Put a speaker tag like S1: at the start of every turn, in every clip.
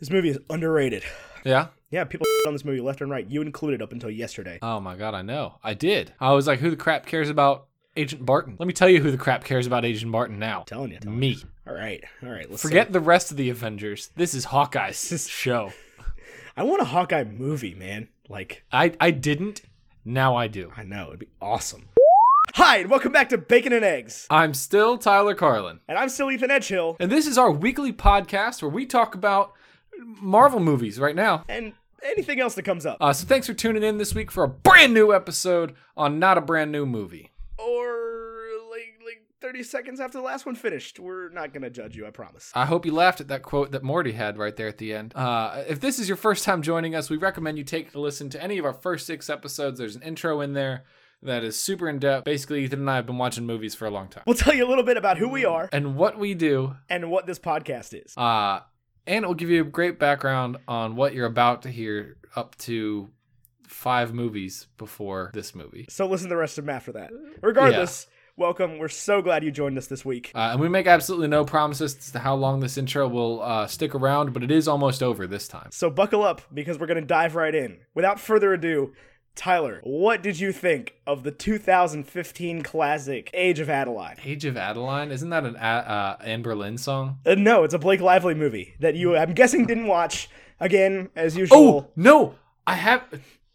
S1: This movie is underrated.
S2: Yeah.
S1: Yeah, people on this movie left and right, you included up until yesterday.
S2: Oh my god, I know. I did. I was like, who the crap cares about Agent Barton? Let me tell you who the crap cares about Agent Barton now.
S1: telling you. telling you.
S2: Me.
S1: All right. All right. Let's
S2: Forget the rest of the Avengers. This is Hawkeye's show.
S1: I want a Hawkeye movie, man. Like,
S2: I I didn't. Now I do.
S1: I know. It'd be awesome. Hi, and welcome back to Bacon and Eggs.
S2: I'm still Tyler Carlin.
S1: And I'm still Ethan Edgehill.
S2: And this is our weekly podcast where we talk about Marvel movies right now.
S1: And anything else that comes up.
S2: Uh, so thanks for tuning in this week for a brand new episode on not a brand new movie.
S1: or, like, like 30 seconds after the last one finished. We're not going to judge you, I promise.
S2: I hope you laughed at that quote that Morty had right there at the end. Uh, if this is your first time joining us, we recommend you take a listen to any of our first six episodes. There's an intro in there that is super in depth. Basically, Ethan and I have been watching movies for a long time.
S1: We'll tell you a little bit about who we are
S2: And what we do,
S1: and what this podcast is.
S2: Mm. uh, and it will give you a great background on what you're about to hear up to five movies before this movie.
S1: So listen to the rest of them after that. Regardless, welcome. We're so glad you joined us this week.
S2: Uh, and we make absolutely no promises as to how long this intro will uh, stick around, but it is almost over this time.
S1: So buckle up because we're going to dive right in. Without further ado, Tyler, what did you think of the 2015 classic Age of Adeline?
S2: Age of Adeline, isn't that an a- uh, Anne Berlin song?
S1: Uh, no, it's a Blake Lively movie that you, I'm guessing, didn't watch. Again, as
S2: Oh
S1: usual.
S2: no, I have.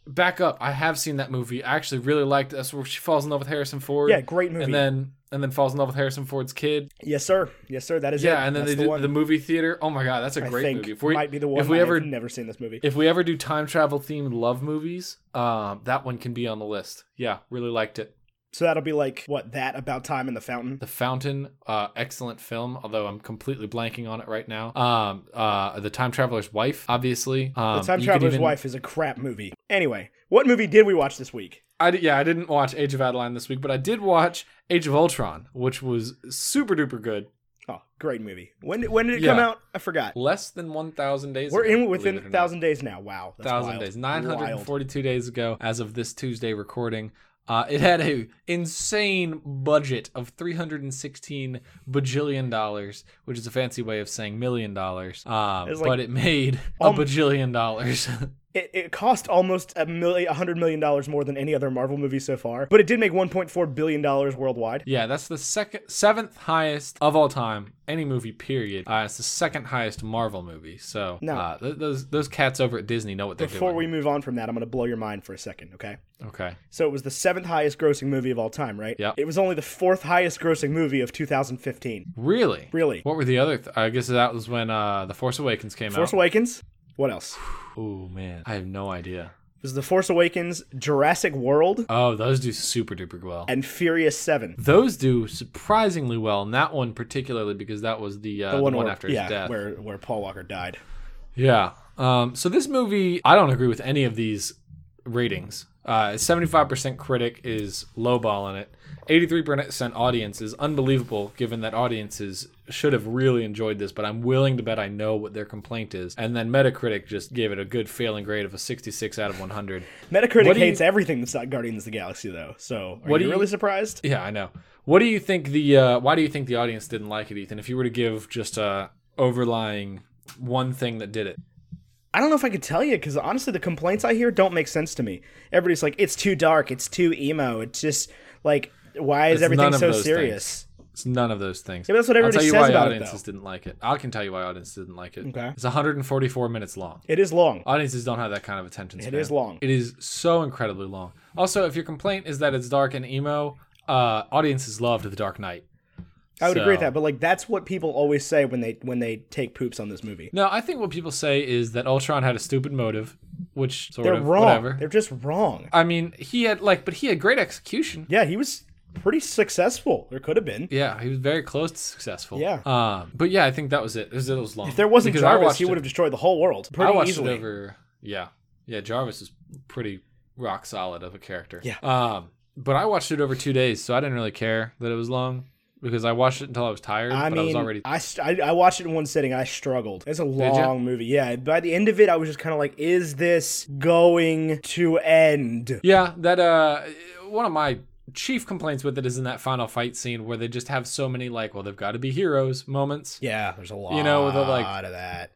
S2: Back up, I have seen that movie. I actually really liked. it. That's where she falls in love with Harrison Ford.
S1: Yeah, great movie.
S2: And then and then falls in love with Harrison Ford's kid.
S1: yes, sir. Yes, sir. That is it.
S2: Yeah, and then
S1: That's
S2: they
S1: the
S2: did
S1: one
S2: the movie theater. Oh my god, that's a
S1: I
S2: great
S1: think
S2: movie. If we
S1: might be the one.
S2: if we ever
S1: have never seen this movie.
S2: if we ever do time travel themed love movies, um, that one can be on the list. Yeah, really liked it.
S1: so that'll be like what that about time in the fountain.
S2: The Fountain, uh, excellent film, although I'm completely blanking on it right now. Um, uh, The Time Traveler's Wife, obviously. Um,
S1: the Time
S2: you could
S1: Traveler's
S2: even-
S1: Wife is a crap movie. Anyway, what movie did we watch this week?
S2: I di- yeah, I didn't watch Age of Adeline this week, but I did watch Age of Ultron, which was super duper good.
S1: Oh, great movie. When did, when did it
S2: Yeah.
S1: come out? I forgot.
S2: Less than 1,000 days
S1: We're
S2: ago,
S1: in within
S2: believe it or not.
S1: thousand days now. Wow, that's
S2: thousand
S1: wild.
S2: days,
S1: Wild.
S2: 942 days ago, as of this Tuesday recording. Uh, it had a insane budget of 316 bajillion dollars, which is a fancy way of saying million dollars. Um,
S1: It's like-
S2: but it made a
S1: Um,
S2: bajillion dollars.
S1: It, it cost almost a million, a hundred million dollars more than any other Marvel movie so far, but it did make one point four billion dollars worldwide.
S2: yeah, that's the second, seventh highest of all time any movie. Period. Uh, it's the second highest Marvel movie. So
S1: No.
S2: uh, th- those those cats over at Disney know what they're
S1: Before we
S2: doing.
S1: move on from that, I'm going to blow your mind for a second, okay?
S2: okay,
S1: So it was the seventh highest grossing movie of all time, right?
S2: Yep.
S1: It was only the fourth highest grossing movie of 2015.
S2: really,
S1: Really?
S2: What were the other? Th- I guess that was when uh, the Force Awakens came out.
S1: Force Awakens. What else?
S2: Oh man, I have no idea.
S1: It was the Force Awakens, Jurassic World,
S2: Oh, those do super duper well.
S1: and Furious Seven.
S2: Those do surprisingly well, and that one particularly because that was the, uh, the one,
S1: where-
S2: after his
S1: yeah,
S2: death.
S1: where where Paul Walker died.
S2: Yeah. Um, so this movie, I don't agree with any of these ratings. Uh, 75% critic is lowballing it. 83% audience is unbelievable, given that audiences should have really enjoyed this, but I'm willing to bet I know what their complaint is. And then Metacritic just gave it a good failing grade of a 66 out of 100. What
S1: Metacritic
S2: do you-
S1: hates everything that's not Guardians of the Galaxy, though. So are
S2: What
S1: you
S2: do you-
S1: really surprised?
S2: Yeah, I know. What do you think the uh, why do you think the audience didn't like it, Ethan? If you were to give just a overlying one thing that did it,
S1: I don't know if I could tell you because honestly, the complaints I hear don't make sense to me. Everybody's like, "It's too dark. It's too emo. It's just like, why is
S2: It's
S1: everything
S2: none of
S1: so
S2: those
S1: serious?"
S2: it's none of those things.
S1: Yeah, that's what
S2: I'll tell
S1: everybody
S2: you
S1: says
S2: why
S1: about it,
S2: audiences didn't like it. I can tell you why audiences didn't like it.
S1: Okay.
S2: It's 144 minutes long.
S1: It is long.
S2: Audiences don't have that kind of attention span.
S1: It is long.
S2: It is so incredibly long. Also, if your complaint is that it's dark and emo, uh, audiences loved The Dark Knight.
S1: I would agree with
S2: so-
S1: that, but like that's what people always say when they when they take poops on this movie.
S2: No, I think what people say is that Ultron had a stupid motive, which sort
S1: They're
S2: of
S1: wrong.
S2: whatever.
S1: They're just wrong.
S2: I mean, he had like, but he had great execution.
S1: Yeah, he was pretty successful. There could have been.
S2: Yeah, he was very close to successful.
S1: Yeah.
S2: Um, but yeah, I think that was it. It was, it was long.
S1: If there wasn't
S2: Because I
S1: Jarvis,
S2: watched
S1: he would have destroyed the whole world
S2: it, I
S1: pretty
S2: watched
S1: easily.
S2: it over. Yeah, yeah. Jarvis is pretty rock solid of a character.
S1: Yeah.
S2: Um, but I watched it over two days, so I didn't really care that it was long because I watched it until I was tired.
S1: I
S2: but
S1: mean,
S2: I was already.
S1: I, st- I I watched it in one sitting. I struggled. It's a long movie. Yeah. By the end of it, I was just kind of like, "Is this going to end?"
S2: Yeah, that uh, one of my chief complaints with it is in that final fight scene where they just have so many like, well, they've got to be heroes moments.
S1: Yeah, there's a lot.
S2: You know, the, like-
S1: of that.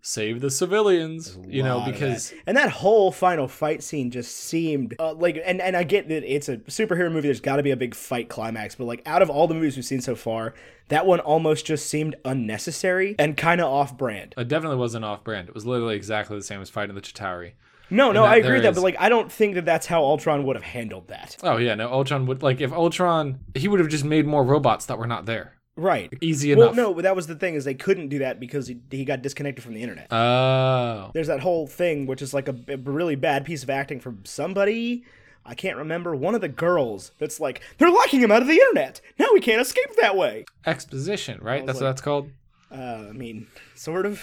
S2: save the civilians,
S1: There's a
S2: you know,
S1: lot of
S2: because
S1: that. and that whole final fight scene just seemed uh, like and and I get that it's a superhero movie there's got to be a big fight climax but like out of all the movies we've seen so far that one almost just seemed unnecessary and kind of off brand.
S2: it definitely wasn't off brand. It was literally exactly the same as fighting the Chitauri.
S1: No, no,
S2: that
S1: I agree
S2: there
S1: with that
S2: is-
S1: but like I don't think that that's how Ultron would have handled that.
S2: Oh yeah, no, Ultron would like if Ultron he would have just made more robots that were not there.
S1: Right.
S2: Easy
S1: Well,
S2: enough.
S1: no, but that was the thing is they couldn't do that because he, he got disconnected from the internet.
S2: Uh. Oh.
S1: there's that whole thing which is like a, b- really bad piece of acting from somebody i can't remember one of the girls that's like they're locking him out of the internet now we can't escape that way
S2: Exposition, right? That's
S1: like-
S2: what that's called.
S1: uh, i mean sort of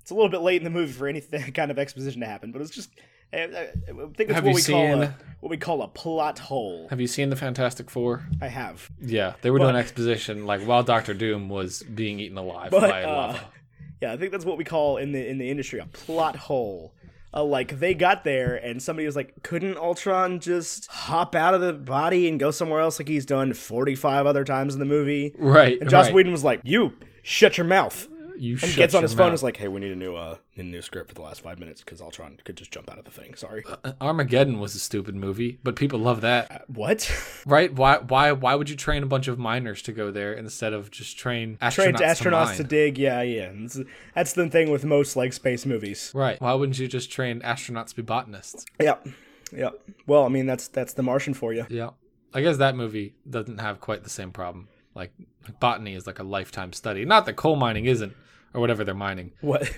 S1: it's a little bit late in the movie for any th- kind of exposition to happen but it's just I, I, I think it's
S2: Have
S1: what
S2: you
S1: we call
S2: seen-
S1: a, what we call a plot hole
S2: Have you seen the Fantastic Four?
S1: i have
S2: Yeah, they were
S1: But-
S2: doing exposition like while Doctor Doom was being eaten alive
S1: But,
S2: by
S1: uh,
S2: lava.
S1: yeah i think that's what we call in the in the industry a plot hole uh, like they got there and somebody was like couldn't ultron just hop out of the body and go somewhere else like he's done 45 other times in the movie
S2: Right.
S1: and joss
S2: right.
S1: whedon was like you shut your mouth
S2: you
S1: and
S2: shut
S1: gets on
S2: your
S1: his phone and
S2: mouth.
S1: is like hey we need a new uh a new script for the last five minutes because ultron could just jump out of the thing sorry
S2: Uh, Armageddon was a stupid movie, but people love that,
S1: what
S2: right? Why? Why? Why would you train a bunch of miners to go there instead of just train astronauts,
S1: trained
S2: to
S1: astronauts
S2: mine?
S1: to dig yeah yeah That's- that's the thing with most like space movies
S2: Right. Why wouldn't you just train astronauts to be botanists?
S1: yep yep well i mean that's that's the martian for you
S2: Yeah. I guess that movie doesn't have quite the same problem. Like, botany is like a lifetime study. Not that coal mining isn't, or whatever they're mining.
S1: What?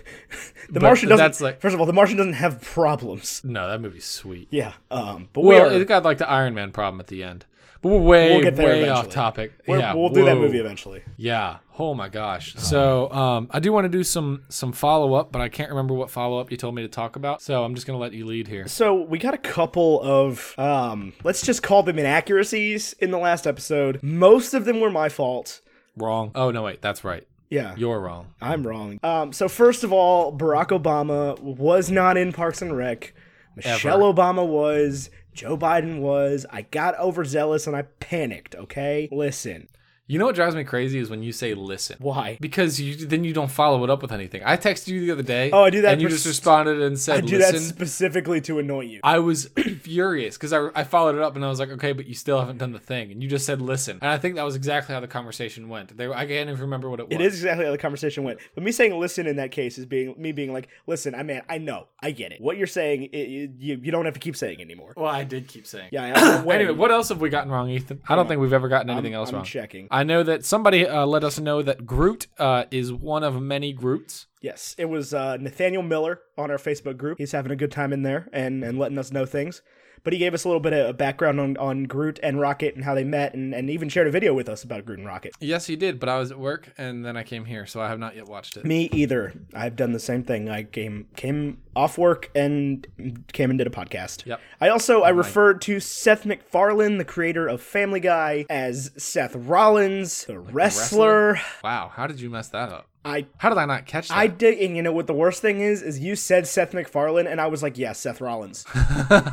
S1: the Martian doesn't.
S2: that's like-
S1: first of all, the Martian doesn't have problems.
S2: No, that movie's sweet.
S1: Yeah. Um. But
S2: Well,
S1: we are,
S2: it got like the Iron Man problem at the end. But we're way,
S1: We'll get there
S2: way
S1: eventually.
S2: off topic.
S1: we're-
S2: yeah,
S1: we'll do that
S2: whoa.
S1: movie eventually. Uh-huh.
S2: Yeah. Oh my gosh. So um, I do want to do some some follow up, but I can't remember what follow up you told me to talk about. So I'm just gonna let you lead here.
S1: So we got a couple of um. Let's just call them inaccuracies in the last episode. Most of them were my fault.
S2: Wrong. Oh no, wait. That's right.
S1: Yeah.
S2: You're wrong.
S1: I'm wrong. Um. So first of all, Barack Obama was not in Parks and Rec. Michelle Obama was. Joe Biden was. I got overzealous and I panicked. Okay. Listen.
S2: You know what drives me crazy is when you say listen.
S1: Why?
S2: Because you then you don't follow it up with anything. I texted you the other day.
S1: Oh, I do that
S2: And you
S1: pers-
S2: just responded and
S1: I
S2: said,
S1: do that
S2: "Listen."
S1: specifically to annoy you.
S2: I was furious because I, I followed it up and I was like, okay, but you still haven't done the thing. And you just said, listen. And I think that was exactly how the conversation went. They, were- I can't even remember what it was.
S1: It is exactly how the conversation went. But me saying "listen" in that case is being me being like, "Listen, I man, I know, I get it. What you're saying, i i you you don't have to keep saying anymore."
S2: Well, I did keep saying.
S1: Yeah. I- I'm
S2: Anyway,
S1: waiting.
S2: what else have we gotten wrong, Ethan? I don't think we've ever gotten anything else
S1: I'm
S2: wrong.
S1: checking.
S2: I know that somebody uh, let us know that Groot uh, is one of many Groots.
S1: Yes, it was uh, Nathaniel Miller on our Facebook group. He's having a good time in there and and letting us know things. But he gave us a little bit of background on, on Groot and Rocket and how they met, and, and even shared a video with us about Groot and Rocket.
S2: Yes, he did, but I was at work and then I came here, so I have not yet watched it.
S1: Me either. I've done the same thing. I came came off work and came and did a podcast.
S2: Yep.
S1: I also I referred to Seth MacFarlane, the creator of Family Guy, as Seth Rollins, the wrestler.
S2: Wow, how did you mess that up?
S1: I
S2: How did I not catch that?
S1: I did, and you know what the worst thing is? Is you said Seth MacFarlane, and I was like, yes, Seth Rollins.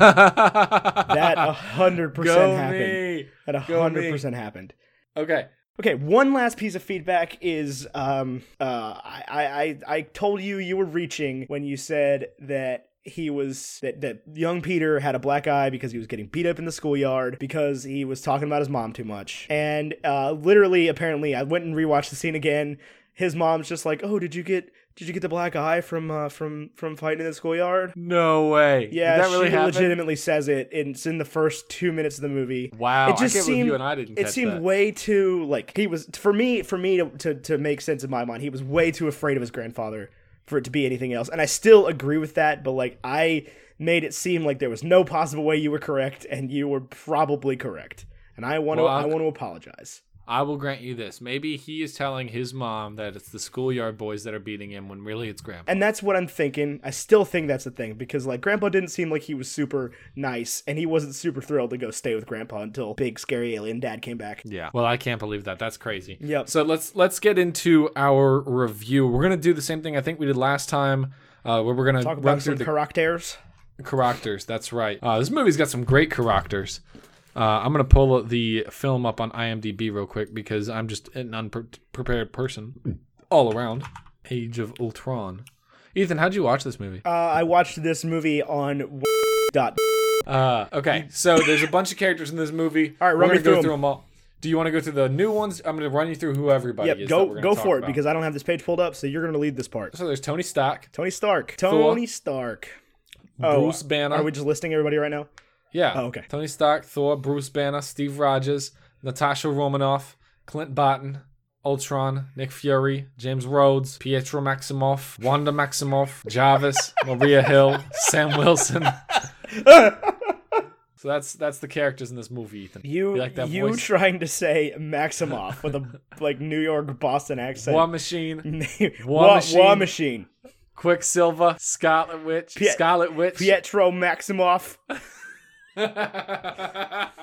S1: That a hundred percent
S2: Go
S1: happened.
S2: me.
S1: That a
S2: Go me.
S1: hundred percent happened.
S2: Okay.
S1: Okay, one last piece of feedback is um uh I, I I- I told you you were reaching when you said that he was that, that young Peter had a black eye because he was getting beat up in the schoolyard because he was talking about his mom too much. And uh literally apparently I went and rewatched the scene again. His mom's just like, "Oh, did you get did you get the black eye from uh from from fighting in the schoolyard?"
S2: No way.
S1: Yeah,
S2: Did that really
S1: she
S2: happen?
S1: legitimately says it. and It's in the first 2 minutes of the movie
S2: Wow.
S1: it just
S2: I can't believe
S1: seemed
S2: you and I didn't
S1: it
S2: catch
S1: seemed
S2: that.
S1: way too like he was for me for me to, to to make sense in my mind he was way too afraid of his grandfather for it to be anything else and i still agree with that but like i made it seem like there was no possible way you were correct and you were probably correct and i want to
S2: Well,
S1: i
S2: I'll-
S1: want to apologize
S2: I will grant you this. Maybe he is telling his mom that it's the schoolyard boys that are beating him when really it's grandpa.
S1: and that's what i'm thinking i still think that's the thing because like grandpa didn't seem like he was super nice and he wasn't super thrilled to go stay with grandpa until big scary alien dad came back
S2: Yeah. Well, I can't believe that. That's crazy.
S1: Yep.
S2: So let's let's get into our review. We're gonna do the same thing I think we did last time, uh, where we're gonna
S1: talk about
S2: run through
S1: some
S2: the
S1: characters
S2: characters. That's right. Uh, this movie's got some great characters. Uh, I'm gonna pull the film up on IMDb real quick because I'm just an unprepared person all around. Age of Ultron. Ethan, how'd you watch this movie?
S1: Uh, I watched this movie on dot.
S2: Uh, okay, so there's a bunch of characters in this movie.
S1: All right,
S2: We're
S1: run me
S2: gonna go
S1: through 'em.
S2: through them all. Do you want to go through the new ones? I'm going to run you through who everybody
S1: Yep,
S2: is. that we're
S1: go
S2: gonna
S1: go
S2: talk
S1: for it
S2: about.
S1: because I don't have this page pulled up, so you're gonna lead this part.
S2: so there's Tony Stark,
S1: Tony Stark. Tony
S2: Thor.
S1: Stark. Oh,
S2: Bruce Banner.
S1: Are we just listing everybody right now?
S2: Yeah.
S1: Oh, okay.
S2: Tony Stark, Thor, Bruce Banner, Steve Rogers, Natasha Romanoff, Clint Barton, Ultron, Nick Fury, James Rhodes, Pietro Maximoff, Wanda Maximoff, Jarvis, Maria Hill, Sam Wilson. so that's that's the characters in this movie, Ethan.
S1: You,
S2: like that
S1: you
S2: voice?
S1: trying to say Maximoff with a like New York Boston accent?
S2: War Machine,
S1: War, War machine.
S2: Machine. Quicksilver, Scarlet Witch,
S1: Piet-
S2: Scarlet Witch,
S1: Pietro Maximoff.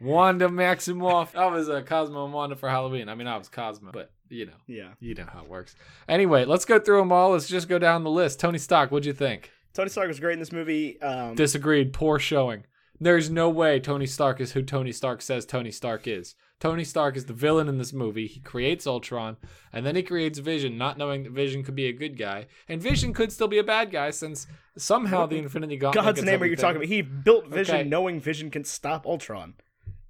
S2: Wanda Maximoff. I was a Cosmo and Wanda for Halloween. I mean, I was Cosmo, but you know.
S1: Yeah.
S2: You know how it works. Anyway, let's go through them all. Let's just go down the list. Tony Stock, what'd you think?
S1: Tony Stark was great in this movie. Um,
S2: Disagreed. Poor showing. There's no way Tony Stark is who Tony Stark says Tony Stark is. Tony Stark is the villain in this movie. He creates Ultron, and then he creates Vision, not knowing that Vision could be a good guy, and Vision could still be a bad guy since somehow the Infinity Gauntlet.
S1: God's
S2: gets
S1: name are you
S2: everything.
S1: talking about? He built Vision
S2: Okay.
S1: knowing Vision can stop Ultron.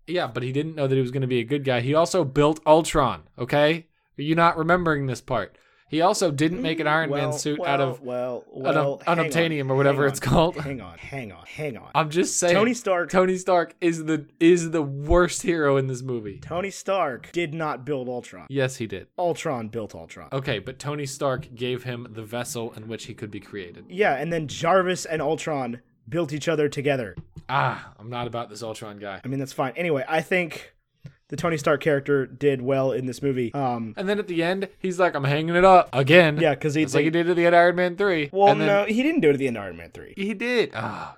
S2: Yeah, but he didn't know that he was going to be a good guy. He also built Ultron. Okay, are you not remembering this part? He also didn't make an Iron Man
S1: Well,
S2: suit
S1: well,
S2: out of
S1: well,
S2: an
S1: well, hang on,
S2: unobtainium or whatever
S1: hang
S2: it's
S1: on,
S2: called.
S1: Hang on, hang on, hang on.
S2: I'm just saying
S1: Tony
S2: Tony
S1: Stark.
S2: Tony Stark is the is the worst hero in this movie.
S1: Tony Stark did not build Ultron.
S2: Yes, he did.
S1: Ultron built Ultron.
S2: Okay, but Tony Stark gave him the vessel in which he could be created.
S1: Yeah, and then Jarvis and Ultron built each other together.
S2: Ah, I'm not about this Ultron guy.
S1: I mean, that's fine. Anyway, I think the Tony Stark character did well in this movie. Um,
S2: And then at the end, he's like, "I'm hanging it up again."
S1: yeah, because he's
S2: it's like he did to the end of Iron Man three.
S1: well,
S2: and then
S1: no, he didn't do it at the end of Iron Man three.
S2: he did. Ah,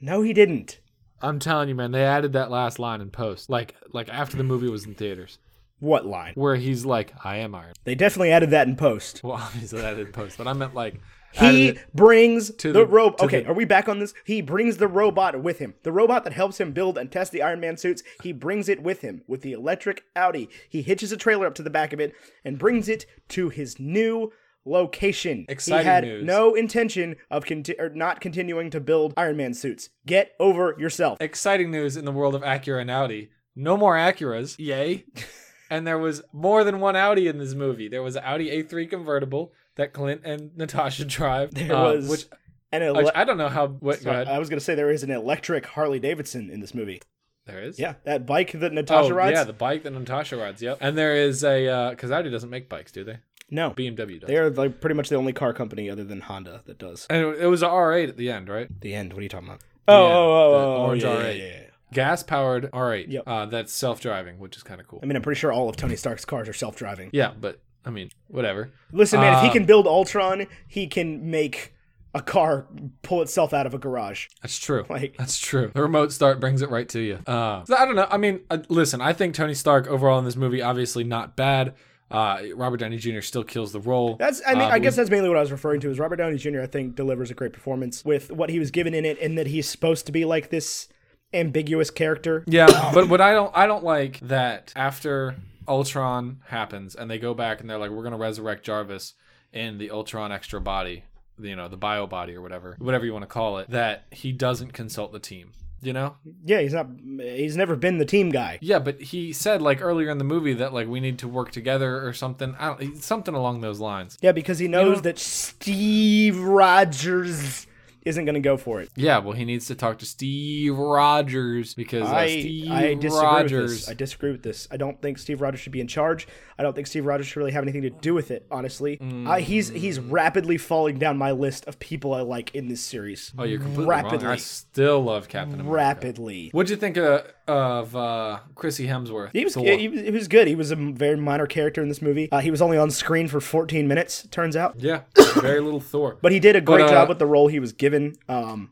S1: No, he didn't.
S2: I'm telling you, man, they added that last line in post, like like after the movie was in theaters,
S1: What line?
S2: where he's like, "I am Iron."
S1: They definitely added that in post.
S2: Well, obviously that in post, but I meant like added
S1: He
S2: it-
S1: brings the,
S2: the-
S1: robot.
S2: to
S1: Okay,
S2: the-
S1: are we back on this? He brings the robot with him. The robot that helps him build and test the Iron Man suits. He brings it with him with the electric Audi. He hitches a trailer up to the back of it and brings it to his new location.
S2: Exciting
S1: he had
S2: news.
S1: no intention of conti- or not continuing to build Iron Man suits. Get over
S2: Uh,
S1: yourself.
S2: exciting news in the world of Acura and Audi. No more Acuras, yay! and there was more than one Audi in this movie. There was an Audi A3 convertible that Clint and Natasha drive.
S1: There
S2: uh,
S1: was
S2: which
S1: an
S2: which
S1: ele-
S2: I don't know how. What go
S1: Sorry, uh,
S2: ahead.
S1: I was going to say there is an electric Harley Davidson in this movie.
S2: there is.
S1: Yeah, that bike that
S2: Oh,
S1: Natasha rides.
S2: yeah, the bike that Natasha rides. Yep. And there is a because Audi doesn't make bikes, do they?
S1: no,
S2: BMW does.
S1: they are like pretty much the only car company other than Honda that does.
S2: And it was a R8 at the end, right?
S1: The end. What are you talking about?
S2: Yeah, the orange R8. Gas powered R8.
S1: Yep.
S2: Uh, that's self driving, which is kind of cool.
S1: I mean, I'm pretty sure all of Tony Stark's cars are self-driving.
S2: Yeah, but I mean, whatever.
S1: Listen, man, if he
S2: Uh,
S1: can build Ultron, he can make a car pull itself out of a garage.
S2: That's true.
S1: Like-
S2: That's true. The remote start brings it right to you. Uh, so I don't know. I mean, uh, listen, I think Tony Stark overall in this movie, obviously not bad. Uh, Robert Downey Jr. still kills the role.
S1: That's. I mean,
S2: Uh,
S1: I guess that's mainly what I was referring to. Is Robert Downey Jr. I think delivers a great performance with what he was given in it, and that he's supposed to be like this ambiguous character.
S2: Yeah, but what I don't I don't like that after Ultron happens and they go back and they're like, we're gonna resurrect Jarvis in the Ultron extra body, you know, the bio body or whatever, whatever you want to call it, that he doesn't consult the team. You know?
S1: Yeah, he's not. He's never been the team guy.
S2: Yeah, but he said like earlier in the movie that like we need to work together or something. I don't something along those lines.
S1: Yeah, because he knows that Steve Rogers isn't going to go for it.
S2: Yeah, well, he needs to talk to Steve Rogers because uh,
S1: I,
S2: Steve
S1: I disagree with
S2: Rogers.
S1: this. I disagree with this. I don't think Steve Rogers should be in charge. I don't think Steve Rogers should really have anything to do with it. Honestly,
S2: Mm.
S1: I, he's he's rapidly falling down my list of people I like in this series.
S2: oh, you're completely
S1: Rapidly.
S2: wrong. I still love Captain America.
S1: rapidly.
S2: What'd you think of, of uh, Chrissy Hemsworth?
S1: He was,
S2: Thor?
S1: he, was, he was good. He was a very minor character in this movie. Uh, he was only on screen for 14 minutes, turns out.
S2: yeah, very little Thor. But
S1: But he did a great
S2: uh,
S1: job with the role he was given. Um,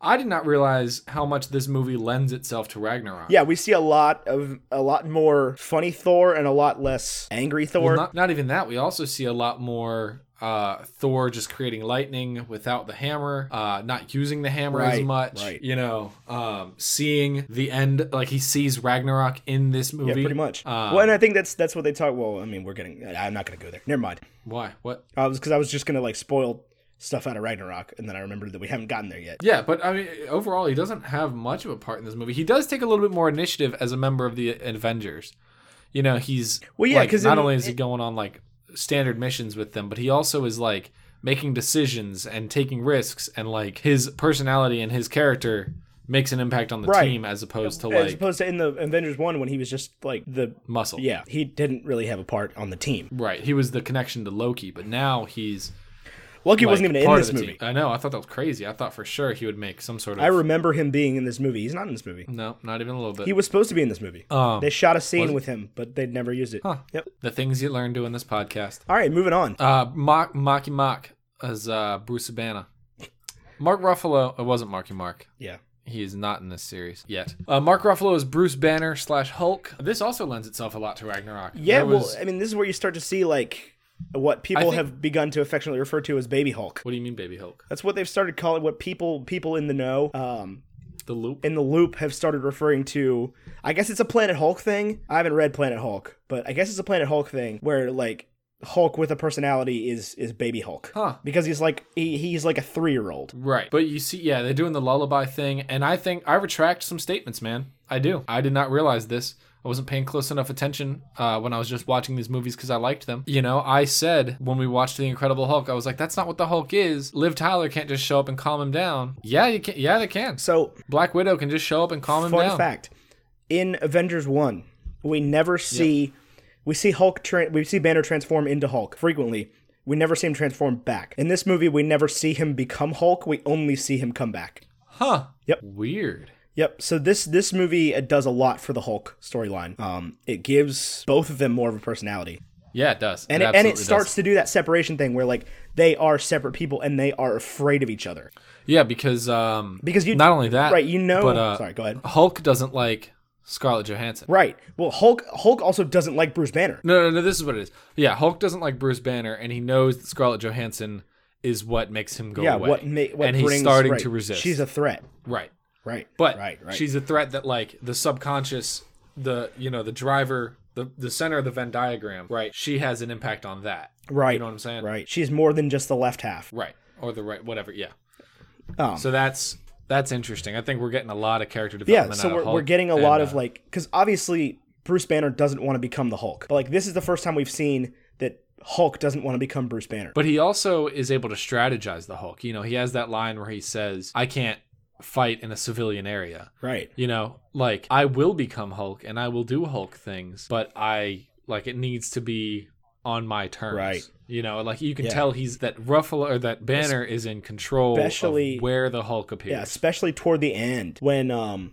S2: I did not realize how much this movie lends itself to Ragnarok.
S1: yeah, we see a lot of a lot more funny Thor and a lot less angry Thor.
S2: Not, not even that. We also see a lot more uh, Thor just creating lightning without the hammer, uh, not using the hammer as
S1: Right,
S2: much.
S1: right.
S2: You know, um, seeing the end, like he sees Ragnarok in this movie.
S1: Yeah, pretty much.
S2: Um,
S1: well, and I think that's that's what they talk. Well, I mean, we're getting. I- I'm not gonna go there. Never mind.
S2: Why? What?
S1: I was because I was just gonna like spoil stuff out of Ragnarok, and then I remembered that we haven't gotten there yet.
S2: Yeah, but I mean, overall, he doesn't have much of a part in this movie. He does take a little bit more initiative as a member of the Avengers. You know, he's
S1: Well, yeah,
S2: like,
S1: 'cause
S2: not
S1: in-
S2: only is he going on like standard missions with them, but he also is like making decisions and taking risks, and like his personality and his character makes an impact on the
S1: Right.
S2: team as opposed to
S1: As
S2: like
S1: opposed to in the Avengers one when he was just like the
S2: muscle.
S1: yeah he didn't really have a part on the team.
S2: right. He was the connection to Loki, but now he's
S1: Loki
S2: like,
S1: wasn't even in
S2: part of
S1: this
S2: the
S1: movie.
S2: Team. I know. I thought that was crazy. I thought for sure he would make some sort of
S1: I remember him being in this movie. He's not in this movie.
S2: no, not even a little bit.
S1: He was supposed to be in this movie.
S2: Um,
S1: they shot a scene with him, but they never used it. Yep.
S2: the things you learn doing this podcast.
S1: All right, moving on.
S2: Uh, Mock Mocky Mock as uh, Bruce Sabana. Mark Ruffalo. It wasn't Marky Mark.
S1: yeah.
S2: He is not in this series yet. Uh, Mark Ruffalo is Bruce Banner slash Hulk. This also lends itself a lot to Ragnarok.
S1: Yeah,
S2: There was-
S1: well, I mean, this is where you start to see like what people
S2: think-
S1: have begun to affectionately refer to as baby Hulk.
S2: what do you mean, Baby Hulk?
S1: That's what they've started calling what people people in the know um,
S2: The loop.
S1: in the loop have started referring to. I guess it's a Planet Hulk thing. I haven't read Planet Hulk, but I guess it's a Planet Hulk thing where like Hulk with a personality is is baby Hulk
S2: Huh.
S1: because he's like he, he's like a three year old.
S2: Right. But you see, yeah, they're doing the lullaby thing, and I think I retract some statements, man. I do. I did not realize this. I wasn't paying close enough attention uh, when I was just watching these movies because I liked them. You know, I said when we watched The Incredible Hulk, I was like, "That's not what the Hulk is." Liv Tyler can't just show up and calm him down. Yeah, you can. Yeah, they can.
S1: So
S2: Black Widow can just show up and calm him
S1: Fun
S2: down.
S1: fact: in Avengers One, we never see we see Hulk tra- we see Banner transform into Hulk frequently. We never see him transform back. In this movie, we never see him become Hulk. We only see him come back.
S2: Huh.
S1: Yep.
S2: Weird.
S1: Yep. So this this movie it does a lot for the Hulk storyline. Um, it gives both of them more of a personality,
S2: Yeah, it does.
S1: and it, and
S2: absolutely
S1: it
S2: does.
S1: starts to do that separation thing where like they are separate people and they are afraid of each other
S2: Yeah, because um,
S1: because you
S2: not only that,
S1: right you know
S2: but uh,
S1: sorry go ahead
S2: Hulk doesn't like Scarlett Johansson.
S1: right well Hulk Hulk also doesn't like Bruce Banner
S2: No, no, no. This is what it is. Yeah, Hulk doesn't like Bruce Banner, and he knows that Scarlett Johansson is what makes him go
S1: yeah,
S2: away.
S1: what ma- what
S2: and
S1: brings,
S2: he's starting
S1: right.
S2: to resist.
S1: She's a threat,
S2: right,
S1: right?
S2: but
S1: right, right.
S2: she's a threat that like the subconscious, the you know the driver, the the center of the Venn diagram. Right, she has an impact on that.
S1: right,
S2: You know what I'm saying?
S1: right. She's more than just the left half.
S2: right, or the right, whatever. Yeah.
S1: Um,
S2: So that's that's interesting. I think we're getting a lot of character
S1: yeah,
S2: development. out
S1: so
S2: of
S1: we're,
S2: Hulk,
S1: we're getting a
S2: and,
S1: lot
S2: uh,
S1: of like because obviously Bruce Banner doesn't want to become the Hulk, but like this is the first time we've seen that Hulk doesn't want to become Bruce Banner.
S2: But he also is able to strategize the Hulk. You know, he has that line where he says, "I can't fight in a civilian area."
S1: right,
S2: You know, like I will become Hulk and I will do Hulk things, but I like it needs to be on my terms.
S1: Right.
S2: You know, like you can
S1: Yeah.
S2: tell he's that Ruffalo or that Banner is in control
S1: Especially-
S2: of where the Hulk appears.
S1: yeah, especially toward the end when um.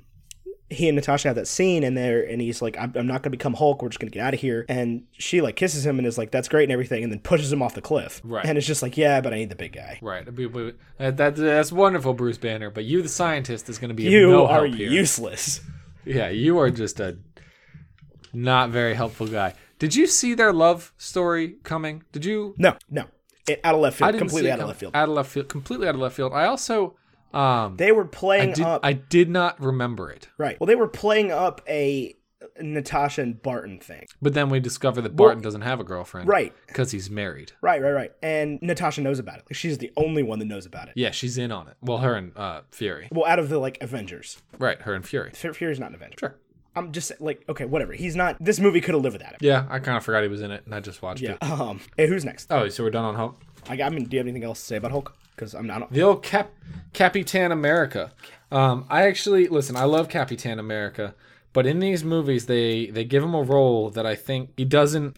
S1: He and Natasha have that scene, and there, and he's like, "I'm, I'm not gonna become Hulk. We're just gonna get out of here." And she like kisses him and is like, "That's great" and everything, and then pushes him off the cliff.
S2: Right.
S1: And it's just like, "Yeah, but I need the big guy."
S2: Right. It'd be- be- That, that- that's wonderful, Bruce Banner. But you, the scientist, is going to be of
S1: You
S2: no
S1: are
S2: help here.
S1: useless.
S2: Yeah, you are just a not very helpful guy. Did you see their love story coming? Did you?
S1: No, no. It, out of left
S2: I
S1: field.
S2: didn't
S1: Completely
S2: see it
S1: out of
S2: come-
S1: left field.
S2: Out of left field. Completely out of left field. I also, um,
S1: They were playing
S2: did,
S1: up.
S2: I did not remember it.
S1: right. Well, they were playing up a Natasha and Barton thing.
S2: But then we discover that Barton doesn't have a girlfriend,
S1: Right.
S2: Because he's married.
S1: Right, right, right. And Natasha knows about it. Like, she's the only one that knows about it.
S2: Yeah, she's in on it. Well, her and uh, Fury.
S1: Well, out of the like Avengers,
S2: Right, her and Fury.
S1: F- Fury's not an Avenger.
S2: Sure.
S1: I'm just like, okay, whatever. He's not. This movie could have lived without him.
S2: Yeah, I kind of forgot he was in it, and I just watched it.
S1: Um. Hey, who's next?
S2: Oh, so we're done on Hulk.
S1: I, I mean, do you have anything else to say about Hulk? Because I'm not.
S2: The old Cap Capitan America. Um, I actually listen. I love Capitan America, but in these movies, they they give him a role that I think he doesn't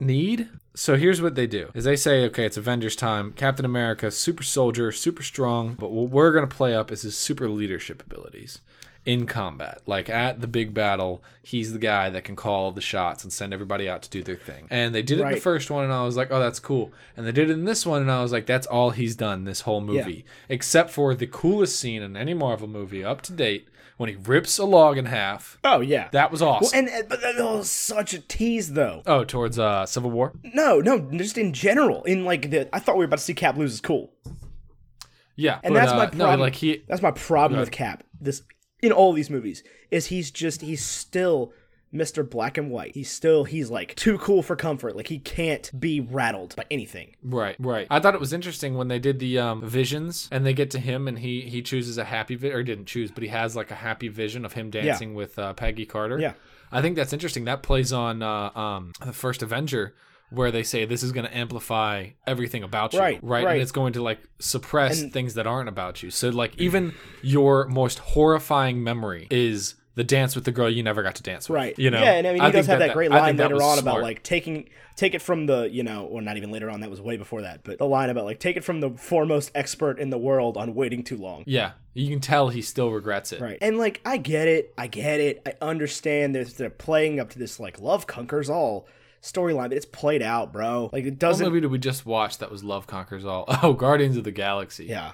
S2: need. So here's what they do: is they say, okay, it's Avengers time. Captain America, super soldier, super strong, but what we're gonna play up is his super leadership abilities. in combat. Like at the big battle, he's the guy that can call the shots and send everybody out to do their thing. And they did it in the
S1: Right.
S2: first one, and I was like, oh, that's cool. And they did it in this one, and I was like, that's all he's done this whole movie, except for the coolest scene in any Marvel movie up to date when he rips a log in half.
S1: Oh yeah.
S2: That was awesome.
S1: well, and and- but that was such a tease though.
S2: Oh, towards uh, Civil War.
S1: No, no, just in general. In like the, I thought we were about to see Cap lose his cool.
S2: Yeah,
S1: And
S2: but,
S1: that's
S2: uh,
S1: my
S2: no,
S1: problem.
S2: like he
S1: That's my problem with Cap. This in all these movies is he's just he's still Mr. Black and White. He's still he's like too cool for comfort. Like he can't be rattled by anything.
S2: Right, right. I thought it was interesting when they did the um, visions and they get to him and he he chooses a happy vi- or he didn't choose, but he has like a happy vision of him dancing with uh, Peggy Carter.
S1: Yeah.
S2: I think that's interesting. That plays on uh, um, the first Avenger where they say this is going to amplify everything about you,
S1: Right,
S2: right?
S1: right.
S2: And it's going to like suppress things that aren't about you. So like even your most horrifying memory is the dance with the girl you never got to dance with.
S1: Right.
S2: You know.
S1: Yeah, and I mean he does have
S2: think
S1: that, great
S2: I think
S1: line
S2: that
S1: later
S2: was
S1: on about
S2: smart.
S1: like taking take it from the, you know, or not even later on, that was way before that, but the line about like take it from the foremost expert in the world on waiting too long.
S2: Yeah, you can tell he still regrets it.
S1: Right. And like I get it, I get it. I understand that they're playing up to this like love conquers all storyline, but it's played out, bro. Like it
S2: What
S1: doesn't
S2: movie did we just watch that was Love Conquers All? Oh, Guardians of the Galaxy.
S1: Yeah.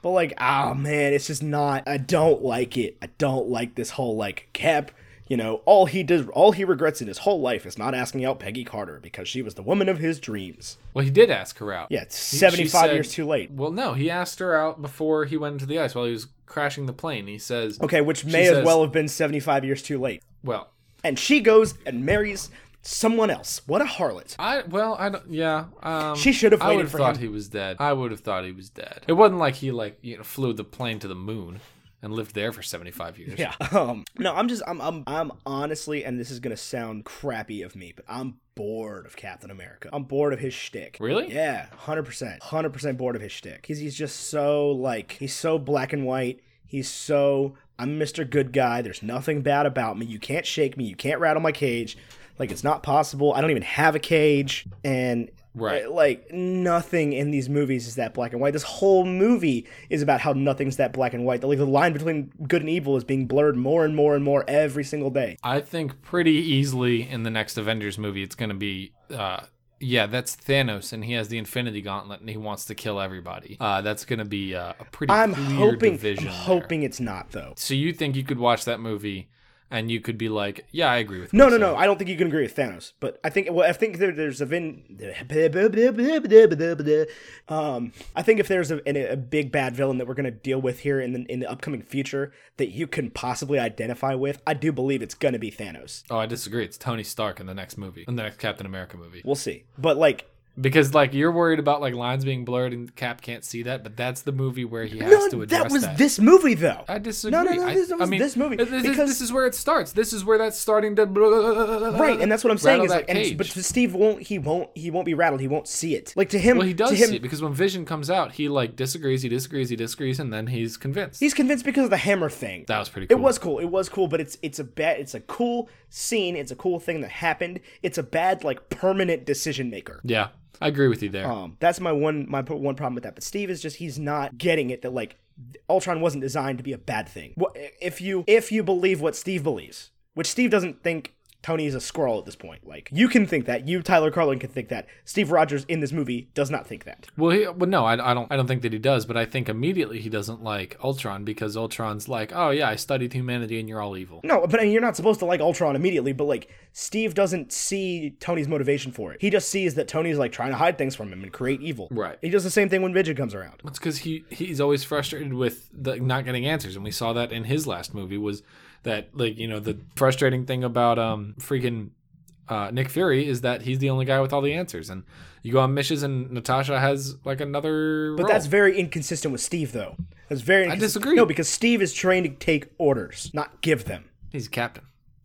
S1: But like, ah man, it's just not I don't like it. I don't like this whole like Cap, you know, all he does all he regrets in his whole life is not asking out Peggy Carter because she was the woman of his dreams.
S2: Well, he did ask her out.
S1: Yeah, it's
S2: He- she
S1: 75
S2: said-
S1: years too late.
S2: Well, no, he asked her out before he went into the ice while he was crashing the plane. He says,
S1: Okay, which may
S2: says-
S1: as well have been 75 years too late.
S2: "Well,
S1: And she goes and marries someone else. What a harlot.
S2: I well, I don't. Yeah, um,
S1: She should have
S2: I would
S1: waited
S2: have
S1: for
S2: thought
S1: him.
S2: he was dead. I would have thought he was dead. It wasn't like he like you know flew the plane to the moon and lived there for seventy five years.
S1: Yeah. Um, no, I'm just I'm I'm I'm honestly and this is going to sound crappy of me, but I'm bored of Captain America. I'm bored of his shtick.
S2: Really?
S1: Yeah, hundred percent, hundred percent bored of his shtick. He's he's just so like he's so black and white. He's so I'm Mr. Good Guy. There's nothing bad about me. You can't shake me. You can't rattle my cage. Like it's not possible. I don't even have a cage. And
S2: Right.
S1: uh, like nothing in these movies is that black and white. This whole movie is about how nothing's that black and white. Like the line between good and evil is being blurred more and more and more every single day.
S2: I think pretty easily in the next Avengers movie, it's going to be, uh, yeah, that's Thanos, and he has the Infinity Gauntlet, and he wants to kill everybody. Uh, that's going to be uh, a pretty
S1: I'm
S2: clear
S1: hoping I'm
S2: division. there.
S1: hoping it's not though.
S2: So you think you could watch that movie, and you could be like, yeah, I agree with.
S1: No,
S2: what
S1: no,
S2: you're
S1: no.
S2: saying.
S1: I don't think you can agree with Thanos, but I think well, I think there, there's a vin. Um, I think if there's a, an- a big bad villain that we're gonna deal with here in the in the upcoming future that you can possibly identify with, I do believe it's gonna be Thanos.
S2: Oh, I disagree. It's Tony Stark in the next movie, in the next Captain America movie,
S1: We'll see. But like,
S2: because like you're worried about like lines being blurred and Cap can't see that, but that's the movie where he has to
S1: no,
S2: address
S1: that
S2: that.
S1: was this movie though.
S2: I disagree.
S1: No, no, no.
S2: I,
S1: This,
S2: I
S1: was
S2: mean,
S1: this movie
S2: This, is-
S1: because
S2: this is where it starts. This is where that's starting to.
S1: right,
S2: Right,
S1: and that's what I'm saying is
S2: that
S1: like, and,
S2: cage.
S1: but to Steve won't. He won't. He won't be rattled. He won't see it. Like to him.
S2: Well, he
S1: To
S2: does
S1: him,
S2: see it because when Vision comes out, he like disagrees, he disagrees, he disagrees, and then he's convinced.
S1: He's convinced because of the hammer thing.
S2: that was pretty
S1: It
S2: cool.
S1: was cool. It was cool, but it's it's a bad it's a cool scene. It's a cool thing that happened. It's a bad like permanent decision maker.
S2: Yeah, I agree with you there.
S1: Um, that's my one my p- one problem with that. But Steve is just he's not getting it that like Ultron wasn't designed to be a bad thing. Wha- If you if you believe what Steve believes, which Steve doesn't think Tony is a squirrel at this point. Like you can think that you Tyler Carlin can think that Steve Rogers in this movie does not think that.
S2: Well, he, well, no, I, I don't. I don't think that he does. But I think immediately he doesn't like Ultron because Ultron's like, oh yeah, I studied humanity, and you're all evil.
S1: No, but I mean, you're not supposed to like Ultron immediately, but like Steve doesn't see Tony's motivation for it. He just sees that Tony's like trying to hide things from him and create evil.
S2: Right.
S1: He does the same thing when Vision comes around.
S2: It's because he he's always frustrated with the, not getting answers, and we saw that in his last movie was that like you know the frustrating thing about um freaking uh, Nick Fury is that he's the only guy with all the answers, and you go on missions, and Natasha has like another.
S1: But that's very inconsistent with Steve, though. That's very. Inconsistent.
S2: Oh. disagree.
S1: No, because Steve is trained to take orders, not give them.
S2: he's a captain.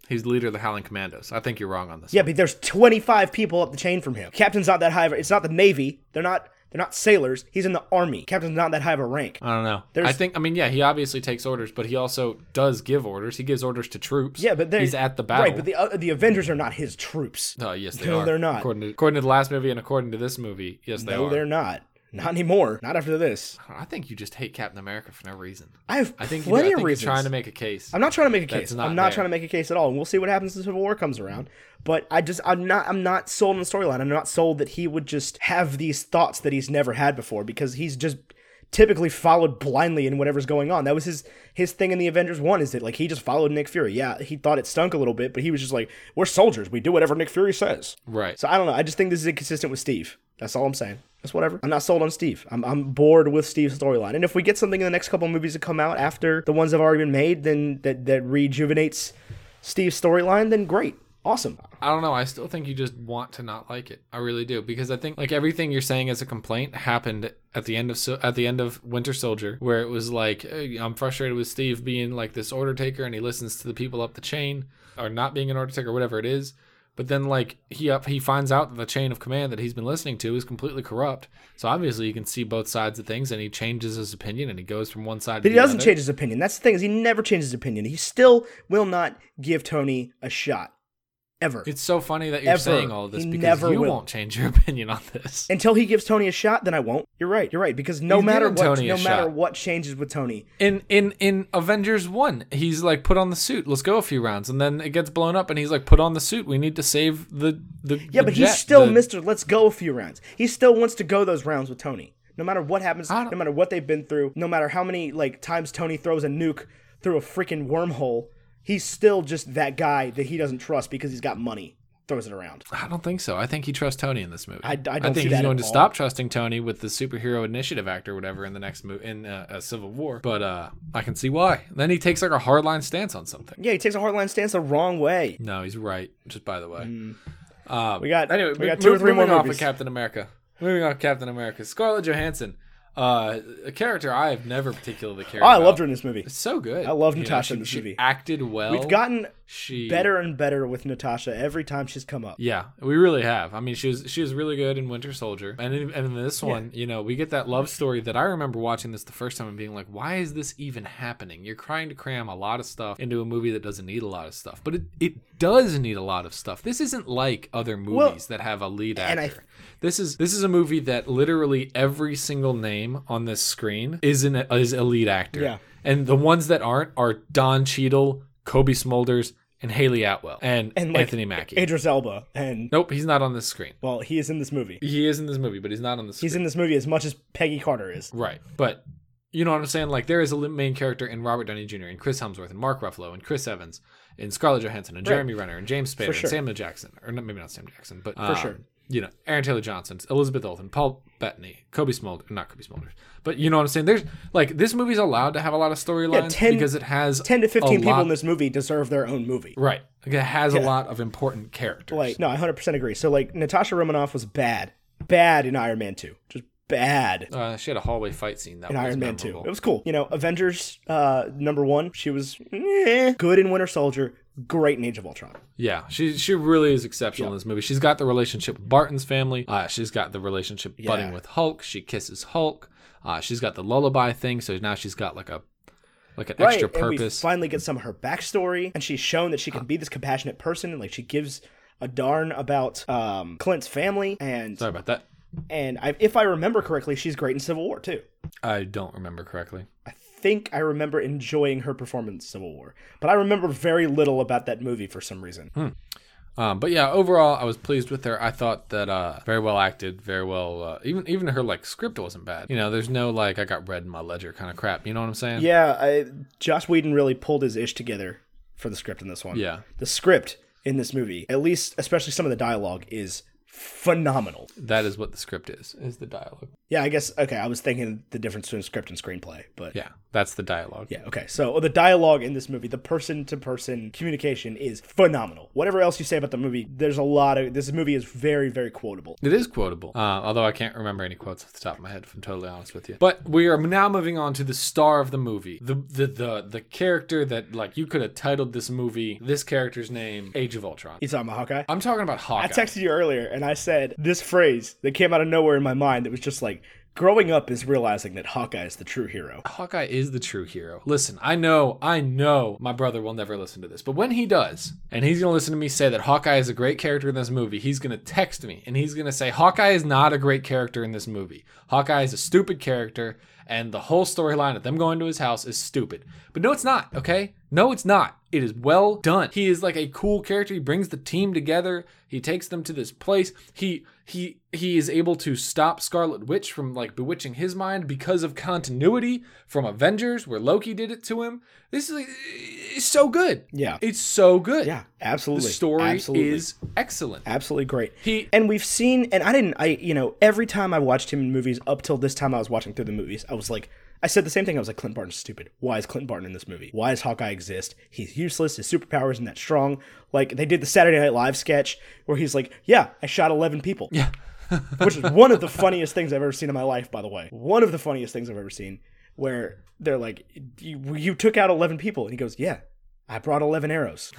S2: He's the leader of the Howling Commandos. I think you're wrong on this.
S1: Yeah, but there's 25 people up the chain from him. Captain's not that high. Of, it's not the Navy. They're not. They're not sailors. He's in the army. Captain's not that high of a rank.
S2: I don't know.
S1: There's-
S2: I think I mean yeah, he obviously takes orders, but he also does give orders. He gives orders to troops.
S1: Yeah, but they're-
S2: he's at the battle.
S1: Right, but the uh, the Avengers are not his troops.
S2: Oh, yes, they
S1: No,
S2: are.
S1: they're not.
S2: According to, according to the last movie and according to this movie, yes, they
S1: No,
S2: are.
S1: they're not. Not anymore. Not after this.
S2: I think you just hate Captain America for no reason.
S1: I have
S2: I think, you do.
S1: plenty
S2: I think
S1: of
S2: you're
S1: reasons.
S2: trying to make a case.
S1: I'm not trying to make a
S2: That's
S1: case.
S2: not
S1: I'm not
S2: there.
S1: trying to make a case at all, and we'll see what happens when Civil War comes around. But I just, I'm not, I'm not sold on the storyline. I'm not sold that he would just have these thoughts that he's never had before because he's just typically followed blindly in whatever's going on. That was his his thing in the Avengers One is that like he just followed Nick Fury. Yeah, he thought it stunk a little bit, but he was just like, we're soldiers. We do whatever Nick Fury says.
S2: Right.
S1: So I don't know. I just think this is inconsistent with Steve. That's all I'm saying. That's whatever. I'm not sold on Steve. I'm, I'm bored with Steve's storyline. And if we get something in the next couple movies that come out after the ones that have already been made, then that that rejuvenates Steve's storyline, then great, awesome.
S2: I don't know. I still think you just want to not like it. I really do because I think like everything you're saying as a complaint happened at the end of so- at the end of Winter Soldier, where it was like "Hey, I'm frustrated with Steve being like this order taker and he listens to the people up the chain or not being an order taker, whatever it is. But then like he up he finds out that the chain of command that he's been listening to is completely corrupt. So obviously you can see both sides of things and he changes his opinion and he goes from one side.
S1: But he doesn't change his opinion. That's the thing is he never changes his opinion. He still will not give Tony a shot, ever.
S2: It's so funny that you're
S1: Ever.
S2: saying all of this
S1: He
S2: because
S1: never
S2: you
S1: will.
S2: won't change your opinion on this.
S1: Until he gives Tony a shot, then I won't. You're right. You're right. Because no
S2: He's
S1: matter
S2: given
S1: what,
S2: Tony
S1: no
S2: a
S1: matter
S2: shot.
S1: what changes with Tony,
S2: in in in Avengers one, he's like put on the suit. Let's go a few rounds, and then it gets blown up, and he's like, put on the suit. We need to save the the.
S1: Yeah,
S2: the
S1: but
S2: jet,
S1: he's still
S2: the-
S1: Mister. Let's go a few rounds. He still wants to go those rounds with Tony, no matter what happens,
S2: I
S1: no
S2: don't-
S1: matter what they've been through, no matter how many like times Tony throws a nuke through a freaking wormhole. He's still just that guy that he doesn't trust because he's got money. Throws it around.
S2: I don't think so. I think he trusts Tony in this movie.
S1: I don't
S2: think
S1: see
S2: he's
S1: that at
S2: going to
S1: all.
S2: stop trusting Tony with the superhero initiative act or whatever in the next movie in uh, uh, Civil War. But uh, I can see why. Then he takes like a hardline stance on something.
S1: Yeah, he takes a hardline stance the wrong way.
S2: No, he's right. Just by the way.
S1: We got
S2: Anyway,
S1: we got
S2: mo-
S1: two or
S2: mo-
S1: three more
S2: moving off
S1: movies.
S2: of Captain America. Moving off Captain America, Scarlett Johansson, uh, a character I have never particularly cared.
S1: oh, I
S2: about.
S1: loved her in this movie.
S2: So good.
S1: I love
S2: You know,
S1: Natasha in
S2: she-
S1: this
S2: she
S1: movie.
S2: Acted well.
S1: We've gotten
S2: she
S1: better and better with Natasha every time she's come up.
S2: Yeah, we really have. I mean, she was she was really good in Winter Soldier, and in, and in this one, you know, we get that love story that I remember watching this the first time and being like, "Why is this even happening?" You're trying to cram a lot of stuff into a movie that doesn't need a lot of stuff, but it it does need a lot of stuff. This isn't like other movies that have a lead actor.
S1: and I-
S2: this is this is a movie that literally every single name on this screen is an is a lead actor.
S1: Yeah.
S2: And the ones that aren't are Don Cheadle, Kobe Smulders, and Haley Atwell, and,
S1: And, like,
S2: Anthony Mackie.
S1: Idris Elba, and
S2: nope, he's not on this screen.
S1: well, he is in this movie.
S2: He is in this movie, but he's not on the screen.
S1: He's in this movie as much as Peggy Carter is.
S2: Right. But you know what I'm saying? Like there is a li- main character in Robert Downey Jr. and Chris Hemsworth and Mark Ruffalo and Chris Evans and Scarlett Johansson and Jeremy Renner and James Spader
S1: sure.
S2: and Samuel Jackson or not, maybe not Sam Jackson, but um,
S1: sure.
S2: You know, Aaron Taylor Johnson, Elizabeth Olsen, Paul Bettany, Kobe Smulders, not Kobe Smulders, but you know what I'm saying? There's like this movie's allowed to have a lot of storylines
S1: 10
S2: because it has
S1: Ten to fifteen
S2: a
S1: people
S2: lot-
S1: in this movie deserve their own movie.
S2: right. Like, it has a lot of important characters.
S1: Like, no, I 100% agree. So, like, Natasha Romanoff was bad. Bad in Iron Man 2. Just bad in
S2: uh, she had a hallway fight scene that was
S1: Iron Man
S2: memorable.
S1: 2. It was cool. You know, Avengers uh, number one, she was eh, good in Winter Soldier, great in Age of Ultron.
S2: Yeah, she she really is exceptional in this movie. She's got the relationship with Barton's family. Uh, she's got the relationship budding with Hulk. She kisses Hulk. Uh, she's got the lullaby thing. So now she's got like a like an extra
S1: right. And we
S2: purpose.
S1: finally get some of her backstory, and she's shown that she can be this compassionate person, and, like, she gives a darn about um, Clint's family. And
S2: Sorry about that.
S1: and I, if I remember correctly, she's great in Civil War, too.
S2: I don't remember correctly.
S1: I think I remember enjoying her performance in Civil War, but I remember very little about that movie for some reason.
S2: Um, but yeah, overall, I was pleased with her. I thought that uh, very well acted, very well. Uh, even even her like script wasn't bad. You know, there's no like I got red in my ledger kind of crap. You know what I'm saying?
S1: Yeah, I, Josh Whedon really pulled his ish together for the script in this one.
S2: Yeah.
S1: The script in this movie, at least especially some of the dialogue, is phenomenal.
S2: That is what the script is. Is the dialogue?
S1: Yeah, I guess okay, I was thinking the difference between script and screenplay, but
S2: Yeah, that's the dialogue.
S1: Yeah, okay. So oh, the dialogue in this movie, the person to person communication is phenomenal. Whatever else you say about the movie, there's a lot of this movie is very, very quotable.
S2: It is quotable, uh, although I can't remember any quotes off the top of my head. If I'm totally honest with you, but we are now moving on to the star of the movie, the the the, the character that like you could have titled this movie this character's name, Age of Ultron.
S1: You talking about Hawkeye?
S2: I'm talking about Hawkeye.
S1: I texted you earlier and I said this phrase that came out of nowhere in my mind that was just like, growing up is realizing that Hawkeye is the true hero.
S2: Hawkeye is the true hero. Listen, I know, I know my brother will never listen to this, but when he does, and he's going to listen to me say that Hawkeye is a great character in this movie, he's going to text me and he's going to say, Hawkeye is not a great character in this movie. Hawkeye is a stupid character, and the whole storyline of them going to his house is stupid. But no, it's not, okay? No, it's not. It is well done. He is like a cool character. He brings the team together. He takes them to this place. He he he is able to stop Scarlet Witch from like bewitching his mind because of continuity from Avengers where Loki did it to him. This is it's so good.
S1: Yeah.
S2: It's so good.
S1: Yeah, absolutely.
S2: The story
S1: absolutely.
S2: is excellent.
S1: absolutely great.
S2: He
S1: and we've seen and i didn't i you know every time i watched him in movies up till this time i was watching through the movies i was like i said the same thing i was like clint barton's stupid why is clint barton in this movie why does hawkeye exist he's useless his superpower isn't that strong like they did the saturday night live sketch where he's like yeah i shot 11 people
S2: yeah.
S1: which is one of the funniest things i've ever seen in my life by the way one of the funniest things i've ever seen where they're like you, you took out 11 people and he goes yeah i brought 11 arrows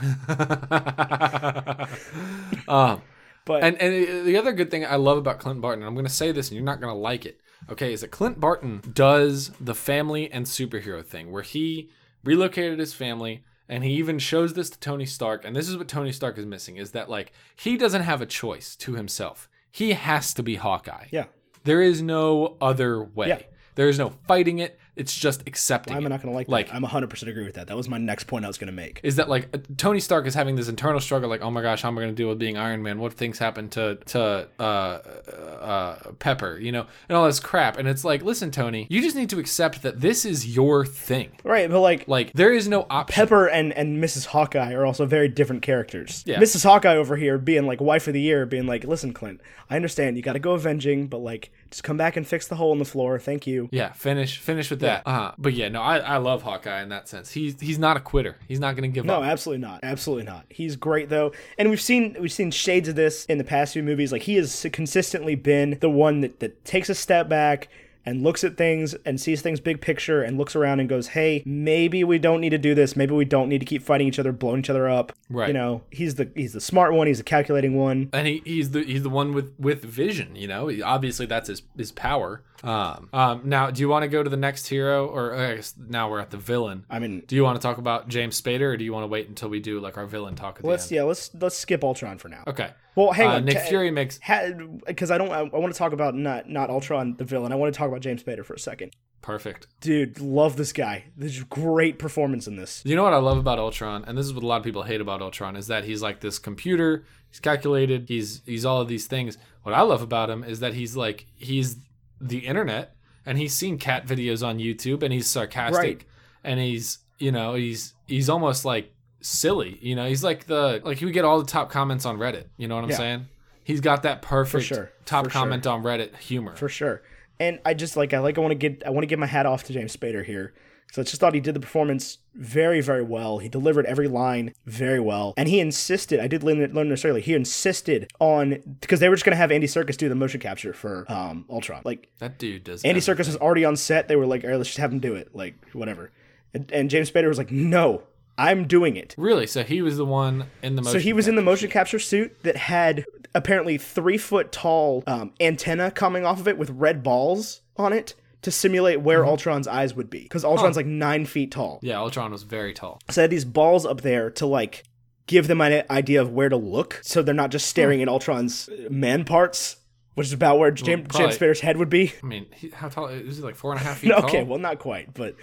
S2: um
S1: but
S2: And and the other good thing I love about Clint Barton, and I'm going to say this, and you're not going to like it, okay, is that Clint Barton does the family and superhero thing, where he relocated his family, and he even shows this to Tony Stark, and this is what Tony Stark is missing, is that like he doesn't have a choice to himself. He has to be Hawkeye.
S1: yeah
S2: There is no other way.
S1: Yeah.
S2: There is no fighting it. It's just accepting.
S1: I'm
S2: it.
S1: not going to like,
S2: Like-
S1: that. I'm 100% agree with that. That was my next point I was going to make.
S2: is that like uh, Tony Stark is having this internal struggle, like, oh my gosh, how am I going to deal with being Iron Man? What if things happen to to uh, uh, Pepper, you know, and all this crap? And it's like, listen, Tony, you just need to accept that this is your thing.
S1: Right, but like,
S2: Like, there is no option.
S1: Pepper and, and Mrs. Hawkeye are also very different characters.
S2: Yeah.
S1: Mrs. Hawkeye over here being like wife of the year, being like, listen, Clint, I understand you got to go avenging, but like, just come back and fix the hole in the floor. Thank you.
S2: yeah, finish finish with that. Uh, but yeah, no, I, I love Hawkeye in that sense. He's he's not a quitter. He's not going to give
S1: No,
S2: up.
S1: Oh, absolutely not. Absolutely not. He's great though, and we've seen we've seen shades of this in the past few movies. Like he has consistently been the one that, that takes a step back and looks at things and sees things big picture and looks around and goes, "Hey, maybe we don't need to do this. Maybe we don't need to keep fighting each other, blowing each other up."
S2: Right.
S1: You know, he's the he's the smart one. He's the calculating one.
S2: and he, he's the he's the one with with vision you know He- obviously that's his his power um, um now do you want to go to the next hero or uh, I guess now we're at the villain
S1: I mean,
S2: Do you want to talk about James Spader, or do you want to wait until we do like our villain talk at
S1: let's
S2: the end?
S1: yeah, let's let's skip Ultron for now.
S2: Okay.
S1: Well, hang
S2: Uh,
S1: on.
S2: Nick
S1: Ta-
S2: Fury makes
S1: because I don't. I, I want to talk about not not Ultron, the villain. I want to talk about James Spader for a second.
S2: perfect.
S1: Dude, love this guy. This is great performance in this.
S2: You know what I love about Ultron, and this is what a lot of people hate about Ultron, is that he's like this computer. He's calculated. He's he's all of these things. What I love about him is that he's like he's the internet, and he's seen cat videos on YouTube, and he's sarcastic,
S1: Right.
S2: and he's you know he's he's almost like silly. You know, he's like the like he would get all the top comments on Reddit. You know what I'm
S1: Yeah.
S2: saying? He's got that perfect
S1: sure.
S2: top
S1: For sure.
S2: comment on Reddit humor.
S1: for sure. And I just like I like I want to get I want to give my hat off to James Spader here. So I just thought he did the performance very very well. He delivered every line very well, and he insisted. I did learn, learn this early. He insisted on because they were just gonna have Andy Circus do the motion capture for um, Ultron. Like
S2: That dude does.
S1: Andy
S2: everything.
S1: Circus was already on set. They were like, "All right, let's just have him do it." Like whatever. And, and James Spader was like, "No, I'm doing it."
S2: Really? So he was the one in the motion.
S1: So he was in the motion capture suit that had apparently three foot tall um, antenna coming off of it with red balls on it to simulate where
S2: Mm-hmm.
S1: Ultron's eyes would be. Because Ultron's like nine feet tall.
S2: Yeah, Ultron was very tall.
S1: So they had these balls up there to like give them an idea of where to look so they're not just staring at Ultron's uh, man parts, which is about where Jam-
S2: probably-
S1: James Spader's head would be.
S2: I mean, he, how tall? Is he like four and a half feet tall?
S1: okay, well, not quite, but.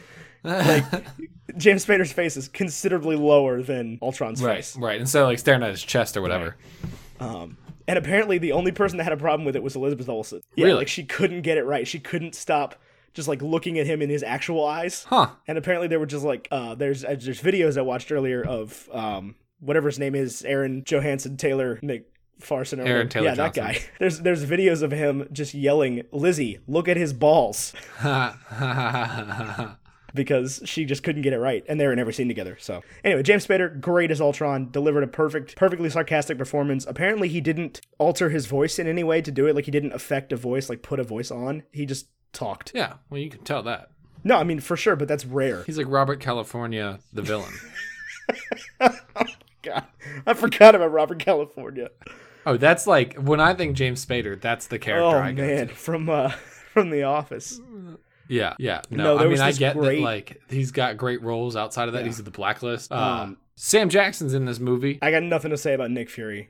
S1: like James Spader's face is considerably lower than Ultron's
S2: right,
S1: face.
S2: right. Instead of like staring at his chest or whatever.
S1: And apparently, the only person that had a problem with it was Elizabeth Olsen. Yeah,
S2: Really?
S1: like she couldn't get it right. She couldn't stop just like looking at him in his actual eyes.
S2: Huh.
S1: And apparently, there were just like uh, there's uh, there's videos I watched earlier of um, whatever his name is, Aaron Johansson Taylor McPherson. or-
S2: Aaron Taylor
S1: yeah, that
S2: Johnson.
S1: guy. There's there's videos of him just yelling, "Lizzie, look at his balls," because she just couldn't get it right, and they were in every scene together. So anyway, James Spader, great as Ultron, delivered a perfect, perfectly sarcastic performance. Apparently, he didn't alter his voice in any way to do it. Like he didn't affect a voice, like put a voice on. He just talked.
S2: yeah. Well, you can tell that
S1: No, I mean for sure, but that's rare.
S2: he's like Robert California, the villain.
S1: God, I forgot about Robert California.
S2: oh, that's like when I think James Spader, that's the character
S1: Oh
S2: I go
S1: man,
S2: to.
S1: from uh, from The Office.
S2: Yeah, yeah.
S1: No,
S2: No,
S1: there
S2: I
S1: was
S2: mean, I
S1: this
S2: get
S1: great-
S2: that, like, he's got great roles outside of that.
S1: Yeah.
S2: He's at the blacklist.
S1: Uh,
S2: Um, Sam Jackson's in this movie.
S1: I got nothing to say about Nick Fury.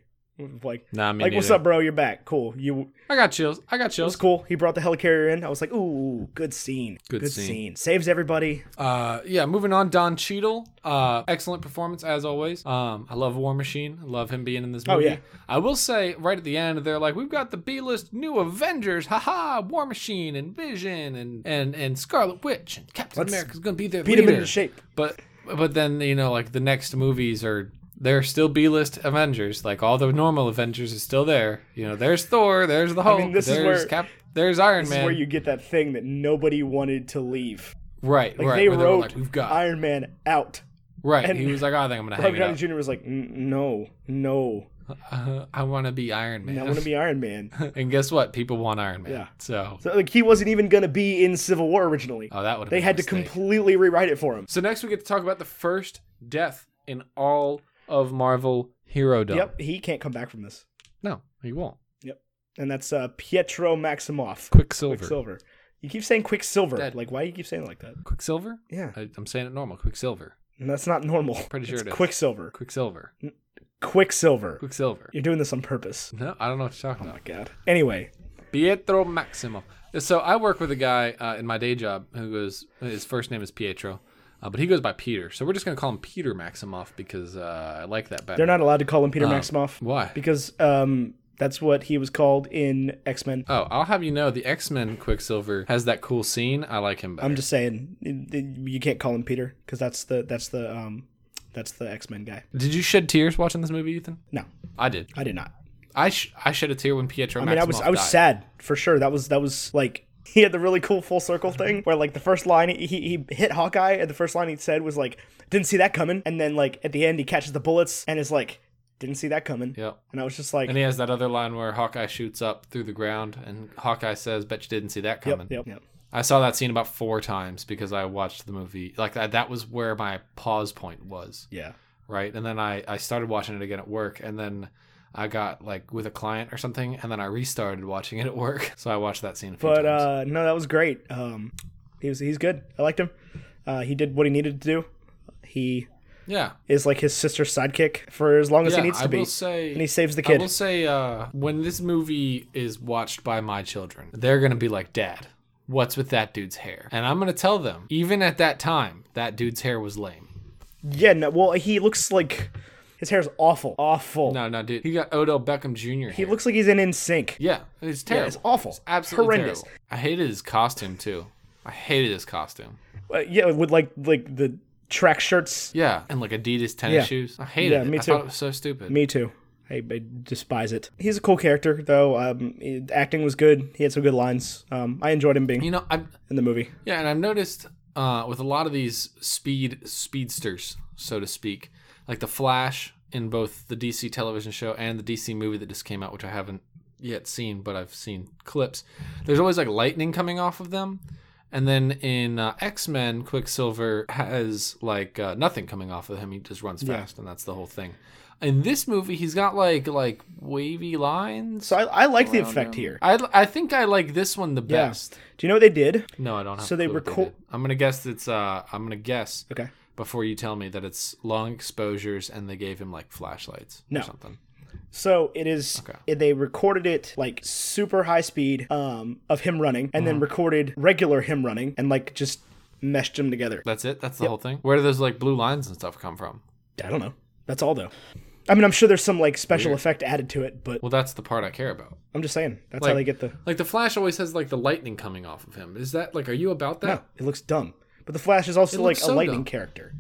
S1: Like,
S2: nah, me
S1: like what's
S2: neither.
S1: up, bro? You're back. Cool. You
S2: I got chills. I got
S1: it was
S2: chills.
S1: cool. He brought the helicarrier in. I was like, ooh, good scene.
S2: Good scene.
S1: Saves everybody.
S2: Uh, yeah, moving on. Don Cheadle, uh, excellent performance as always. Um, I love War Machine. I love him being in this
S1: Oh,
S2: movie.
S1: yeah.
S2: I will say right at the end, they're like, "We've got the B-list new Avengers, haha! War Machine and Vision and and and Scarlet Witch and Captain
S1: Let's
S2: America's gonna be their
S1: Beat him
S2: leader."
S1: into shape.
S2: But but then you know, like the next movies are they're still B-list Avengers. Like all the normal Avengers is still there. You know, there's Thor, there's the Hulk,
S1: mean, this is
S2: there's
S1: where-
S2: Cap, there's Iron
S1: This
S2: Man.
S1: is where you get that thing that nobody wanted to leave.
S2: right,
S1: Like
S2: right.
S1: they
S2: where they were
S1: wrote
S2: like, "We've got."
S1: Iron Man out.
S2: Right.
S1: And-
S2: he was like, "Oh, I think I'm gonna hang
S1: Robert
S2: it
S1: Downey
S2: up.
S1: Jr. was like, "N- no, no,
S2: Uh, I want to be Iron Man.
S1: I want to be Iron Man.
S2: and guess what? People want Iron Man.
S1: Yeah.
S2: So,
S1: So like he wasn't even gonna be in Civil War originally.
S2: oh, that would.
S1: they had to completely rewrite it for him.
S2: So next we get to talk about the first death in all of Marvel hero dom.
S1: Yep, he can't come back from this.
S2: No, he won't.
S1: And that's uh, Pietro Maximoff,
S2: Quicksilver. Quicksilver.
S1: Quicksilver. You keep saying Quicksilver.
S2: Dead.
S1: Like, why do you keep saying it like that? Yeah,
S2: I, I'm saying it normal. Quicksilver.
S1: and that's not normal.
S2: Pretty sure
S1: it's
S2: it is.
S1: Quicksilver.
S2: Quicksilver.
S1: Mm. Quicksilver.
S2: Quicksilver.
S1: You're doing this on purpose.
S2: No, I don't know what you're talking
S1: Oh
S2: about.
S1: my god. Anyway,
S2: Pietro Maximo. So I work with a guy uh, in my day job who goes. His first name is Pietro, uh, but he goes by Peter. So we're just gonna call him Peter Maximoff because uh, I like that better.
S1: they're not allowed to call him
S2: Uh,
S1: Peter Maximoff
S2: Why?
S1: because um, that's what he was called in X Men.
S2: Oh, I'll have you know, the X Men Quicksilver has that cool scene. I like him better.
S1: I'm just saying it- it- you can't call him Peter because that's the that's the um, that's the X Men guy.
S2: Did you shed tears watching this movie, Ethan?
S1: No,
S2: I did.
S1: I did not.
S2: I sh- I shed a tear when Pietro.
S1: I mean, I was I was
S2: died.
S1: sad for sure. That was that was like he had the really cool full circle thing where like the first line he he hit Hawkeye and the first line he said was like didn't see that coming and then like at the end he catches the bullets and is like didn't see that coming
S2: Yep.
S1: and I was just like
S2: And he has that other line where Hawkeye shoots up through the ground, and Hawkeye says, "Bet you didn't see that coming."
S1: yep yep
S2: I saw that scene about four times because I watched the movie. Like that, that was where my pause point was.
S1: yeah
S2: right? And then I, I started watching it again at work, and then I got like with a client or something, and then I restarted watching it at work. So I watched that scene a few
S1: but
S2: times.
S1: uh no that was great um he was he's good I liked him uh he did what he needed to do he
S2: yeah,
S1: is like his sister's sidekick for as long as
S2: yeah.
S1: he needs
S2: I
S1: to be
S2: will say,
S1: and he saves the
S2: I
S1: kid
S2: will say, uh, when this movie is watched by my children, they're gonna be like, "Dad, what's with that dude's hair?" And I'm gonna tell them, even at that time, that dude's hair was lame.
S1: yeah no well he looks like his hair's awful awful
S2: No, no, dude, he got Odell Beckham Jr.
S1: he
S2: hair.
S1: looks like he's in in sync
S2: yeah, it's terrible.
S1: it's awful
S2: Absolutely
S1: horrendous.
S2: terrible. I hated his costume too. I hated his costume.
S1: uh, yeah, with like like the track shirts.
S2: Yeah, and like Adidas tennis
S1: Yeah.
S2: shoes. I hated
S1: Yeah,
S2: it.
S1: me
S2: I
S1: too.
S2: thought it was so stupid.
S1: Me too. I, I despise it. He's a cool character though. Um, he- acting was good. He had some good lines. Um, I enjoyed him being
S2: You know, I'm
S1: in the movie.
S2: yeah, and I've noticed uh, with a lot of these speed speedsters, so to speak, like the Flash in both the DC television show and the DC movie that just came out, which I haven't yet seen, but I've seen clips. There's always like lightning coming off of them. And then in uh, X Men, Quicksilver has like uh, nothing coming off of him. He just runs fast, and that's the whole thing. In this movie, he's got like like wavy lines.
S1: So I, I like the effect here.
S2: I, I think I like this one the
S1: Yeah.
S2: best.
S1: Do you know what they did?
S2: No, I don't have.
S1: So
S2: a
S1: they
S2: clue what
S1: record-
S2: did. I'm gonna guess it's. Uh, I'm gonna guess
S1: Okay.
S2: before you tell me that it's long exposures and they gave him like flashlights
S1: No.
S2: or something.
S1: So it is.
S2: Okay.
S1: It, they recorded it like super high speed um, of him running, and
S2: Mm-hmm.
S1: then recorded regular him running, and like just meshed them together.
S2: That's it. That's the whole thing. Where do those like blue lines and stuff come from?
S1: I don't know. That's all though. I mean, I'm sure there's some like special effect added to it, but
S2: Well, that's the part I care about.
S1: I'm just saying that's how
S2: Like-
S1: they get the.
S2: Like the Flash always has like the lightning coming off of him. Is that like? Are you about that?
S1: No, it looks dumb. But the Flash is also like
S2: looks
S1: a
S2: so
S1: lightning
S2: dumb.
S1: character.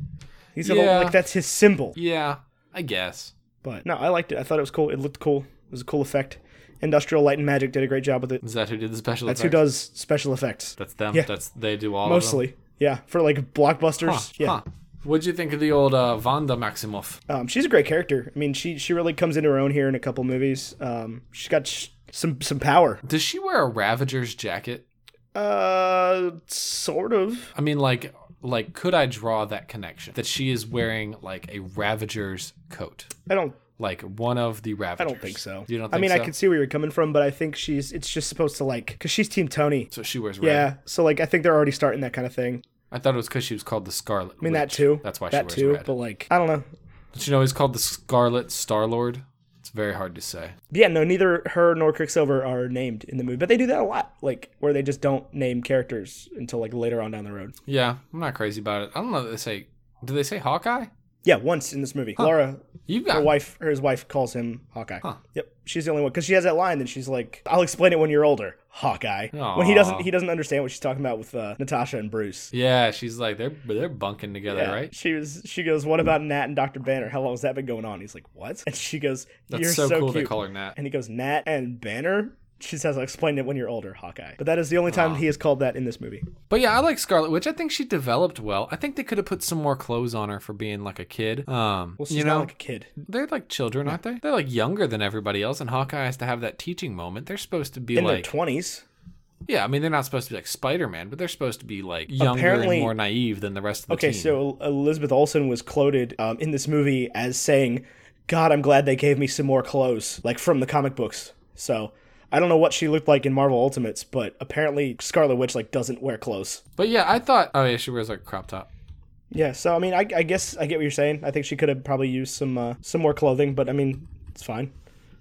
S1: He's a little-
S2: Yeah.
S1: like that's his symbol.
S2: Yeah, I guess.
S1: But no, I liked it. I thought it was cool. It looked cool. It was a cool effect. Industrial Light and Magic did a great job with it.
S2: Is that who did the special
S1: That's who
S2: effects?
S1: does special effects
S2: That's them.
S1: Yeah.
S2: That's they do all
S1: mostly. Yeah, for like blockbusters.
S2: Of them. Huh,
S1: yeah,
S2: huh. What'd you think of the old uh, Vanda Maximoff?
S1: um, she's a great character. I mean, she she really comes into her own here in a couple movies. Um, she's got sh- some some power.
S2: Does she wear a Ravager's jacket?
S1: Uh, sort of.
S2: I mean, like, like, could I draw that connection that she is wearing like a Ravager's coat,
S1: I don't
S2: like one of the
S1: I
S2: Ravagers?
S1: don't think so.
S2: You don't
S1: I
S2: think
S1: mean,
S2: so?
S1: I could see where you're coming from, but I think she's. It's just supposed to like because she's Team Tony.
S2: So she wears red.
S1: Yeah, so like I think they're already starting that kind of thing.
S2: I thought it was because she was called the Scarlet.
S1: I mean that too.
S2: That's why
S1: that
S2: she
S1: too.
S2: wears red.
S1: But like I don't know.
S2: But you know, he's called the Scarlet Star Lord. It's very hard to say.
S1: Yeah, no, neither her nor Quicksilver are named in the movie, but they do that a lot, like where they just don't name characters until like later on down the road.
S2: Yeah, I'm not crazy about it. I don't know. That they say, do they say Hawkeye?
S1: Yeah, once in this movie, Laura,
S2: You've
S1: her
S2: got
S1: wife, her, his wife calls him Hawkeye.
S2: Huh.
S1: Yep, she's the only one because she has that line that she's like, "I'll explain it when you're older, Hawkeye." When he
S2: Aw.
S1: doesn't, he doesn't understand what she's talking about with uh, Natasha and Bruce.
S2: Yeah, she's like they're they're bunking together,
S1: Yeah.
S2: right?
S1: She was. She goes, "What about Nat and Doctor Banner? How long has that been going on?" He's like, "What?" And she goes,
S2: That's
S1: "You're
S2: so, cool.
S1: cute."
S2: They call her Nat.
S1: And he goes, Nat and Banner? She says, I'll explain it when you're older, Hawkeye. But that is the only time he is called that in this movie.
S2: But yeah, I like Scarlet Witch. I think she developed well. I think they could have put some more clothes on her for being like a kid. Um,
S1: Well, she's
S2: you know,
S1: not like a kid.
S2: they're like children, aren't they? They're like younger than everybody else, and Hawkeye has to have that teaching moment. They're supposed to be
S1: In
S2: like,
S1: their 20s.
S2: yeah, I mean, they're not supposed to be like Spider Man, but they're supposed to be like younger
S1: Apparently-
S2: and more naive than the rest of the
S1: Okay,
S2: team.
S1: so Elizabeth Olsen was quoted um, in this movie as saying, God, I'm glad they gave me some more clothes, like from the comic books. So. I don't know what she looked like in Marvel Ultimates, but apparently Scarlet Witch like doesn't wear clothes.
S2: but yeah, I thought, oh yeah, she wears like a crop top.
S1: Yeah, so I mean, I, I guess I get what you're saying. I think she could have probably used some uh, some more clothing, but I mean, it's fine.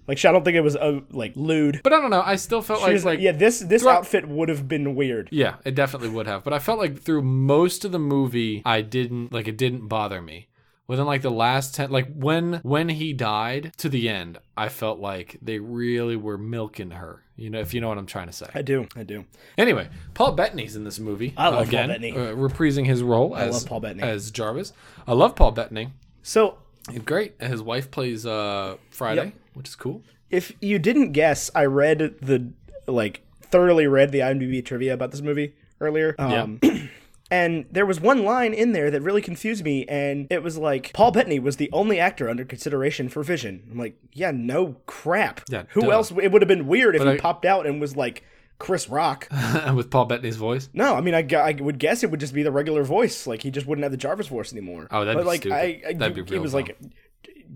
S1: Like, she, I don't think it was uh, like lewd.
S2: But I don't know. I still felt
S1: She
S2: like
S1: was
S2: like
S1: like, yeah, this this
S2: throughout-
S1: outfit would have been weird.
S2: Yeah, it definitely would have. But I felt like through most of the movie, I didn't like it didn't bother me. Within like the last ten, like when when he died to the end, I felt like they really were milking her. You know, if you know what I'm trying to say.
S1: I do, I do
S2: Anyway, Paul Bettany's in this movie
S1: I love Paul
S2: again,
S1: Bettany.
S2: uh, reprising his role as
S1: love Paul Bettany.
S2: as Jarvis. I love Paul Bettany.
S1: So,
S2: He's great. His wife plays uh Friday,
S1: Yep.
S2: which is cool.
S1: if you didn't guess, I read the like thoroughly read the IMDb trivia about this movie earlier. Um, And there was one line in there that really confused me, and it was like Paul Bettany was the only actor under consideration for Vision. I'm like, yeah, no crap.
S2: Yeah,
S1: Who
S2: duh.
S1: else? It would have been weird if he
S2: I-
S1: popped out and was like Chris Rock.
S2: With Paul Bettany's voice.
S1: No, I mean, I, gu- I would guess it would just be the regular voice. Like he just wouldn't have the Jarvis voice anymore.
S2: Oh, that'd
S1: but
S2: be
S1: like
S2: stupid.
S1: I, I
S2: That'd
S1: you-
S2: be
S1: It
S2: real
S1: was like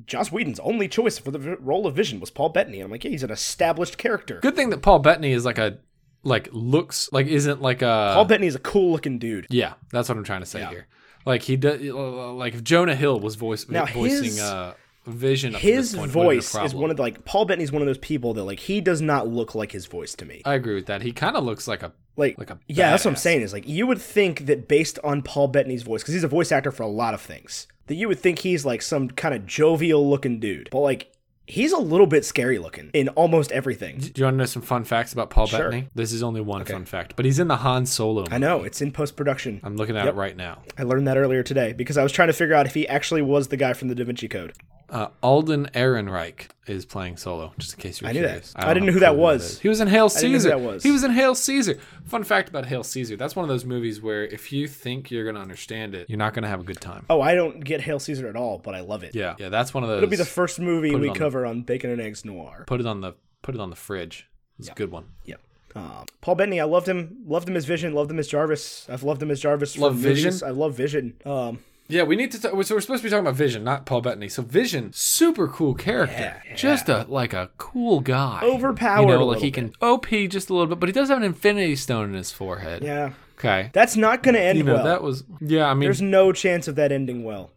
S1: Joss Whedon's only choice for the v- role of Vision was Paul Bettany. And I'm like, yeah, he's an established character.
S2: Good thing that Paul Bettany is like a like looks like isn't like a
S1: Paul Bettany is a cool looking dude.
S2: Yeah, that's what I'm trying to say here. Like he does, like if Jonah Hill was voice
S1: Now,
S2: voicing
S1: his-
S2: uh, Vision. Up to
S1: His
S2: this point, it would've been a
S1: voice is
S2: problem.
S1: one of the like Paul Bettany's one of those people that like he does not look like his voice to me.
S2: I agree with that. He kind of looks like a
S1: Like,
S2: like a
S1: yeah, that's what I'm
S2: badass.
S1: saying. Is like you would think that based on Paul Bettany's voice, because he's a voice actor for a lot of things, that you would think he's like some kind of jovial looking dude, but like. He's a little bit scary looking in almost everything.
S2: Do you want to know some fun facts about Paul Bettany? This is only one fun fact, but he's in the Han Solo.
S1: I
S2: Movie.
S1: know it's in post production.
S2: I'm looking at it right now.
S1: I learned that earlier today because I was trying to figure out if he actually was the guy from the Da Vinci Code.
S2: Uh, Alden Ehrenreich is playing Solo. Just in case you're
S1: knew that.
S2: curious,
S1: I didn't know who
S2: clue
S1: that was.
S2: is. he was in Hail
S1: didn't know who
S2: Caesar.
S1: that was.
S2: He was in Hail Caesar. Fun fact about Hail Caesar: that's one of those movies where if you think you're gonna understand it, you're not gonna have a good time.
S1: Oh, I don't get Hail Caesar at all, but I love it.
S2: Yeah, yeah, that's one of those.
S1: It'll be the first movie we
S2: on.
S1: cover on Bacon and Eggs Noir.
S2: put it on the put it on the fridge. It's a good one.
S1: Yep. Um, Paul Bettany, I loved him. Loved him as Vision. Loved him as Jarvis. I've loved him as Jarvis.
S2: Love
S1: from movies.
S2: Vision?
S1: I love Vision. Um,
S2: Yeah, we need to. Talk, so we're supposed to be talking about Vision, not Paul Bettany. So Vision, super cool character, just a like a cool guy,
S1: Overpowered
S2: You
S1: a
S2: know, like
S1: little
S2: he can OP just a little bit, but he does have an Infinity Stone in his forehead.
S1: yeah,
S2: Okay.
S1: that's not going to end
S2: you know
S1: well.
S2: that was yeah. I mean
S1: There's no chance of that ending well.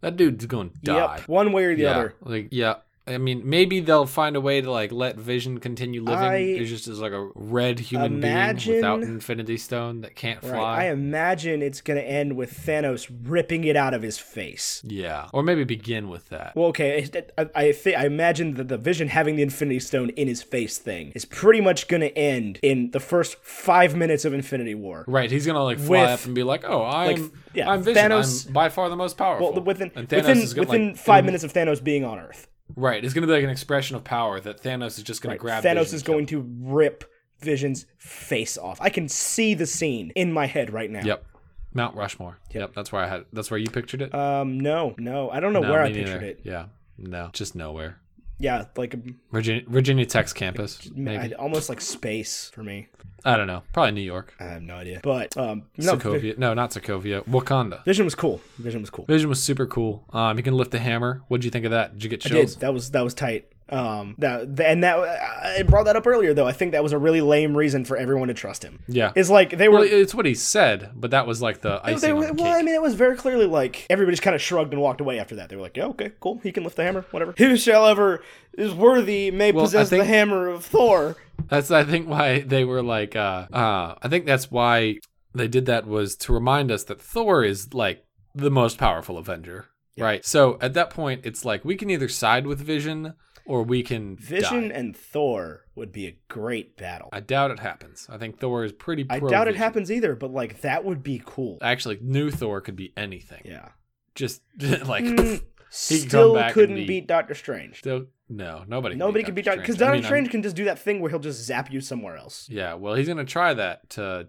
S2: that dude's going to die.
S1: Yep. One way or the
S2: yeah.
S1: other.
S2: Like yeah. I mean, maybe they'll find a way to like let Vision continue living.
S1: I
S2: There's just as like a red human
S1: imagine-
S2: being without Infinity Stone that can't fly.
S1: Right. I imagine it's going to end with Thanos ripping it out of his face.
S2: yeah, or maybe begin with that.
S1: Well, okay. it- I I, thi- I imagine that the Vision having the Infinity Stone in his face thing is pretty much going to end in the first five minutes of Infinity War.
S2: Right, he's gonna like fly
S1: With-
S2: up and be like, "Oh, I'm
S1: yeah,
S2: I'm Vision.
S1: Thanos-
S2: I'm by far the most powerful."
S1: Well, within
S2: and Thanos
S1: within,
S2: is gonna,
S1: within
S2: like,
S1: five
S2: it'll-
S1: minutes of Thanos being on Earth,
S2: Right, it's gonna be like an expression of power that Thanos is just gonna grab.
S1: Thanos
S2: Vision
S1: is
S2: and kill
S1: going to rip Vision's face off. I can see the scene in my head right now.
S2: him. Yep, Mount Rushmore. Yep. that's where I had. That's where you pictured it.
S1: Um. No. No. I don't know
S2: No,
S1: Uh, where I
S2: me neither.
S1: pictured it.
S2: Yeah, no, just nowhere.
S1: yeah, like
S2: Virginia, Virginia Tech's campus.
S1: I'd-
S2: Maybe
S1: almost like space for me.
S2: I don't know. Probably New York.
S1: I have no idea. But um, no, Vi-
S2: Sokovia. No, not Sokovia. Wakanda.
S1: Vision was cool. Vision was cool.
S2: Vision was super cool. Um, he can lift the hammer. What'd you think of that? Did you get
S1: I did.
S2: chills?
S1: That was that was tight. Um, that th- and that I brought that up earlier though. I think that was a really lame reason for everyone to trust him.
S2: Yeah.
S1: It's like they were.
S2: Well, it's what he said, but that was like the
S1: they
S2: icing
S1: were
S2: on the
S1: well, I
S2: cake.
S1: mean, it was very clearly like everybody just kind of shrugged and walked away after that. They were like, "Yeah, okay, cool. He can lift the hammer, whatever." Who shall ever is worthy may
S2: I
S1: possess the
S2: think-
S1: hammer of Thor.
S2: That's I think why they were like. Uh, uh, I think that's why they did that was to remind us that Thor is like the most powerful Avenger, right? So at that point, it's like we can either side with Vision or we can
S1: Vision
S2: die.
S1: and Thor would be a great battle.
S2: I doubt it happens. I think Thor is pretty.
S1: I
S2: pro
S1: doubt it
S2: Vision.
S1: happens either, but like that would be cool.
S2: Actually, new Thor could be anything.
S1: Yeah.
S2: Just like
S1: Mm,
S2: come
S1: Still
S2: back and
S1: couldn't
S2: be-
S1: beat Doctor Strange.
S2: still no nobody.
S1: Nobody could beat Doctor because
S2: I
S1: Doctor
S2: mean, I'm-
S1: Strange can just do that thing where he'll just zap you somewhere else.
S2: Yeah, well, he's gonna try that to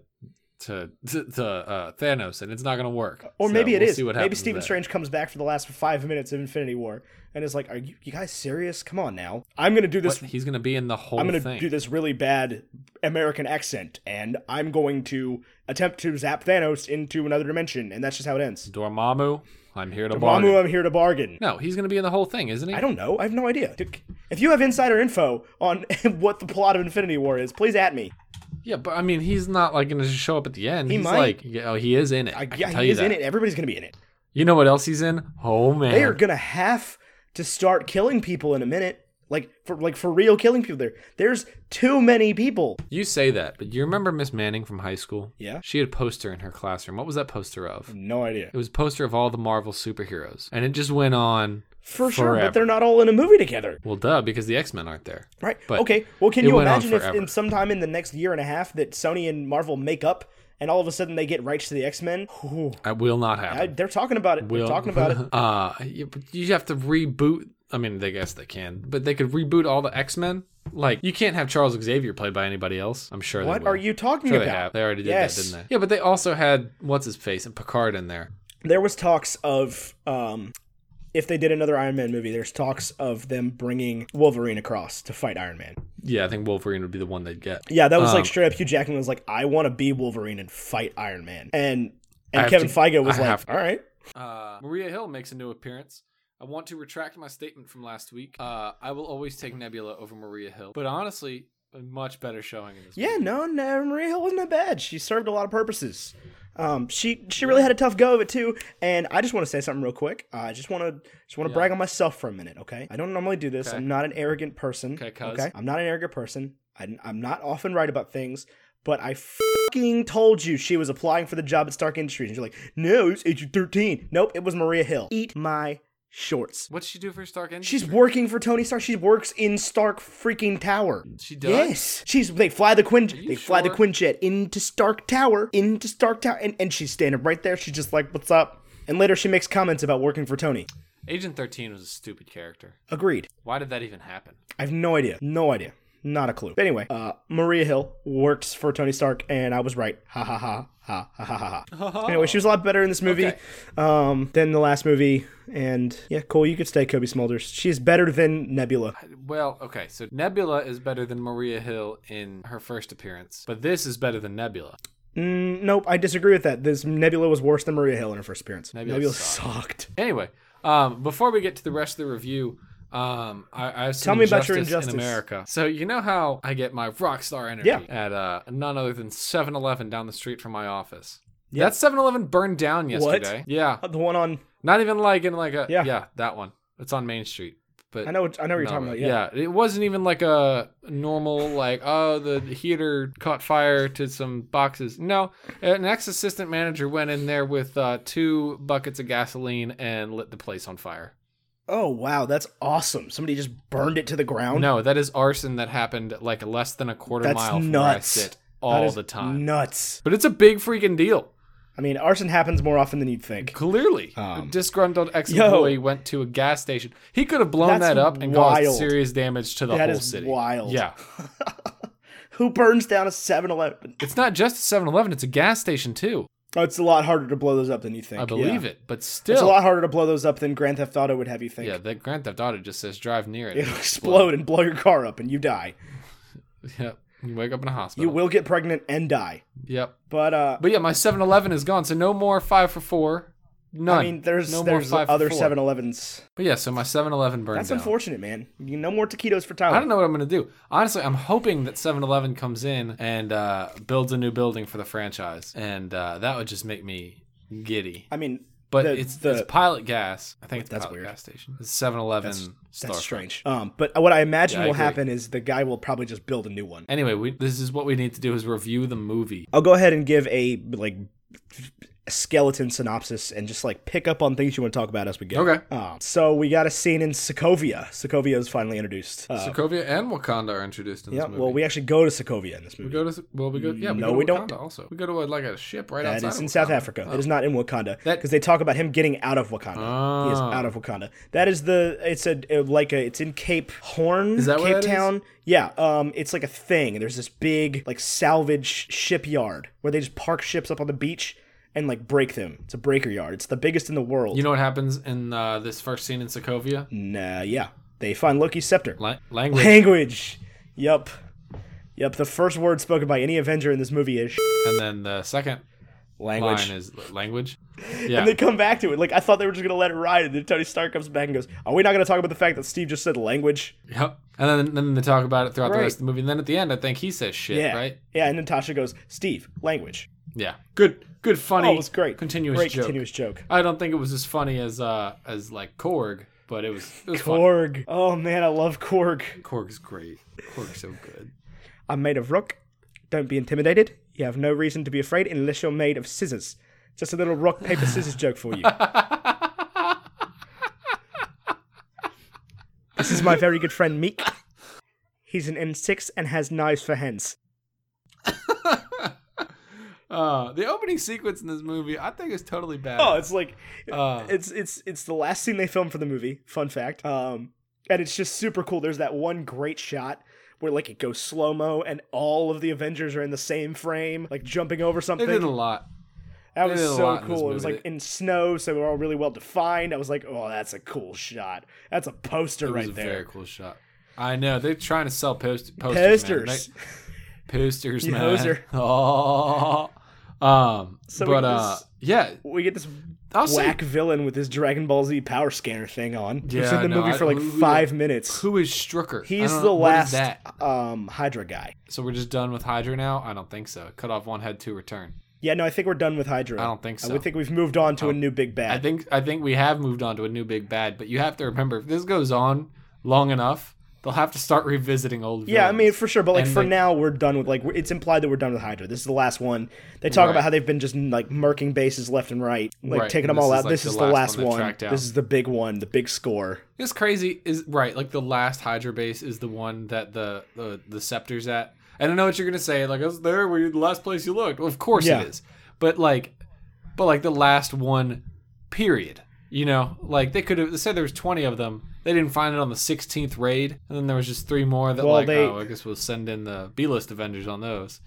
S2: to to, to uh, Thanos, and it's not gonna work.
S1: Or
S2: So
S1: maybe it
S2: we'll
S1: is.
S2: see what
S1: maybe
S2: happens
S1: Stephen
S2: there.
S1: Strange comes back for the last five minutes of Infinity War and is like, "Are you, you guys serious? Come on now! I'm gonna do
S2: What?
S1: this.
S2: He's gonna be in the whole
S1: I'm gonna
S2: thing.
S1: do this really bad American accent, and I'm going to attempt to zap Thanos into another dimension, and that's just how it ends.
S2: Dormammu, I'm here to bargain.
S1: Mamu, I'm here to bargain.
S2: No, he's gonna be in the whole thing, isn't he?
S1: I don't know. I have no idea. If you have insider info on what the plot of Infinity War is, please at me.
S2: Yeah, but I mean, he's not like gonna just show up at the end.
S1: He
S2: he's
S1: might.
S2: like, yeah, oh, he is in it. I,
S1: I,
S2: can
S1: yeah,
S2: tell
S1: he
S2: you
S1: is in
S2: that.
S1: it. Everybody's gonna be in it.
S2: You know what else he's in? Oh man,
S1: They are gonna have to start killing people in a minute. Like for like for real, killing people. There, there's too many people.
S2: you say that, but you remember Miss Manning from high school?
S1: Yeah.
S2: she had a poster in her classroom. What was that poster of?
S1: No idea.
S2: It was a poster of all the Marvel superheroes, and it just went on.
S1: For sure,
S2: Forever.
S1: but they're not all in a movie together,
S2: Well, duh, because the X Men aren't there.
S1: right?
S2: But
S1: okay. Well, can
S2: it
S1: you
S2: went on
S1: imagine if
S2: forever.
S1: in sometime in the next year and a half that Sony and Marvel make up, and all of a sudden they get rights to the X Men?
S2: I will not happen.
S1: They're talking about it.
S2: Will-
S1: They're talking about it.
S2: Uh, you, but you have to reboot. I mean, they guess they can, but they could reboot all the X Men. Like, you can't have Charles Xavier played by anybody else. I'm sure.
S1: What
S2: they will.
S1: are you talking
S2: Sure they
S1: about?
S2: have. They already did
S1: Yes.
S2: that, didn't they? Yeah, but they also had what's his face and Picard in there.
S1: there was talks of um if they did another Iron Man movie, there's talks of them bringing Wolverine across to fight Iron Man.
S2: Yeah, I think Wolverine would be the one they'd get.
S1: Yeah, that was
S2: Um,
S1: like straight up Hugh Jackman was like, I want to be Wolverine and fight Iron Man. And and
S2: I have
S1: Kevin
S2: to-
S1: Feige was
S2: I have
S1: like,
S2: to-
S1: all right.
S2: Uh, Maria Hill makes a new appearance. I want to retract my statement from last week. Uh, I will always take Nebula over Maria Hill, but honestly, a much better showing in this.
S1: Yeah, no, no, Maria Hill wasn't that bad. She served a lot of purposes. Um, she she really had a tough go of it too. And I just want to say something real quick. Uh, I just want to just want to brag on myself for a minute, okay? I don't normally do this.
S2: Okay.
S1: I'm not an arrogant person.
S2: Okay, cuz.
S1: I'm not an arrogant person. I, am not often right about things. But I fucking told you she was applying for the job at Stark Industries. And you're like, no, it's age 13. Nope, it was Maria Hill. Eat my shorts.
S2: What's she do for Stark Industries?
S1: She's working for Tony Stark. She works in Stark freaking Tower.
S2: She does?
S1: Yes. She's they fly the Quinjet.
S2: you
S1: They fly the
S2: sure?
S1: Quinjet into Stark Tower. Into Stark Tower. And, and she's standing right there. She's just like, what's up? And later she makes comments about working for Tony.
S2: Agent Thirteen was a stupid character.
S1: Agreed.
S2: Why did that even happen?
S1: I have no idea. No idea. Not a clue. But anyway, uh, Maria Hill works for Tony Stark, and I was right. Ha ha ha ha ha ha ha. ha. Anyway, she was a lot better in this movie
S2: Okay.
S1: um, than the last movie. And yeah, cool. You could stay, Kobe Smulders. She's better than Nebula.
S2: Well, okay, so Nebula is better than Maria Hill in her first appearance, but this is better than Nebula.
S1: Mm, nope, I disagree with that. This Nebula was worse than Maria Hill in her first appearance. Nebula, sucked.
S2: Anyway, um, before we get to the rest of the review, um, I, I have
S1: Tell
S2: some
S1: me about your
S2: in
S1: injustice.
S2: America. So you know how I get my rock star energy
S1: Yeah.
S2: at uh, none other than 7-Eleven down the street from my office. That 7-Eleven burned down yesterday. Yeah,
S1: Uh, The one on
S2: not even like in like a yeah,
S1: Yeah.
S2: that one. It's on Main Street. But
S1: I know I know what you're talking
S2: No,
S1: about. Yeah.
S2: it wasn't even like a normal like oh the heater caught fire to some boxes. No, an ex assistant manager went in there with uh, two buckets of gasoline and lit the place on fire.
S1: Oh wow, that's awesome. Somebody just burned it to the ground.
S2: No, that is arson that happened like less than a quarter
S1: Oh. That's
S2: mile from where I
S1: nuts.
S2: sit
S1: That
S2: all
S1: is
S2: the time.
S1: Nuts.
S2: but it's a big freaking deal.
S1: I mean, arson happens more often than you'd think.
S2: Clearly, a
S1: Um,
S2: disgruntled ex-employee went to a gas station. He could have blown
S1: That's
S2: that up and caused
S1: wild.
S2: serious damage to the
S1: That
S2: whole
S1: is
S2: city.
S1: wild.
S2: Yeah,
S1: Who burns down a 7-Eleven?
S2: it's not just a 7-Eleven; it's a gas station too.
S1: Oh, it's a lot harder to blow those up than you think.
S2: I believe
S1: yeah.
S2: it, but still,
S1: It's a lot harder to blow those up than Grand Theft Auto would have you think.
S2: yeah. That Grand Theft Auto just says drive near it.
S1: It'll explode and blow your car up and you die.
S2: Yep. You wake up in a hospital.
S1: You will get pregnant and die.
S2: Yep.
S1: But uh
S2: But yeah, my 7-Eleven is gone, so no more five for four. None.
S1: I mean there's
S2: no
S1: there's
S2: more five
S1: other
S2: for four.
S1: 7-Elevens.
S2: But yeah, so my 7-Eleven burned
S1: That's
S2: down.
S1: unfortunate, man. You- No more taquitos for
S2: I
S1: Tyler.
S2: don't know what I'm gonna do. Honestly, I'm hoping that 7-Eleven comes in and uh, builds a new building for the franchise, and uh, that would just make me giddy.
S1: I mean,
S2: But
S1: the-
S2: it's
S1: the-
S2: it's Pilot Gas. I think it's
S1: That's
S2: Pilot
S1: weird.
S2: Gas Station. It's 7-Eleven.
S1: that's
S2: storefront.
S1: strange. Um, but what I imagine
S2: Yeah, I
S1: will
S2: agree.
S1: happen is the guy will probably just build a new one.
S2: Anyway, we, this is what we need to do is review the movie.
S1: I'll go ahead and give a like skeleton synopsis and just like pick up on things you want to talk about as we go.
S2: Okay.
S1: Um, so we got a scene in Sokovia. Sokovia is finally introduced. Uh,
S2: Sokovia and Wakanda are introduced in
S1: yeah,
S2: this movie.
S1: well, we actually go to Sokovia in this movie.
S2: We go to well, we go yeah. We
S1: No,
S2: go to
S1: we
S2: Wakanda
S1: don't.
S2: Also, we go to a, like a ship right
S1: That
S2: outside.
S1: is
S2: of
S1: in South
S2: Wakanda. Oh.
S1: Africa. It is not in Wakanda
S2: That-
S1: because they talk about him getting out of Wakanda. He is
S2: Ah.
S1: out of Wakanda. That is the it's a it- like a it's in Cape Horn,
S2: that
S1: Cape
S2: where that is?
S1: Town. Yeah, um, it's like a thing. There's this big like salvage shipyard where they just park ships up on the beach and like break them. It's a breaker yard. It's the biggest in the world.
S2: You know what happens in uh, this first scene in Sokovia?
S1: Nah, yeah, they find Loki's scepter.
S2: La- language,
S1: Language. Yup. Yup. The first word spoken by any Avenger in this movie is
S2: and then the second
S1: language.
S2: line is l- language. Yeah,
S1: And they come back to it. Like I thought they were just gonna let it ride, and then Tony Stark comes back and goes, "Are we not gonna talk about the fact that Steve just said language?"
S2: yep. And then then they talk about it throughout the
S1: Right.
S2: rest of the movie. And then at the end, I think he says shit.
S1: Yeah,
S2: Right.
S1: Yeah, and then Tasha goes, "Steve, language."
S2: Yeah. Good. Good. Funny.
S1: Oh, it was great.
S2: Continuous
S1: great
S2: joke.
S1: continuous joke.
S2: I don't think it was as funny as uh as like Korg, but it was it was funny.
S1: Korg. Oh man, I love Korg.
S2: Korg's great. Korg's so good.
S1: I'm made of rock. Don't be intimidated. You have no reason to be afraid unless you're made of scissors. Just a little rock paper scissors joke for you. this is my very good friend Meek. He's an M6 and has knives for hands.
S2: Uh, the opening sequence in this movie, I think, is totally bad.
S1: Oh, it's like
S2: Uh.
S1: it's it's it's the last scene they filmed for the movie. Fun fact. Um, and it's just super cool. There's that one great shot where like it goes slow mo, and all of the Avengers are in the same frame, like jumping over
S2: they
S1: something.
S2: did a lot.
S1: that
S2: they
S1: was
S2: did a
S1: so
S2: lot in this
S1: cool. It was
S2: movie.
S1: like in snow, so we're all really well defined. I was like, oh, that's a cool shot. That's a poster
S2: It was
S1: right
S2: a
S1: there.
S2: very cool shot. I know they're trying to sell post- posters, man.
S1: Posters.
S2: They- posters,
S1: You
S2: man.
S1: hoser.
S2: Oh, um,
S1: So we
S2: but
S1: get
S2: uh,
S1: this-
S2: yeah,
S1: We get this
S2: I'll say
S1: whack villain with his Dragon Ball Z power scanner thing on.
S2: Yeah,
S1: He's in
S2: I
S1: the
S2: know.
S1: movie
S2: I-
S1: for like
S2: who- who-
S1: five minutes.
S2: who is Strucker? I
S1: He's
S2: don't
S1: the
S2: know. What
S1: last
S2: is that?
S1: um Hydra guy.
S2: So we're just done with Hydra now? I don't think so. Cut off one head, two return.
S1: Yeah, no, I think we're done with Hydra.
S2: I don't think
S1: I
S2: so. Oh,
S1: would think we've moved on to a new big
S2: I
S1: bad.
S2: think I think we have moved on to a new big bad. But you have to remember, if this goes on long enough, they'll have to start revisiting old.
S1: yeah, I
S2: villains.
S1: mean for sure, but like
S2: And,
S1: for
S2: like-
S1: now we're done with like we're- it's implied that we're done with Hydra. This is the last one. They talk
S2: Right.
S1: about how they've been just like murking bases left and right, like
S2: Right,
S1: taking
S2: and
S1: them all
S2: this
S1: out.
S2: is, like,
S1: this
S2: the
S1: is
S2: last
S1: the
S2: one
S1: last
S2: they tracked
S1: one.
S2: down.
S1: This is the big one, the big score.
S2: It's crazy is right, like the last Hydra base is the one that the the, the scepter's at. And I know what you're gonna say, like it's there where you the last place you looked. Well, of course
S1: Yeah.
S2: it is. But like but like the last one period. You know, like they could have said there was twenty of them. They didn't find it on the sixteenth raid, and then there was just three more that
S1: Well,
S2: like
S1: they-
S2: oh I guess we'll send in the B list Avengers on those.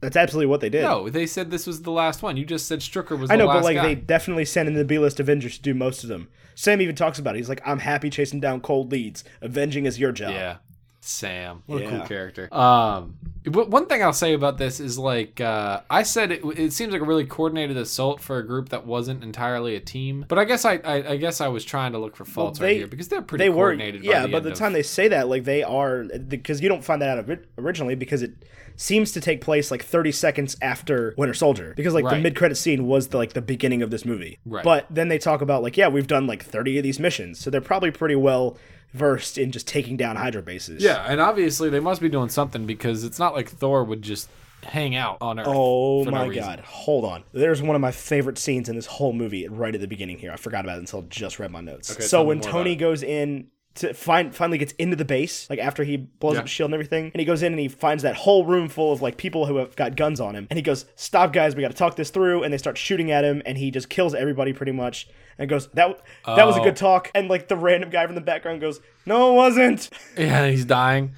S1: That's absolutely what they did.
S2: No, they said this was the last one. You just said Strucker was.
S1: I know,
S2: the last
S1: but like
S2: guy.
S1: they definitely sent in the B list Avengers to do most of them. Sam even talks about it. He's like, I'm happy chasing down cold leads. Avenging is your job.
S2: Yeah. Sam. What a
S1: Yeah.
S2: cool character. Um but one thing I'll say about this is like uh, I said it, it seems like a really coordinated assault for a group that wasn't entirely a team. But I guess I I, I guess I was trying to look for faults
S1: they-
S2: right here because they're pretty
S1: they were
S2: coordinated.
S1: yeah
S2: by the
S1: by the
S2: end of-
S1: time they say that like they are because you don't find that out ori- originally because it seems to take place like 30 seconds after winter soldier because like the
S2: Right.
S1: mid-credit scene was the, like the beginning of this movie
S2: Right.
S1: but then they talk about like yeah we've done like 30 of these missions so they're probably pretty well versed in just taking down hydra bases
S2: yeah, and obviously they must be doing something because it's not like Thor would just hang out on Earth.
S1: Oh
S2: for no
S1: my
S2: reason.
S1: god. Hold on. There's one of my favorite scenes in this whole movie right at the beginning here. I forgot about it until I just read my notes.
S2: tell
S1: so
S2: me
S1: when
S2: more
S1: Tony goes in to find finally gets into the base, like after he blows
S2: Yeah.
S1: up the shield and everything, and he goes in and he finds that whole room full of like people who have got guns on him. And he goes, Stop guys, we gotta talk this through, and they start shooting at him and he just kills everybody pretty much and goes, That that was a
S2: Oh.
S1: good talk and like the random guy from the background goes, No it wasn't
S2: Yeah, he's dying.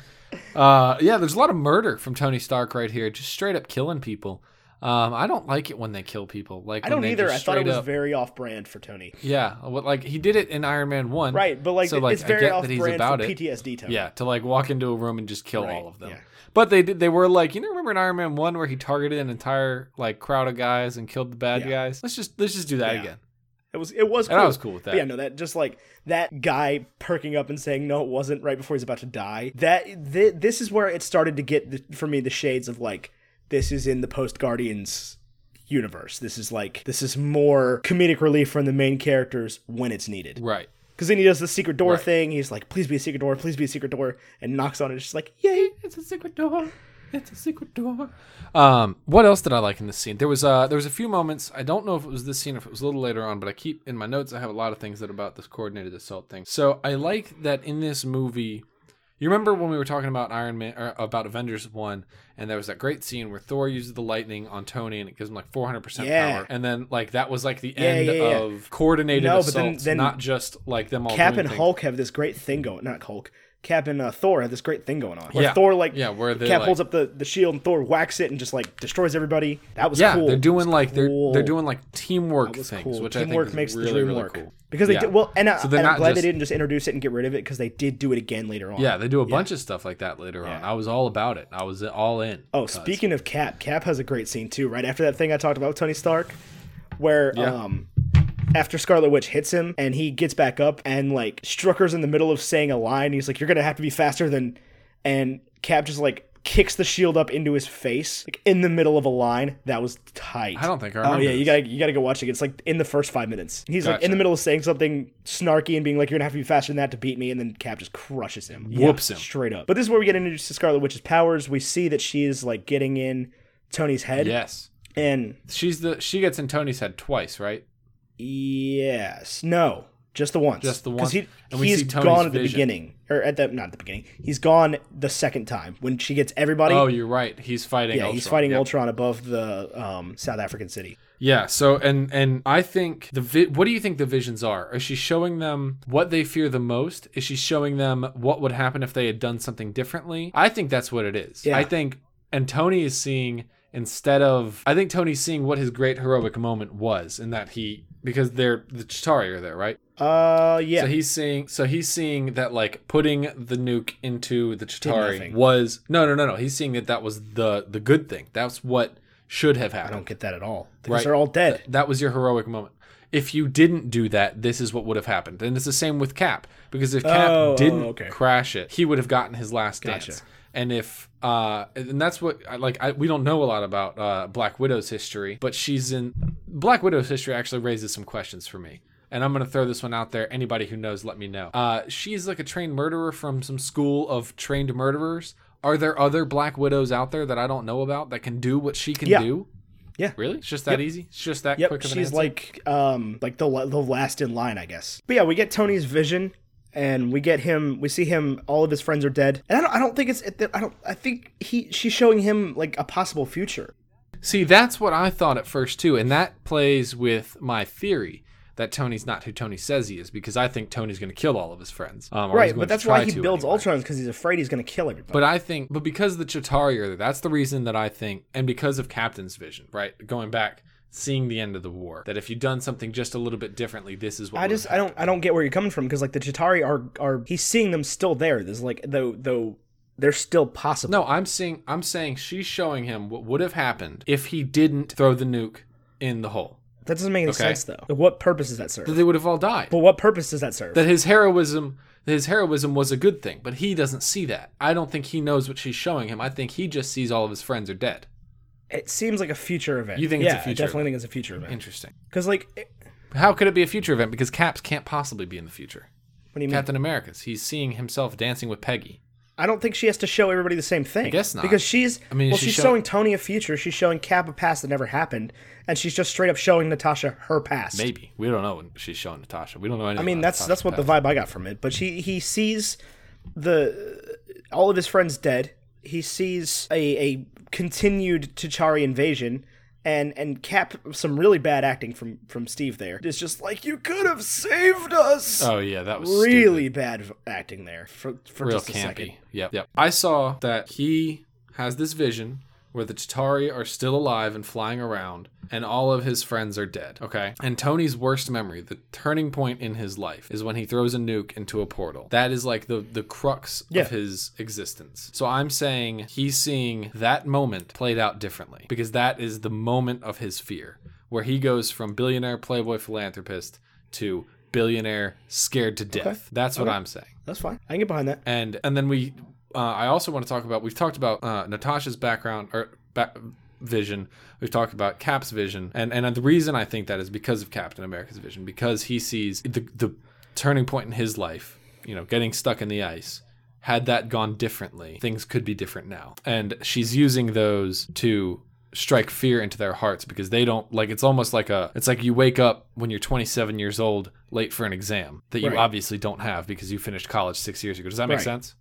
S2: Uh, yeah, there's a lot of murder from Tony Stark right here, just straight up killing people. Um, I don't like it when they kill people. Like
S1: I
S2: when
S1: don't
S2: they
S1: either.
S2: just
S1: I thought it
S2: straight
S1: was
S2: up-
S1: very off brand for Tony.
S2: yeah. What like he did it in Iron Man One,
S1: Right, but like,
S2: So, like,
S1: it's
S2: I
S1: very
S2: get
S1: off
S2: that he's
S1: brand
S2: about
S1: for
S2: it.
S1: PTSD Tony.
S2: Yeah, to like walk into a room and just kill
S1: Right,
S2: all of them.
S1: yeah.
S2: But they did, they were like, you know, remember in Iron Man One where he targeted an entire like crowd of guys and killed the bad
S1: Yeah.
S2: guys? Let's just let's just do that
S1: Yeah.
S2: again.
S1: It was it was
S2: And
S1: cool.
S2: I was cool with
S1: But
S2: that.
S1: yeah, no, that just like that guy perking up and saying no, it wasn't right before he's about to die. That th- this is where it started to get the, for me the shades of like this is in the post Guardians universe. This is like this is more comedic relief from the main characters when it's needed.
S2: Right.
S1: Because then he does the secret door
S2: Right.
S1: thing. He's like, please be a secret door, please be a secret door, and knocks on it. It's just like, yay!
S2: It's a secret door. It's a secret door. Um, what else did I like in this scene? There was uh there was a few moments. I don't know if it was this scene or if it was a little later on, but I keep in my notes I have a lot of things that are about this coordinated assault thing. So I like that in this movie you remember when we were talking about Iron Man or about Avengers One, and there was that great scene where Thor uses the lightning on Tony, and it gives him like 400 percent
S1: Yeah.
S2: power. And then like that was like the
S1: Yeah,
S2: end
S1: yeah, yeah.
S2: of coordinated
S1: No, but then-
S2: assaults,
S1: then
S2: not just like them all.
S1: Cap
S2: doing
S1: and
S2: things.
S1: Hulk have this great thing going. Not Hulk. Cap and uh, Thor have this great thing going on. Where
S2: Yeah.
S1: Thor like
S2: Yeah, where they
S1: Cap
S2: like,
S1: holds up the, the shield and Thor whacks it and just like destroys everybody. That was
S2: yeah,
S1: cool.
S2: they're doing like they're
S1: cool.
S2: they're doing like teamwork
S1: That was
S2: things,
S1: cool.
S2: which
S1: Teamwork
S2: I think
S1: makes
S2: is really
S1: the dream
S2: really
S1: work
S2: cool.
S1: because they
S2: Yeah.
S1: did, well, and, I,
S2: So they're
S1: and I'm
S2: not
S1: glad
S2: just-
S1: they didn't just introduce it and get rid of it because they did do it again later on.
S2: Yeah, they do a bunch of stuff like that later on.
S1: Yeah.
S2: I was all about it. I was all in.
S1: Oh, speaking of Cap, Cap has a great scene too. Right after that thing I talked about with Tony Stark, where
S2: Yeah.
S1: um, after Scarlet Witch hits him and he gets back up and like Strucker's in the middle of saying a line. He's like, "You're gonna have to be faster than," and Cap just like kicks the shield up into his face like in the middle of a line. That was tight.
S2: I don't think I
S1: Oh
S2: remember.
S1: yeah, you
S2: this.
S1: gotta you gotta go watch it. It's like in the first five minutes. He's like in the
S2: Gotcha.
S1: middle of saying something snarky and being like, "You're gonna have to be faster than that to beat me," and then Cap just crushes him, Yeah,
S2: Whoops him.
S1: straight up. But this is where we get introduced to Scarlet Witch's powers. We see that she is like getting in Tony's head,
S2: Yes,
S1: and
S2: she's the she gets in Tony's head twice, right?
S1: yes, no, just the once,
S2: Just the
S1: because
S2: once.
S1: he
S2: And we
S1: he's
S2: see Tony's
S1: gone at the
S2: vision.
S1: beginning, or at the not at the beginning. He's gone the second time when she gets everybody.
S2: Oh, you're right. He's fighting.
S1: yeah, he's
S2: Ultron.
S1: fighting
S2: Yep.
S1: Ultron above the um, South African city.
S2: Yeah. So and and I think the vi- what do you think the visions are? Is she showing them what they fear the most? Is she showing them what would happen if they had done something differently? I think that's what it is.
S1: Yeah.
S2: I think and Tony is seeing instead of I think Tony's seeing what his great heroic moment was in that he because they're the Chitari are there, right?
S1: Uh, yeah,
S2: So he's seeing so he's seeing that like putting the nuke into the Chitari
S1: nothing.
S2: was no no no no. He's seeing that that was the the good thing. That's what should have
S1: I
S2: happened.
S1: don't get that at all. Because
S2: Right.
S1: they're all dead.
S2: That was your heroic moment. If you didn't do that, this is what would have happened. And it's the same with Cap because if Cap
S1: Oh,
S2: didn't
S1: oh, okay.
S2: crash it, he would have gotten his last
S1: Gotcha.
S2: dance. And if uh, and that's what I- like I, we don't know a lot about uh, Black Widow's history, but she's in Black Widow's history actually raises some questions for me. And I'm gonna throw this one out there. Anybody who knows, let me know. Uh, she's like a trained murderer from some school of trained murderers. Are there other Black Widows out there that I don't know about that can do what she can
S1: Yeah.
S2: do?
S1: Yeah.
S2: Really? It's just that easy? It's just that
S1: Yep,
S2: quick of an
S1: she's
S2: answer?
S1: like um like the la- the last in line, I guess. But yeah, we get Tony's vision, and we get him. We see him. All of his friends are dead, and I don't. I don't think it's. it- I don't. I think he. She's showing him like a possible future.
S2: See, that's what I thought at first too, and that plays with my theory that Tony's not who Tony says he is because I think Tony's going to kill all of his friends. Um, or he's
S1: Right,
S2: going
S1: but
S2: to
S1: that's
S2: try
S1: why he
S2: to
S1: builds
S2: anyway.
S1: Ultron because he's afraid he's going to kill everybody.
S2: But I think, but because the Chitari are there, that's the reason that I think, and because of Captain's vision, right? Going back, seeing the end of the war, that if you'd done something just a little bit differently, this is what
S1: I
S2: would've
S1: just I don't I don't get where you're coming from because like the Chitari are are he's seeing them still there. There's like though though they're still possible.
S2: No, I'm seeing. I'm saying she's showing him what would have happened if he didn't throw the nuke in the hole.
S1: that doesn't make any
S2: Okay.
S1: sense though. What purpose does that serve?
S2: That they would have all died.
S1: but what purpose does that serve?
S2: that his heroism that his heroism was a good thing, but he doesn't see that. I don't think he knows what she's showing him. I think he just sees all of his friends are dead.
S1: it seems like a future event.
S2: You think it's a
S1: Yeah, I
S2: future
S1: definitely think it's a future event.
S2: Interesting.
S1: Because like, it-
S2: How could it be a future event? Because Caps can't possibly be in the future.
S1: what do you mean?
S2: Captain America's. He's seeing himself dancing with Peggy.
S1: I don't think she has to show everybody the same thing. I
S2: guess not.
S1: Because she's I
S2: mean,
S1: mean, well,
S2: is she
S1: she's
S2: show-
S1: showing Tony a future. She's showing Cap a past that never happened, and she's just straight up showing Natasha her past.
S2: Maybe we don't know when she's showing Natasha. We don't know anything.
S1: I mean, that's that's what the vibe I got from it. But she he sees the all of his friends dead. He sees a, a continued T'Chari invasion. And, and cap some really bad acting from, from Steve there. It's just like you could have saved us.
S2: Oh yeah, that was stupid.
S1: really bad v- acting there for for
S2: real
S1: just a
S2: campy.
S1: second.
S2: Yep. Yep. I saw that he has this vision where the Tatari are still alive and flying around, and all of his friends are dead. Okay. And Tony's worst memory, the turning point in his life, is when he throws a nuke into a portal. That is like the, the crux
S1: Yeah.
S2: of his existence. So I'm saying he's seeing that moment played out differently because that is the moment of his fear, where he goes from billionaire playboy philanthropist to billionaire scared to death. That's what I'm saying
S1: That's fine. I can get behind that.
S2: and and then we uh, i also want to talk about we've talked about uh, natasha's background or back vision we've talked about cap's vision and and the reason i think that is because of captain america's vision because he sees the the turning point in his life you know getting stuck in the ice had that gone differently things could be different now and she's using those to strike fear into their hearts because they don't like it's almost like a it's like you wake up when you're 27 years old late for an exam that you
S1: Right.
S2: obviously don't have because you finished college 6 years ago does that make
S1: Right.
S2: sense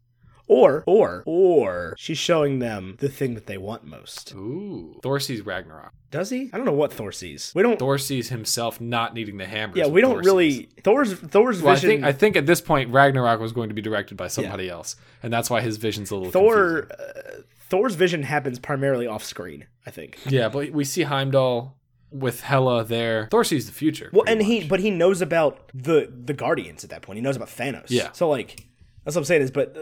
S1: Or, or, or she's showing them the thing that they want most.
S2: ooh Thor sees Ragnarok
S1: Does he? I don't know what Thor sees. We don't.
S2: Thor sees himself not needing the hammer
S1: yeah, we don't really. Thor's Thor's
S2: well, I
S1: vision.
S2: think I think at this point Ragnarok was going to be directed by somebody else and that's why his vision's a little confusing.
S1: Thor. Uh, Thor's vision happens primarily off screen. I think.
S2: Yeah, but we see Heimdall with Hela there. Thor sees the future.
S1: Well,
S2: pretty
S1: and he,
S2: much.
S1: but he knows about the the Guardians at that point. He knows about Thanos.
S2: Yeah.
S1: So like, that's what I'm saying is, but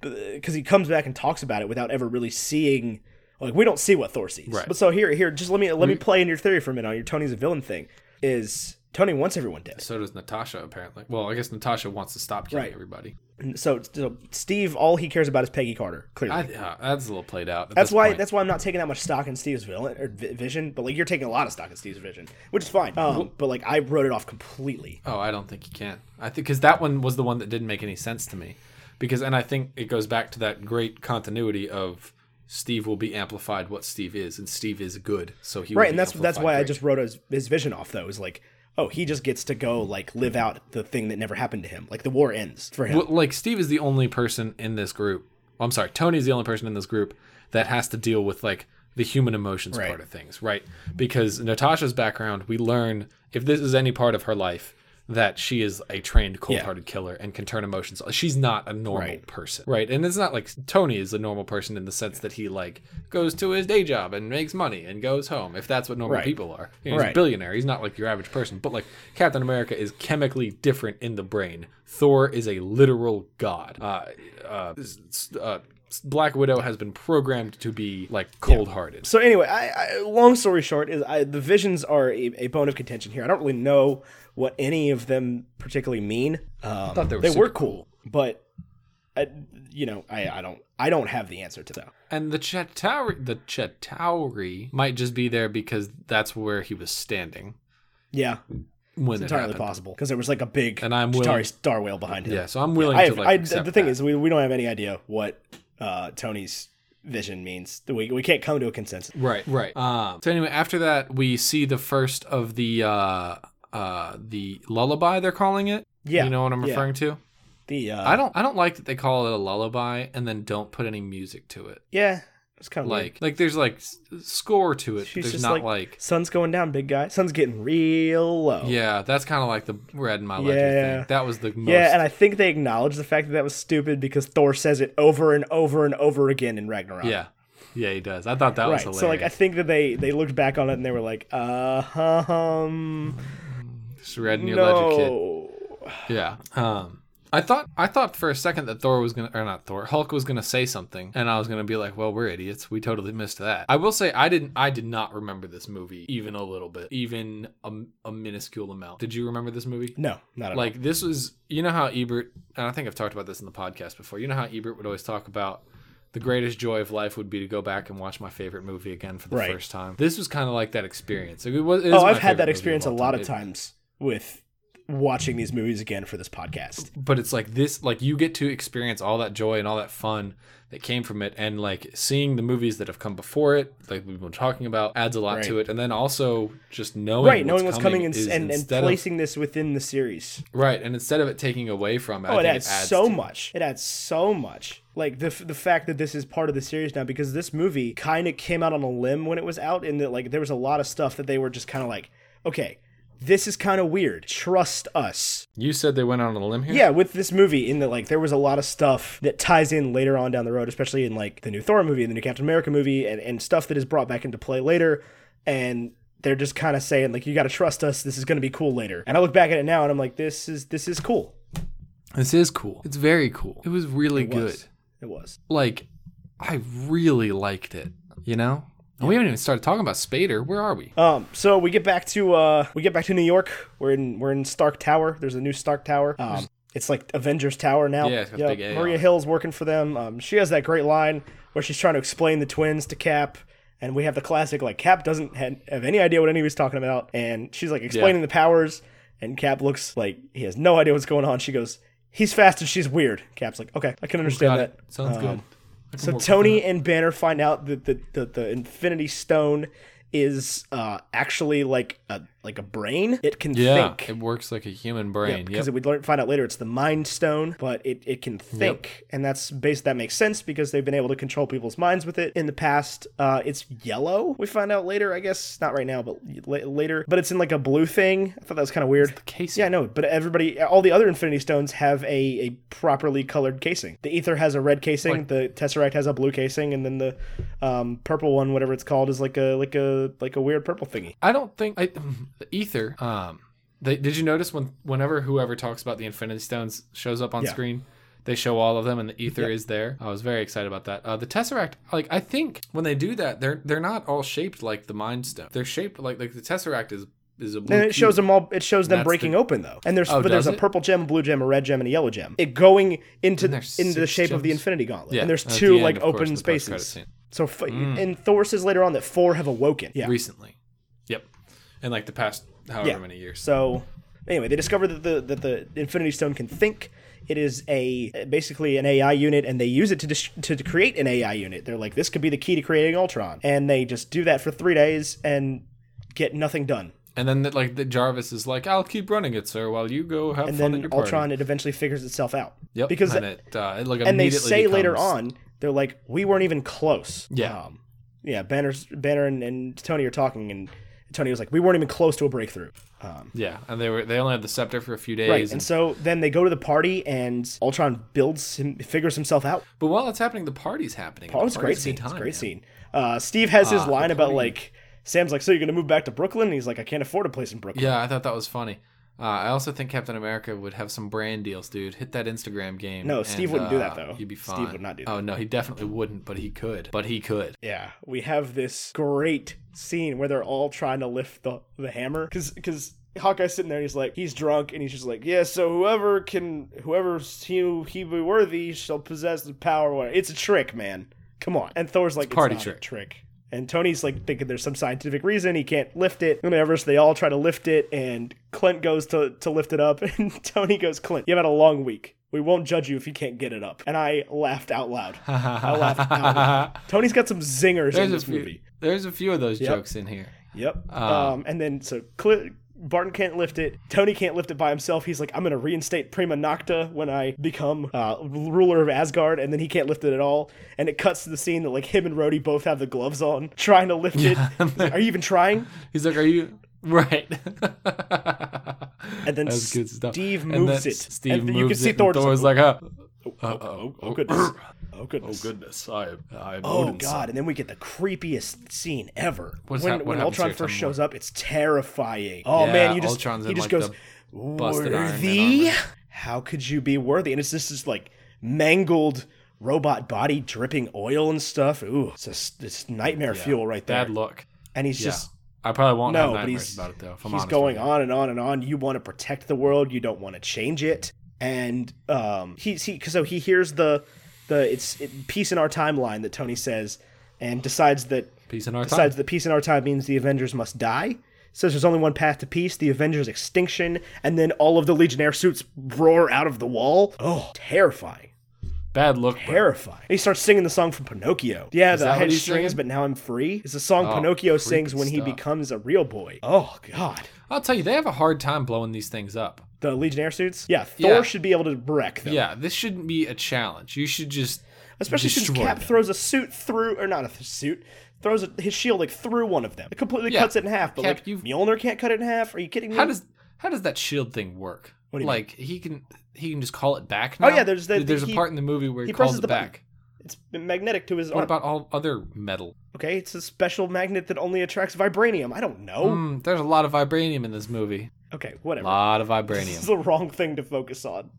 S1: because he comes back and talks about it without ever really seeing. Like we don't see what Thor sees.
S2: Right. Mm-hmm.
S1: But so here, here, just let me let me play in your theory for a minute on your Tony's a villain thing. Is Tony wants everyone dead?
S2: so does Natasha apparently. Well, I guess Natasha wants to stop killing
S1: Right.
S2: everybody.
S1: And So, so Steve, all he cares about is Peggy Carter. Clearly,
S2: I, yeah, that's a little played out. at
S1: that's
S2: this
S1: why.
S2: point.
S1: That's why I'm not taking that much stock in Steve's villain or vi- vision. But like, you're taking a lot of stock in Steve's vision, which is fine. Um, but like, I wrote it off completely.
S2: Oh, I don't think you can. I think because that one was the one that didn't make any sense to me. Because and I think it goes back to that great continuity of Steve will be amplified what Steve is, and Steve is good. So he will
S1: right
S2: be
S1: and that's that's
S2: amplified
S1: why i
S2: great.
S1: just wrote his, his vision off though is like oh he just gets to go like live out the thing that never happened to him like the war ends for him
S2: Well, like Steve is the only person in this group. I'm sorry, Tony's the only person in this group that has to deal with like the human emotions
S1: Right.
S2: part of things, right? Because Natasha's background, we learn if this is any part of her life that she is a trained cold-hearted killer and can turn emotions. She's not a normal
S1: Right.
S2: person, right? And it's not like Tony is a normal person in the sense that he like goes to his day job and makes money and goes home. If that's what normal
S1: Right.
S2: people are, You know, he's a
S1: Right.
S2: billionaire. He's not like your average person, but like Captain America is chemically different in the brain. Thor is a literal god. Uh, uh, s- s- uh, s- Black Widow has been programmed to be like cold hearted.
S1: so anyway I, I long story short is I, the visions are a, a bone of contention here i don't really know what any of them particularly mean um,
S2: they were
S1: they
S2: super
S1: were cool but I, you know I, I don't i don't have the answer to that
S2: And the Chitauri, the Chitauri might just be there because that's where he was standing
S1: yeah
S2: when it
S1: entirely
S2: happened.
S1: possible because there was like a big
S2: And I'm
S1: Chitauri
S2: willing-
S1: star whale behind him
S2: Yeah, so I'm willing
S1: I
S2: to
S1: have,
S2: like
S1: I,
S2: accept
S1: the thing
S2: that.
S1: is, we, we don't have any idea what uh, Tony's vision means. We, we can't come to a consensus.
S2: Right, right. Um, so anyway, after that, we see the first of the uh, uh, the lullaby they're calling it.
S1: Yeah,
S2: you know what I'm
S1: yeah.
S2: referring to.
S1: The uh,
S2: I don't I don't like that they call it a lullaby and then don't put any music to it.
S1: yeah, it's kind of
S2: Like like there's like s- score to it, but
S1: She's
S2: there's
S1: just
S2: not like,
S1: like, sun's going down, big guy. Sun's getting real low.
S2: yeah, that's kind of like the red in my ledger
S1: Yeah.
S2: thing. That was the most
S1: Yeah, and I think they acknowledge the fact that that was stupid because Thor says it over and over and over again in Ragnarok.
S2: yeah. Yeah, he does. I thought that was
S1: right.
S2: hilarious.
S1: So like, I think that they they looked back on it and they were like, uh, um,
S2: Just red in your ledger kid.
S1: no.
S2: Yeah. Um, I thought I thought for a second that Thor was gonna or not Thor Hulk was gonna say something, and I was gonna be like, "Well, we're idiots. We totally missed that." I will say I didn't. I did not remember this movie even a little bit, even a, a minuscule amount. Did you remember this movie?
S1: No, not at
S2: Like this was, you know how Ebert, and I think I've talked about this in the podcast before. You know how Ebert would always talk about the greatest joy of life would be to go back and watch my favorite movie again for the
S1: Right.
S2: first time. This was kind of like that experience. It was, it is
S1: all. Oh,
S2: my
S1: I've had
S2: favorite movie
S1: that experience a
S2: all
S1: lot
S2: time.
S1: of
S2: It-
S1: times with watching these movies again for this podcast.
S2: but it's like this like you get to experience all that joy and all that fun that came from it and like seeing the movies that have come before it like we've been talking about adds a lot to it and then also just knowing
S1: right knowing what's coming,
S2: is
S1: and, and, and
S2: instead
S1: placing this within the series
S2: of, right and instead of it taking away from it,
S1: oh
S2: I
S1: it
S2: think
S1: adds,
S2: it adds
S1: so
S2: to it.
S1: much it adds so much like the, f- the fact that this is part of the series now because this movie kind of came out on a limb when it was out and that like there was a lot of stuff that they were just kind of like okay this is kind of weird. Trust us.
S2: You said they went out on a limb here.
S1: Yeah, with this movie, in that like there was a lot of stuff that ties in later on down the road, especially in like the new Thor movie and the new Captain America movie, and and stuff that is brought back into play later, and they're just kind of saying like you got to trust us. This is gonna be cool later. And I look back at it now and I'm like, this is this is cool.
S2: This is cool. It's very cool. It was really
S1: It
S2: good.
S1: was. It was.
S2: Like, I really liked it. You know, and we haven't even started talking about Spader. Where are we?
S1: Um, so we get back to uh, we get back to New York. We're in we're in Stark Tower. There's a new Stark Tower. Um, it's like Avengers Tower now.
S2: Yeah, it's got a big A on
S1: Maria
S2: it.
S1: Hill's working for them. Um, she has that great line where she's trying to explain the twins to Cap, and we have the classic like Cap doesn't ha- have any idea what anybody's talking about, and she's like explaining the powers, and Cap looks like he has no idea what's going on. She goes, "He's fast and she's weird." Cap's like, "Okay, I can understand
S2: Got
S1: that."
S2: it. Sounds good. I can
S1: Um, So
S2: work with
S1: Tony and Banner find out that the, the, the Infinity Stone is uh, actually like a like a brain. It can
S2: that. Yeah,
S1: think.
S2: it works like a human brain.
S1: Because
S2: Yep.
S1: we learn find out later it's the Mind Stone, but it, it can think, and that's based that makes sense because they've been able to control people's minds with it in the past. Uh, it's yellow. We find out later, I guess not right now, but la- later. But it's in like a blue thing. I thought that was kind of weird.
S2: Casey.
S1: Yeah, I know, but everybody, all the other Infinity Stones have a, a properly colored casing. The Ether has a red casing, the Tesseract has a blue casing, and then the um, purple one, whatever it's called, is like a like a like a weird purple thingy.
S2: I don't think I the ether. Um, they, did you notice when whenever whoever talks about the Infinity Stones shows up on
S1: Yeah.
S2: screen, they show all of them and the ether is there. I was very excited about that. Uh, the Tesseract, like I think when they do that, they're they're not all shaped like the Mind Stone. They're shaped like like the Tesseract is is a blue.
S1: And it shows
S2: cube.
S1: them all. It shows them
S2: That's
S1: breaking
S2: the-
S1: open though, and there's
S2: Oh,
S1: but there's
S2: does
S1: a
S2: it?
S1: purple gem, a blue gem, a red gem, and a yellow gem. It going into
S2: there's
S1: into the
S2: six
S1: shape of the
S2: gems.
S1: Infinity Gauntlet,
S2: Yeah,
S1: and there's
S2: at the
S1: two
S2: end,
S1: like
S2: of course,
S1: open
S2: the post-credit
S1: spaces.
S2: scene. Mm.
S1: So f- and Thor says later on that four have awoken. Yeah.
S2: recently. Yep, in like the past however
S1: Yeah.
S2: many years.
S1: So anyway, they discover that the that the Infinity Stone can think. It is a basically an AI unit, and they use it to dis- to create an AI unit. They're like, this could be the key to creating Ultron, and they just do that for three days and get nothing done.
S2: And then that like the Jarvis is like, "I'll keep running it, sir, while you go have
S1: And
S2: fun at
S1: then
S2: your party."
S1: Ultron, it eventually figures itself out.
S2: Yep.
S1: because
S2: and it, uh, it, like,
S1: and they
S2: immediately
S1: say later
S2: becomes-
S1: on, they're like, we weren't even close.
S2: Yeah.
S1: Um, yeah. Banner's Banner and, and Tony are talking, and Tony was like, we weren't even close to a breakthrough. Um,
S2: Yeah, and they were they only had the scepter for a few days.
S1: Right, and so then they go to the party, and Ultron builds him, figures himself out.
S2: But while it's happening, the party's happening.
S1: Oh,
S2: The
S1: it's a great
S2: party's a
S1: scene.
S2: good
S1: it's a
S2: time,
S1: great
S2: man.
S1: scene. Uh, Steve has his
S2: Ah, the
S1: line about
S2: party.
S1: like Sam's like, so you're gonna move back to Brooklyn? And he's like, I can't afford a place in Brooklyn.
S2: Yeah, I thought that was funny. Uh, I also think Captain America would have some brand deals, dude. Hit that Instagram game. uh,
S1: No, Steve wouldn't do that, though.
S2: You'd be
S1: Steve
S2: fine.
S1: would not do
S2: Oh no, he definitely wouldn't. But he could. But he could.
S1: Yeah, we have this great scene where they're all trying to lift the the hammer because because Hawkeye's sitting there and he's like he's drunk and he's just like yeah so whoever can whoever he he be worthy shall possess the power where-" it's a trick man come on and Thor's like it's,
S2: party
S1: not a
S2: trick."
S1: trick and Tony's like thinking there's some scientific reason he can't lift it whatever so they all try to lift it and Clint goes to to lift it up and Tony goes Clint you've had a long week. We won't judge you if you can't get it up. And I laughed out loud. I laughed out loud. Tony's got some zingers in
S2: There's a
S1: this
S2: few. Uh,
S1: movie.
S2: There's a few of those jokes in here.
S1: Yep. Um, and then so Cl- Barton can't lift it. Tony can't lift it by himself. He's like, I'm gonna reinstate Prima Nocta when I become uh, ruler of Asgard, and then he can't lift it at all. And it cuts to the scene that like him and Rhodey both have the gloves on, trying to lift it. He's like, Are you even trying?
S2: He's like, "Are you right?"
S1: And then
S2: That's good stuff.
S1: Steve
S2: And
S1: moves
S2: then
S1: it.
S2: Steve
S1: and
S2: moves
S1: you can see
S2: it. and
S1: Thor just
S2: Thor's like, "Oh, oh, oh,
S1: oh, oh goodness. Oh goodness.
S2: goodness! I, I am
S1: Oh god! And then we get the creepiest scene ever.
S2: What's
S1: when
S2: hap- what
S1: when
S2: happens
S1: Ultron
S2: here? Tell
S1: first
S2: me
S1: shows up, it's terrifying. Oh
S2: Yeah,
S1: man, you just
S2: Ultron's
S1: he
S2: in,
S1: just
S2: like,
S1: goes
S2: busted Iron Man
S1: worthy. How could you be worthy? And it's just this like mangled robot body dripping oil and stuff. Ooh, it's just it's nightmare fuel right there.
S2: Bad look.
S1: and he's
S2: Yeah.
S1: just
S2: I probably won't have
S1: no, but
S2: nightmares
S1: he's
S2: about it though. If I'm
S1: he's
S2: honest
S1: going
S2: with
S1: on and on and on. You want to protect the world. You don't want to change it. And um, he he so he hears the the it's it, peace in our timeline that Tony says, and decides that
S2: you. peace in our time.
S1: Besides, the peace in our time means the Avengers must die. Says there's only one path to peace, the Avengers extinction, and then all of the Legionnaire suits roar out of the wall. Oh, terrifying.
S2: Bad look. bro.
S1: Terrifying. And he starts singing the song from Pinocchio. Yeah, the
S2: that what
S1: head
S2: he's
S1: strings,
S2: singing? Oh,
S1: but now I'm free. It's a song Pinocchio sings when he
S2: stuff.
S1: becomes a real boy. Oh, God.
S2: I'll tell you, they have a hard time blowing these things up.
S1: The Legionnaire suits? Yeah, Thor
S2: Yeah.
S1: should be able to wreck them.
S2: Yeah, this shouldn't be a challenge. You should just
S1: especially since
S2: Destroyed
S1: Cap
S2: them.
S1: throws a suit through, or not a suit, throws a, his shield like through one of them. It completely
S2: Yeah.
S1: cuts it in half. But
S2: Cap,
S1: like
S2: you've-
S1: Mjolnir can't cut it in half. Are you kidding me?
S2: How does how does that shield thing work?
S1: What do you mean?
S2: like he can he can just call it back now.
S1: Oh, yeah, there's the-
S2: there's a
S1: he-
S2: part in the movie where he,
S1: he
S2: calls
S1: presses
S2: it
S1: the button.
S2: back.
S1: it's magnetic to his
S2: What
S1: arm?
S2: about all other metal?
S1: okay, it's a special magnet that only attracts vibranium. I don't know.
S2: Mm, there's a lot of vibranium in this movie.
S1: Okay,
S2: A
S1: whatever.
S2: lot of
S1: This is
S2: vibranium.
S1: the wrong thing to focus on.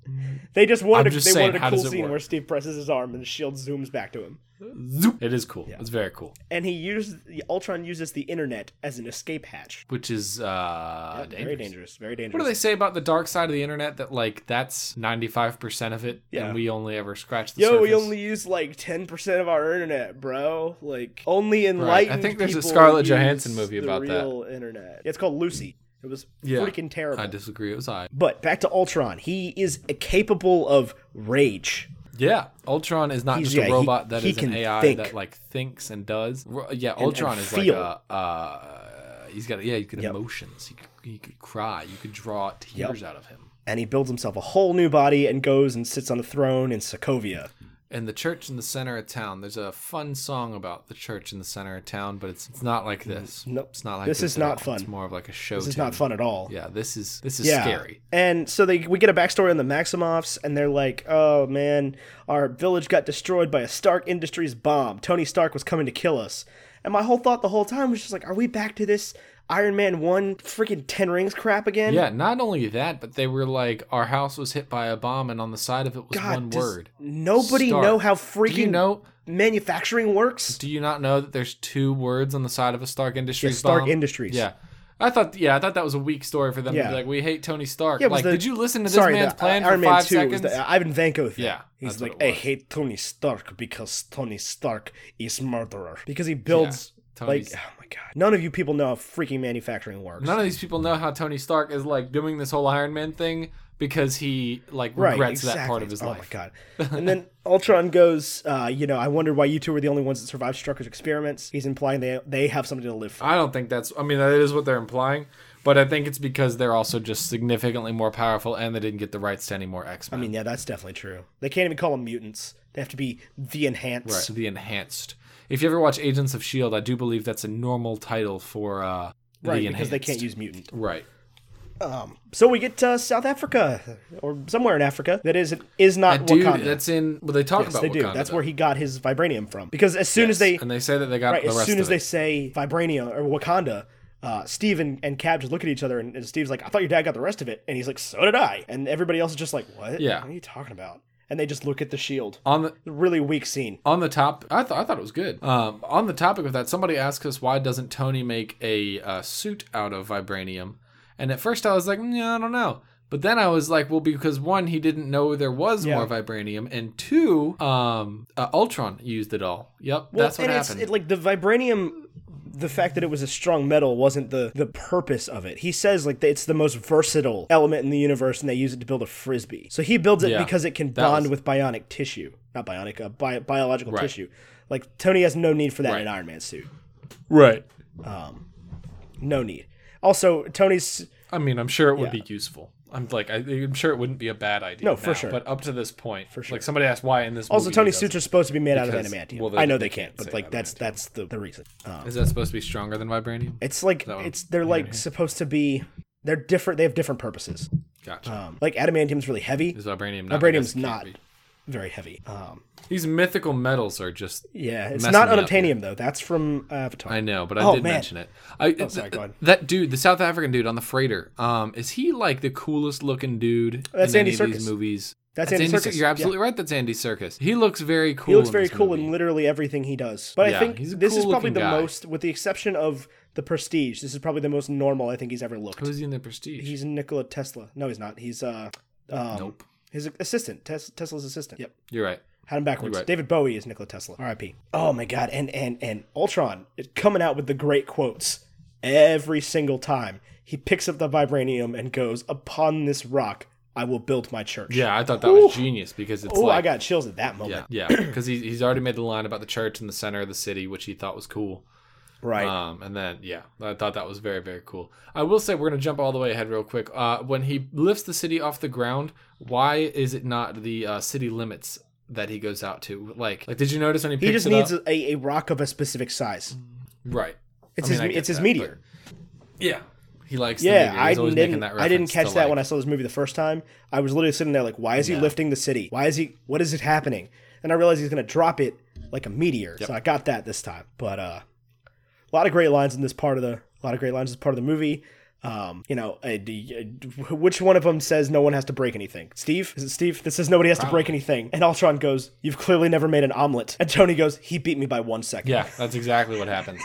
S1: They just wanted
S2: I'm just
S1: a, they
S2: saying,
S1: wanted
S2: how
S1: a cool
S2: does it
S1: scene
S2: work?
S1: where Steve presses his arm and the shield zooms back to him.
S2: Zoop. It is cool.
S1: Yeah.
S2: It's very cool.
S1: And he used Ultron uses the internet as an escape hatch.
S2: Which is uh,
S1: Yeah, Very dangerous. Very dangerous.
S2: What do they say about the dark side of the internet? That like that's ninety five percent of it,
S1: Yeah.
S2: and we only ever scratch the
S1: Yo,
S2: surface.
S1: we only use like ten percent of our internet, bro. Like only enlightened.
S2: I think there's a
S1: people
S2: Scarlett
S1: use
S2: Johansson movie
S1: the
S2: about that.
S1: real Internet. It's called Lucy. It was
S2: Yeah.
S1: freaking terrible.
S2: I disagree. It was I.
S1: but back to Ultron. He is capable of rage.
S2: Yeah, Ultron is not
S1: He's-
S2: just
S1: yeah,
S2: a
S1: he-
S2: robot that
S1: he
S2: is an
S1: can
S2: AI
S1: think.
S2: that like thinks and does. Ro- Yeah, Ultron is
S1: feel.
S2: like a. Uh, he's got yeah, you could
S1: Yep.
S2: emotions. He could, he could cry. You could draw tears out of him.
S1: And he builds himself a whole new body and goes and sits on a throne in Sokovia.
S2: And the church in the center of town. There's a fun song about the church in the center of town, but it's it's not like this.
S1: Nope.
S2: it's not like
S1: This is
S2: at
S1: not
S2: all.
S1: fun.
S2: It's more of like a show.
S1: This is not fun at all.
S2: Yeah, this is this is
S1: Yeah.
S2: scary.
S1: And so they we get a backstory on the Maximoffs, and they're like, "Oh man, our village got destroyed by a Stark Industries bomb. Tony Stark was coming to kill us." And my whole thought the whole time was just like, "Are we back to this Iron Man one freaking Ten Rings crap again?"
S2: Yeah, not only that, but they were like, our house was hit by a bomb, and on the side of it was one
S1: does
S2: word.
S1: Nobody
S2: Stark.
S1: know how
S2: Do
S1: freaking
S2: you know?
S1: manufacturing works.
S2: Do you not know that there's two words on the side of a Stark Industries
S1: Stark
S2: bomb?
S1: Industries.
S2: Yeah. I thought, yeah, I thought that was a weak story for them to
S1: Yeah.
S2: be like, we hate Tony Stark.
S1: Yeah, it was
S2: like,
S1: the-
S2: did you listen to this
S1: Sorry,
S2: man's
S1: the, uh,
S2: plan
S1: Iron
S2: for
S1: Man
S2: five
S1: two was
S2: seconds?
S1: the Ivan Vanko thing.
S2: Yeah,
S1: he's
S2: that's what
S1: like,
S2: it
S1: "I
S2: was.
S1: hate Tony Stark because Tony Stark is murderer." Because he builds
S2: Tony's-
S1: Like, oh my god. None of you people know how freaking manufacturing works.
S2: None of these people know how Tony Stark is like doing this whole Iron Man thing because he like
S1: right,
S2: regrets that
S1: exactly.
S2: part of his
S1: oh
S2: life.
S1: my god. and then Ultron goes, uh, you know, I wonder why you two were the only ones that survived Strucker's experiments. He's implying they they have something to live for.
S2: I don't think that's. I mean, that is what they're implying, but I think it's because they're also just significantly more powerful, and they didn't get the rights to any more X Men.
S1: I mean, yeah, that's definitely true. They can't even call them mutants. They have to be the enhanced.
S2: the enhanced. If you ever watch Agents of Shield, I do believe that's a normal title for uh,
S1: Right,
S2: the
S1: because they can't
S2: enhanced.
S1: use mutant.
S2: Right.
S1: So we get to South Africa, or somewhere in Africa that is is not
S2: Dude,
S1: Wakanda.
S2: that's in. Well, they talk
S1: Yes,
S2: about
S1: they do.
S2: Wakanda,
S1: That's
S2: though.
S1: where he got his vibranium from. Because as soon as they
S2: and they say that they got
S1: Right,
S2: the
S1: as
S2: rest
S1: soon as
S2: of
S1: they
S2: it.
S1: say Vibranium or Wakanda, uh, Steve and, and Cap just look at each other, and, and Steve's like, I thought your dad got the rest of it. And he's like, so did I. And everybody else is just like, what?
S2: Yeah.
S1: What are you talking about? And they just look at the shield.
S2: on the
S1: Really weak scene.
S2: on the top I, th- I thought it was good um, on the topic of that somebody asked us why doesn't tony make a uh, suit out of vibranium and at first i was like mm, yeah, i don't know but then i was like well because one he didn't know there was
S1: Yeah.
S2: more vibranium and two um, uh, ultron used it all yep that's what
S1: and
S2: happened
S1: It's, it, like the vibranium, the fact that it was a strong metal wasn't the the purpose of it. He says like that it's the most versatile element in the universe, and they use it to build a frisbee. So he builds it
S2: Yeah,
S1: because it can
S2: that
S1: bond
S2: was-
S1: with bionic tissue, not bionic, uh, bi- biological tissue. Like Tony has no need for that in an
S2: Right.
S1: Iron Man suit.
S2: right
S1: No need. Also, Tony's
S2: i mean i'm sure it would be useful i'm like I, i'm sure it wouldn't be a bad idea
S1: No, for
S2: now,
S1: sure.
S2: but up to this point for sure like somebody asked why in this
S1: also
S2: movie he
S1: Tony's
S2: does it.
S1: suits are supposed to be made out of
S2: Because-
S1: adamantium.
S2: well, they-
S1: I know they
S2: they
S1: can't,
S2: can't
S1: but
S2: say
S1: like that's that's the the reason. Um,
S2: is that supposed to be stronger than vibranium
S1: it's like
S2: one.
S1: it's they're like supposed to be. They're different. They have different purposes.
S2: gotcha
S1: Um, like adamantium's really heavy.
S2: is vibranium not I guess it
S1: Vibranium's
S2: can't
S1: not
S2: be.
S1: very heavy. Um,
S2: these mythical metals are just
S1: yeah, it's
S2: messing
S1: not
S2: me up here.
S1: unobtainium though. That's from Avatar.
S2: I know, but I
S1: Oh,
S2: did
S1: man.
S2: mention it. I,
S1: sorry, go ahead.
S2: That dude, the South African dude on the freighter, um, is he like the coolest looking dude
S1: That's
S2: in any
S1: Andy
S2: of these
S1: Serkis.
S2: movies?
S1: That's Andy
S2: Ser-
S1: Serkis,
S2: You're absolutely right. That's Andy Circus. He looks very cool.
S1: he looks
S2: in
S1: very
S2: this
S1: cool
S2: movie.
S1: in literally everything he does. But I
S2: Yeah,
S1: think
S2: he's a
S1: this is
S2: cool-looking
S1: probably the
S2: guy.
S1: most, with the exception of the Prestige, this is probably the most normal I think he's ever looked.
S2: Who's he in the Prestige?
S1: He's Nikola Tesla. No, he's not. He's uh, um,
S2: nope.
S1: his assistant, Tes- Tesla's assistant. Yep.
S2: You're right.
S1: Had him backwards.
S2: You're right.
S1: David Bowie is Nikola Tesla. R.I.P. Oh my God! And and and Ultron is coming out with the great quotes every single time. He picks up the vibranium and goes, "Upon this rock, I will build my church."
S2: Yeah, I thought that was genius because it's
S1: Oh,
S2: like
S1: I got chills at that moment.
S2: yeah, because he, he's already made the line about the church in the center of the city, which he thought was cool.
S1: Right.
S2: Um, and then yeah, I thought that was very very cool. I will say we're gonna jump all the way ahead real quick. Uh, when he lifts the city off the ground, why is it not the uh, city limits that he goes out to. Like, like did you notice when he picks
S1: He just
S2: it
S1: needs
S2: up?
S1: a, a rock of a specific size.
S2: right?
S1: It's
S2: I mean, I
S1: his
S2: get
S1: it's his
S2: that,
S1: meteor.
S2: but- Yeah, he likes.
S1: Yeah,
S2: the meteor.
S1: I
S2: He's always making
S1: didn't.
S2: That
S1: I didn't
S2: reference
S1: catch
S2: to,
S1: that
S2: like,
S1: when I saw this movie the first time. I was literally sitting there like, why is he lifting the city? Why is he? What is it happening? And I realized he's gonna drop it like a meteor. So I got that this time. But uh, a lot of great lines in this part of the. A lot of great lines in this part of the movie. Um, you know, uh, d- uh, which one of them says no one has to break anything? Steve? Is it Steve? That says nobody has to break anything. And Ultron goes, "You've clearly never made an omelet." And Tony goes, "He beat me by one second.
S2: Yeah, that's exactly what happens.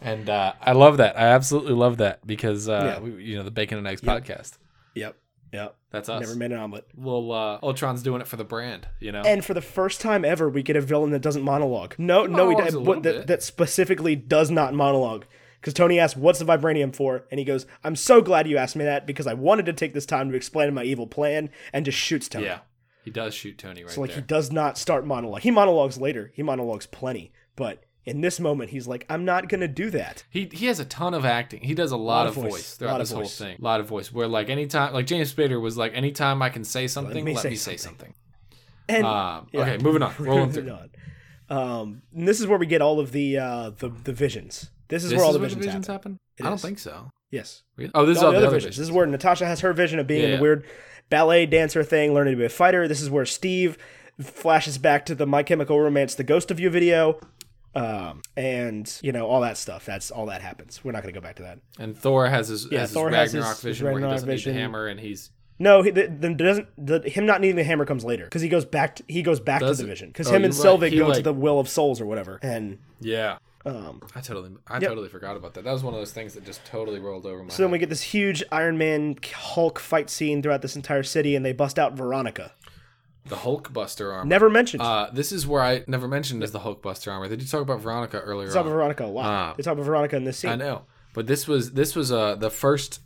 S2: And uh, I love that. I absolutely love that because uh,
S1: Yeah.
S2: we, you know the Bacon and Eggs podcast.
S1: Yep. Yep.
S2: That's us.
S1: Never made an omelet.
S2: Well, uh, Ultron's doing it for the brand, you know.
S1: And for the first time ever, we get a villain that doesn't monologue. No, no, he
S2: monologues a
S1: what-
S2: little bit.
S1: that, that specifically does not monologue. Because Tony asks, "What's the vibranium for?" and he goes, "I'm so glad you asked me that because I wanted to take this time to explain my evil plan," and just shoots Tony.
S2: yeah, he does shoot Tony right
S1: So like he
S2: there.
S1: does not start monologue. He monologues later. He monologues plenty, but in this moment, he's like, "I'm not gonna do that."
S2: He he has a ton of acting. He does a lot,
S1: Lot
S2: of
S1: of
S2: voice,
S1: voice.
S2: throughout
S1: Lot of
S2: this whole
S1: voice.
S2: thing. A lot of voice. Where like anytime, like James Spader was like, anytime I can say something, let me,
S1: me
S2: say,
S1: say
S2: something.
S1: And
S2: Um,
S1: Yeah.
S2: Okay, moving on. Rolling
S1: moving
S2: through.
S1: on. Um, and this is where we get all of the uh, the, the visions. This is
S2: This
S1: where all
S2: is
S1: the visions, happen.
S2: I don't
S1: is.
S2: think so.
S1: Yes.
S2: Really? Oh, this is
S1: all
S2: all
S1: the other visions. This is where Natasha has her vision of being
S2: Yeah,
S1: in
S2: yeah.
S1: a weird ballet dancer thing, learning to be a fighter. This is where Steve flashes back to the My Chemical Romance, the Ghost of You video, um, and you know all that stuff. That's all that happens. We're not going to go back to that.
S2: And Thor has his,
S1: Yeah,
S2: has his
S1: Thor
S2: Ragnarok
S1: has his- his
S2: vision where he
S1: Ragnarok
S2: doesn't need
S1: vision.
S2: the hammer and he's
S1: No, he, the, the doesn't the, him not needing the hammer comes later because he goes back. To, he goes back
S2: Does
S1: to
S2: it?
S1: the vision because
S2: Oh,
S1: him and
S2: you're right.
S1: Selvig
S2: He,
S1: go to
S2: like-
S1: the Will of Souls or whatever, and
S2: yeah.
S1: um,
S2: I totally I totally forgot about that. That was one of those things that just totally rolled over my.
S1: so then
S2: head.
S1: we get this huge Iron Man Hulk fight scene throughout this entire city, and they bust out Veronica.
S2: the Hulk Buster armor.
S1: Never mentioned.
S2: Uh, this is where I never mentioned is the Hulk Buster armor. Did you talk about Veronica earlier?
S1: they talk
S2: on?
S1: about Veronica a lot.
S2: Ah.
S1: they talk about Veronica in this scene.
S2: I know. But this was this was uh the first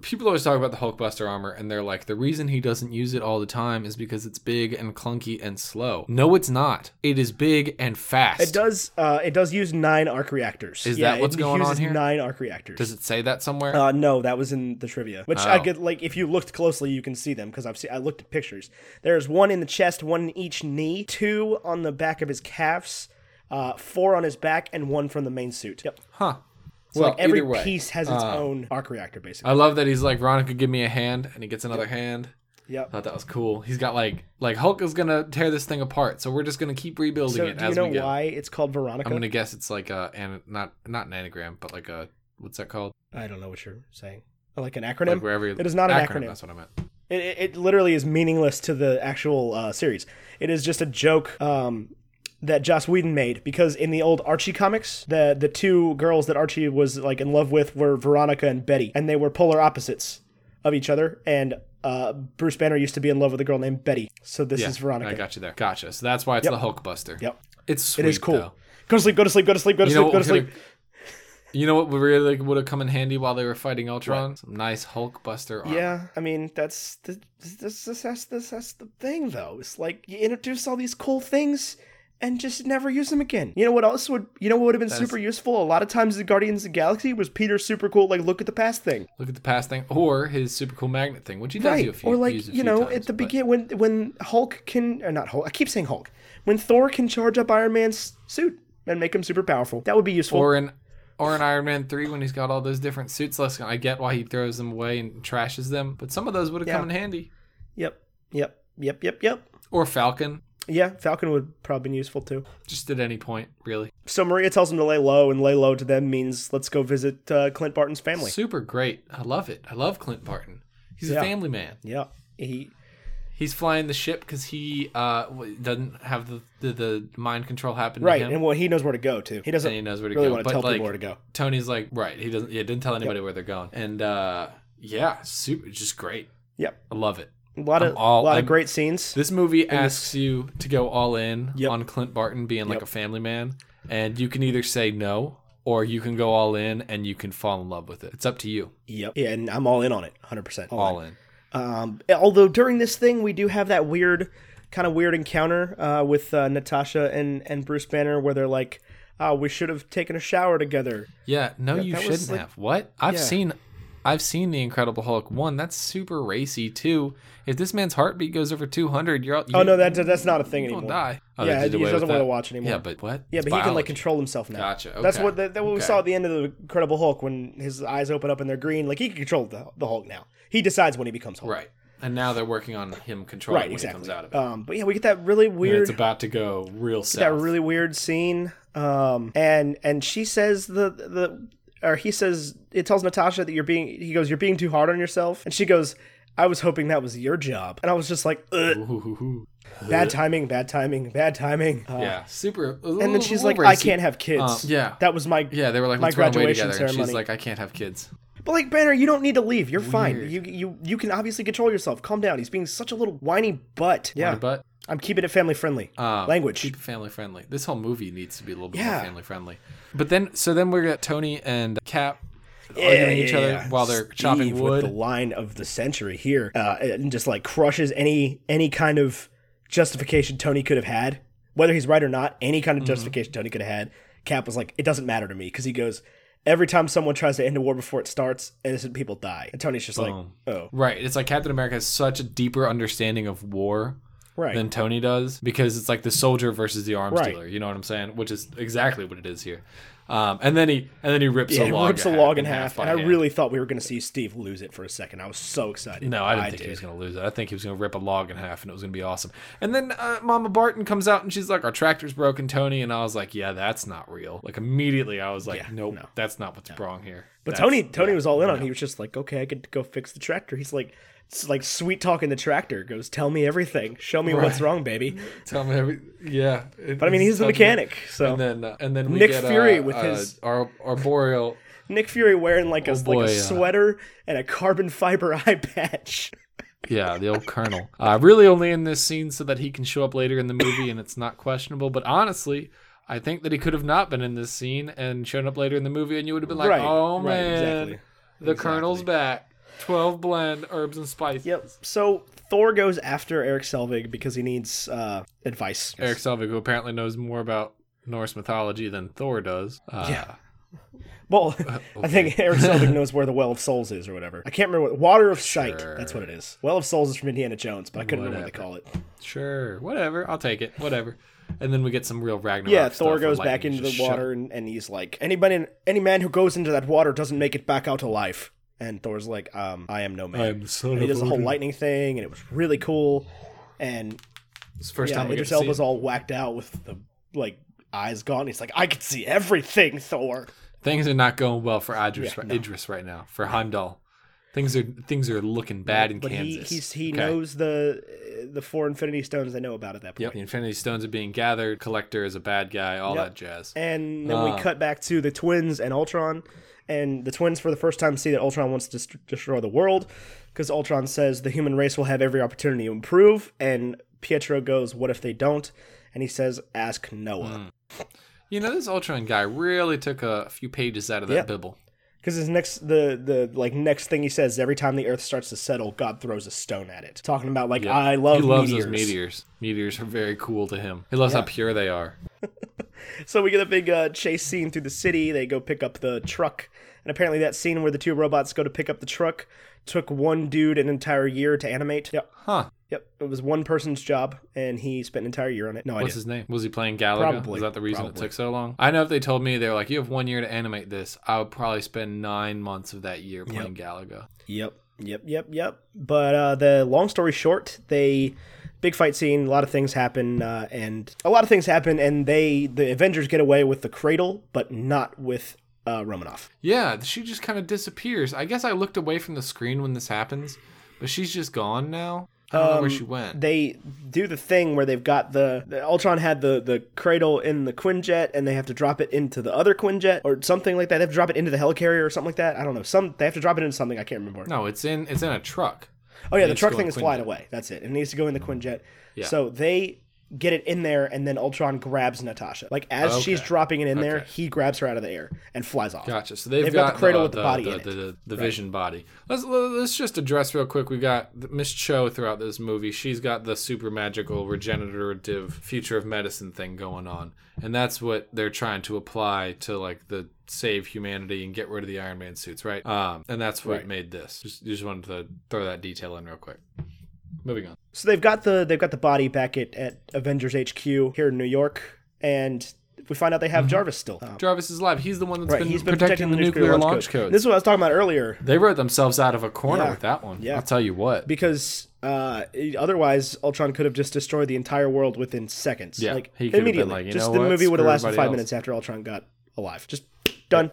S2: people always talk about the Hulkbuster armor and they're like the reason he doesn't use it all the time is because it's big and clunky and slow. No, it's not. It is big and fast.
S1: It does. Uh, it does use nine arc reactors.
S2: Is
S1: yeah,
S2: that what's
S1: it
S2: going on
S1: uses
S2: here?
S1: Nine arc reactors.
S2: Does it say that somewhere?
S1: uh, no, that was in the trivia. Which I
S2: Oh.
S1: get. Like, if you looked closely, you can see them because I've seen. I looked at pictures. There's one in the chest, one in each knee, two on the back of his calves, uh, four on his back, and one from the main suit. Yep.
S2: huh. So
S1: Like every
S2: either way, Ah.
S1: piece has its own arc reactor, basically.
S2: I love that he's like Veronica, give me a hand, and he gets another hand.
S1: yep.
S2: Thought that was cool. He's got like like Hulk is gonna tear this thing apart, so we're just gonna keep rebuilding
S1: So
S2: it
S1: do
S2: as
S1: you know
S2: we go.
S1: why it's called Veronica?
S2: I'm gonna guess it's like a and not not an anagram, but like a what's that called?
S1: I don't know what you're saying. Like an acronym.
S2: Like wherever you-
S1: It is not an acronym.
S2: That's what I meant.
S1: It, it, it literally is meaningless to the actual uh, series. It is just a joke um, that Joss Whedon made because in the old Archie comics, the the two girls that Archie was like in love with were Veronica and Betty, and they were polar opposites of each other. And uh, Bruce Banner used to be in love with a girl named Betty, so this is Veronica.
S2: I got you there. Gotcha. So that's why it's the Hulk Buster.
S1: Yep.
S2: It's sweet.
S1: it is cool.
S2: Though.
S1: Go to sleep. Go to sleep. Go to sleep. Go to
S2: You know
S1: sleep.
S2: what
S1: Go to
S2: would
S1: sleep.
S2: have, you know what really would have come in handy while they were fighting Ultron? Some nice Hulk Buster armor.
S1: Yeah, I mean that's the, this, this, that's this that's the thing though. It's like you introduce all these cool things and just never use them again. You know what else would you know what would have been super useful? A lot of times the Guardians of the Galaxy was Peter's super cool like look at the past thing,
S2: Look at the past thing, or his super cool magnet thing, which he does do a
S1: right?
S2: few,
S1: Or like
S2: use a
S1: you
S2: few
S1: know
S2: times,
S1: at the
S2: but-
S1: begin when when Hulk can or not Hulk I keep saying Hulk when Thor can charge up Iron Man's suit and make him super powerful that would be useful.
S2: or in or in Iron Man three when he's got all those different suits. Listen, I get why he throws them away and trashes them, but some of those would have come in handy.
S1: yep, yep, yep, yep, yep.
S2: Or Falcon,
S1: Yeah, Falcon would probably be useful too.
S2: just at any point, really.
S1: So Maria tells him to lay low, and lay low to them means let's go visit uh, Clint Barton's family.
S2: Super great. I love it. I love Clint Barton. He's a
S1: Yeah.
S2: family man.
S1: Yeah, he
S2: He's flying the ship because he uh, w- doesn't have the, the, the mind control happen
S1: right,
S2: to him,
S1: and well, he knows where to go to. He doesn't
S2: and he knows where to
S1: really
S2: go.
S1: want to
S2: But
S1: tell
S2: like
S1: people where to go.
S2: Tony's like, right, he doesn't. Yeah, didn't tell anybody where they're going, and uh, yeah, super, just great.
S1: Yep,
S2: I love it.
S1: a lot of
S2: I'm all-
S1: a lot
S2: I'm-
S1: of great scenes.
S2: This movie asks you to go all in
S1: Yep.
S2: on Clint Barton being like a family man, and you can either say no or you can go all in and you can fall in love with it. It's up to you.
S1: Yep, yeah, and I'm all in on it, hundred percent.
S2: All in.
S1: Um, although during this thing, we do have that weird, kind of weird encounter uh, with uh, Natasha and and Bruce Banner, where they're like, "Ah, "Oh, we should have taken a shower together."
S2: Yeah. No, you
S1: that was,
S2: shouldn't
S1: like-
S2: have. What? I've seen I've seen the Incredible Hulk one. That's super racy too. If this man's heartbeat goes over 200, you're all, you,
S1: Oh no, that that's not a thing
S2: you don't
S1: anymore.
S2: die. Oh,
S1: yeah,
S2: they
S1: he
S2: did away
S1: doesn't
S2: with
S1: want
S2: that.
S1: to watch anymore.
S2: Yeah, but what?
S1: Yeah, but he
S2: It's
S1: can like
S2: biology.
S1: control himself now.
S2: Gotcha,
S1: That's
S2: okay,
S1: what that, that what we
S2: okay.
S1: saw at the end of the Incredible Hulk when his eyes open up and they're green. Like he can control the, the Hulk now. He decides when he becomes Hulk.
S2: Right. And now they're working on him controlling
S1: Right.
S2: when
S1: Exactly.
S2: he comes out of it.
S1: Um. But yeah, we get that really
S2: And
S1: weird.
S2: it's about to go real south.
S1: that really weird scene. Um, and and she says the the or he says it tells Natasha that you're being he goes you're being too hard on yourself, and she goes. I was hoping that was your job, and I was just like, Ugh,
S2: Ooh.
S1: bad timing, bad timing, bad timing. Uh,
S2: Yeah, super.
S1: And then she's like, I can't have kids.
S2: Uh, yeah.
S1: that was my.
S2: Yeah, they were like,
S1: My
S2: let's run away
S1: graduation
S2: together. And
S1: ceremony.
S2: she's like, I can't have kids.
S1: But like Banner, you don't need to leave. You're fine. You you you can obviously control yourself. Calm down. He's being such a little whiny butt. Yeah,
S2: But
S1: I'm keeping it family friendly.
S2: um,
S1: Language.
S2: keep it family friendly. This whole movie needs to be a little bit more
S1: Yeah.
S2: family friendly. But then, so then we got Tony and Cap
S1: Yeah,
S2: arguing each
S1: yeah,
S2: other
S1: yeah.
S2: while they're
S1: Steve
S2: chopping
S1: With the
S2: wood.
S1: line of the century here, uh, and just like crushes any any kind of justification Tony could have had, whether he's right or not. Any kind
S2: Mm-hmm.
S1: of justification Tony could have had. Cap was like, it doesn't matter to me because he goes. Every time someone tries to end a war before it starts, innocent people die. And Tony's just
S2: Boom.
S1: like, oh,
S2: Right. It's like Captain America has such a deeper understanding of war
S1: right.
S2: than Tony does because it's like the soldier versus the arms
S1: Right.
S2: dealer. You know what I'm saying? Which is exactly what it is here. Um, and then he and then he rips
S1: yeah,
S2: a
S1: he
S2: log.
S1: rips a log in half,
S2: by
S1: and I
S2: hand.
S1: really thought we were going to see Steve lose it for a second. I was so excited.
S2: No, I didn't think he was going to lose it. I think he was going to rip a log in half, and it was going to be awesome. And then uh, Mama Barton comes out, and she's like, "Our tractor's broken, Tony." And I was like, "Yeah, that's not real." Like immediately, I was like, "Nope,
S1: no.
S2: that's not what's wrong here."
S1: But
S2: That's-
S1: Tony, Tony was all in on. it. He was just like, "Okay, I could go fix the tractor." He's like, it's like sweet talking the tractor. Goes, "Tell me everything. Show me what's wrong, baby."
S2: tell me, every, yeah.
S1: But I mean, he's the mechanic, so
S2: And then, uh, and then we
S1: Nick
S2: get, uh,
S1: Fury with
S2: uh,
S1: his-
S2: our arboreal.
S1: Nick Fury wearing like a
S2: boy,
S1: like
S2: uh,
S1: a sweater and a carbon fiber eye patch.
S2: Yeah, the old colonel. Uh, really, only in this scene so that he can show up later in the movie, and it's not questionable. But honestly. I think that he could have not been in this scene and shown up later in the movie, and you would have been like,
S1: Right,
S2: "Oh
S1: right,
S2: man,
S1: exactly.
S2: The Colonel's back. 12 blend herbs and spices.
S1: Yep. So Thor goes after Eric Selvig because he needs uh, advice.
S2: Eric Selvig, who apparently knows more about Norse mythology than Thor does. Uh,
S1: Yeah. Well, I think Eric Selvig knows where the Well of Souls is or whatever. I can't remember what Water of Sight. That's what it is. Well of Souls is from Indiana Jones, but I couldn't remember what they call it.
S2: Sure. Whatever. I'll take it. Whatever. And then we get some real Ragnarok.
S1: Yeah,
S2: stuff
S1: Thor
S2: where
S1: goes back
S2: lightning
S1: into the
S2: just shut-
S1: water and, and he's like, anybody, in, any man who goes into that water doesn't make it back out alive. And Thor's like, um, I am no man.
S2: I am the son
S1: and he
S2: of
S1: does the whole
S2: Odin.
S1: lightning thing, and it was really cool. And
S2: It's the first
S1: yeah,
S2: time we get to
S1: Idris
S2: see
S1: Elba's
S2: it.
S1: all whacked out with the like eyes gone. He's like, I can see everything, Thor.
S2: Things are not going well for Idris,
S1: Yeah,
S2: ri-
S1: no.
S2: Idris right now, for Heimdall. Things are things are looking bad in
S1: But he
S2: Kansas.
S1: he's, he
S2: Okay.
S1: knows the the four Infinity Stones. They know about at that point.
S2: Yep. The Infinity Stones are being gathered. Collector is a bad guy. All
S1: Yep.
S2: that jazz.
S1: And then
S2: Ah.
S1: we cut back to the twins and Ultron. And the twins, for the first time, see that Ultron wants to dest- destroy the world because Ultron says the human race will have every opportunity to improve. And Pietro goes, What if they don't? And he says, Ask
S2: Hmm.
S1: Noah.
S2: You know, this Ultron guy really took a few pages out of that
S1: Yep.
S2: bibble.
S1: Because his next, the, the like next thing he says, is every time the earth starts to settle, God throws a stone at it. Talking about, like, I love
S2: He loves
S1: meteors.
S2: those meteors. Meteors are very cool to him. He loves how pure they are.
S1: So we get a big uh, chase scene through the city. They go pick up the truck, and apparently that scene where the two robots go to pick up the truck took one dude an entire year to animate. Yep,
S2: Huh?
S1: yep. It was one person's job, and he spent an entire year on it. No
S2: What's
S1: idea.
S2: his name? Was he playing Galaga?
S1: Probably.
S2: Is that the reason it
S1: Probably.
S2: took so long? I know if they told me they were like, "You have one year to animate this," I would probably spend nine months of that year playing Galaga.
S1: Yep, yep, yep, yep. But uh, the long story short, they big fight scene. A lot of things happen, uh, and a lot of things happen, and they the Avengers get away with the cradle, but not with uh, Romanoff.
S2: Yeah, she just kind of disappears. I guess I looked away from the screen when this happens, but she's just gone now. I don't know where she went.
S1: they do the thing where they've got the, the Ultron had the the cradle in the Quinjet and they have to drop it into the other Quinjet or something like that. They have to drop it into the helicarrier or something like that. I don't know. Some they have to drop it into something I can't remember.
S2: no, it's in it's in a truck.
S1: oh yeah, the
S2: needs to
S1: truck
S2: go
S1: thing
S2: in
S1: is flying
S2: Quinjet. Mm.
S1: away. That's it. It needs to go in the Quinjet.
S2: Yeah.
S1: So they get it in there and then Ultron grabs Natasha. Like as
S2: Okay.
S1: she's dropping it in there,
S2: Okay.
S1: he grabs her out of the air and flies off.
S2: Gotcha. So they've, uh,
S1: They've got the cradle with the body
S2: the,
S1: in it.
S2: the, the- the vision body. Let's let's just address real quick. We got the- Miss Cho throughout this movie. She's got the super magical regenerative future of medicine thing going on, and that's what they're trying to apply to like the save humanity and get rid of the Iron Man suits, right? Um, and that's what
S1: Right.
S2: made this. Just, just wanted to throw that detail in real quick. Moving on.
S1: So they've got the they've got the body back at, at Avengers HQ here in New York, and we find out they
S2: Mm-hmm.
S1: have Jarvis still. Um,
S2: Jarvis is alive. He's the one that's
S1: right,
S2: been,
S1: he's been
S2: protecting, the nuclear, launch codes.
S1: This is what I was talking about earlier.
S2: They wrote themselves out of a corner
S1: Yeah.
S2: with that one.
S1: Yeah.
S2: I'll tell you what.
S1: because uh, otherwise Ultron could have just destroyed the entire world within seconds.
S2: Yeah,
S1: like
S2: he could have been
S1: immediately.
S2: like, you
S1: just
S2: know
S1: the
S2: what?
S1: movie would have
S2: Screw
S1: lasted
S2: everybody
S1: five
S2: else.
S1: minutes after Ultron got alive. Just done.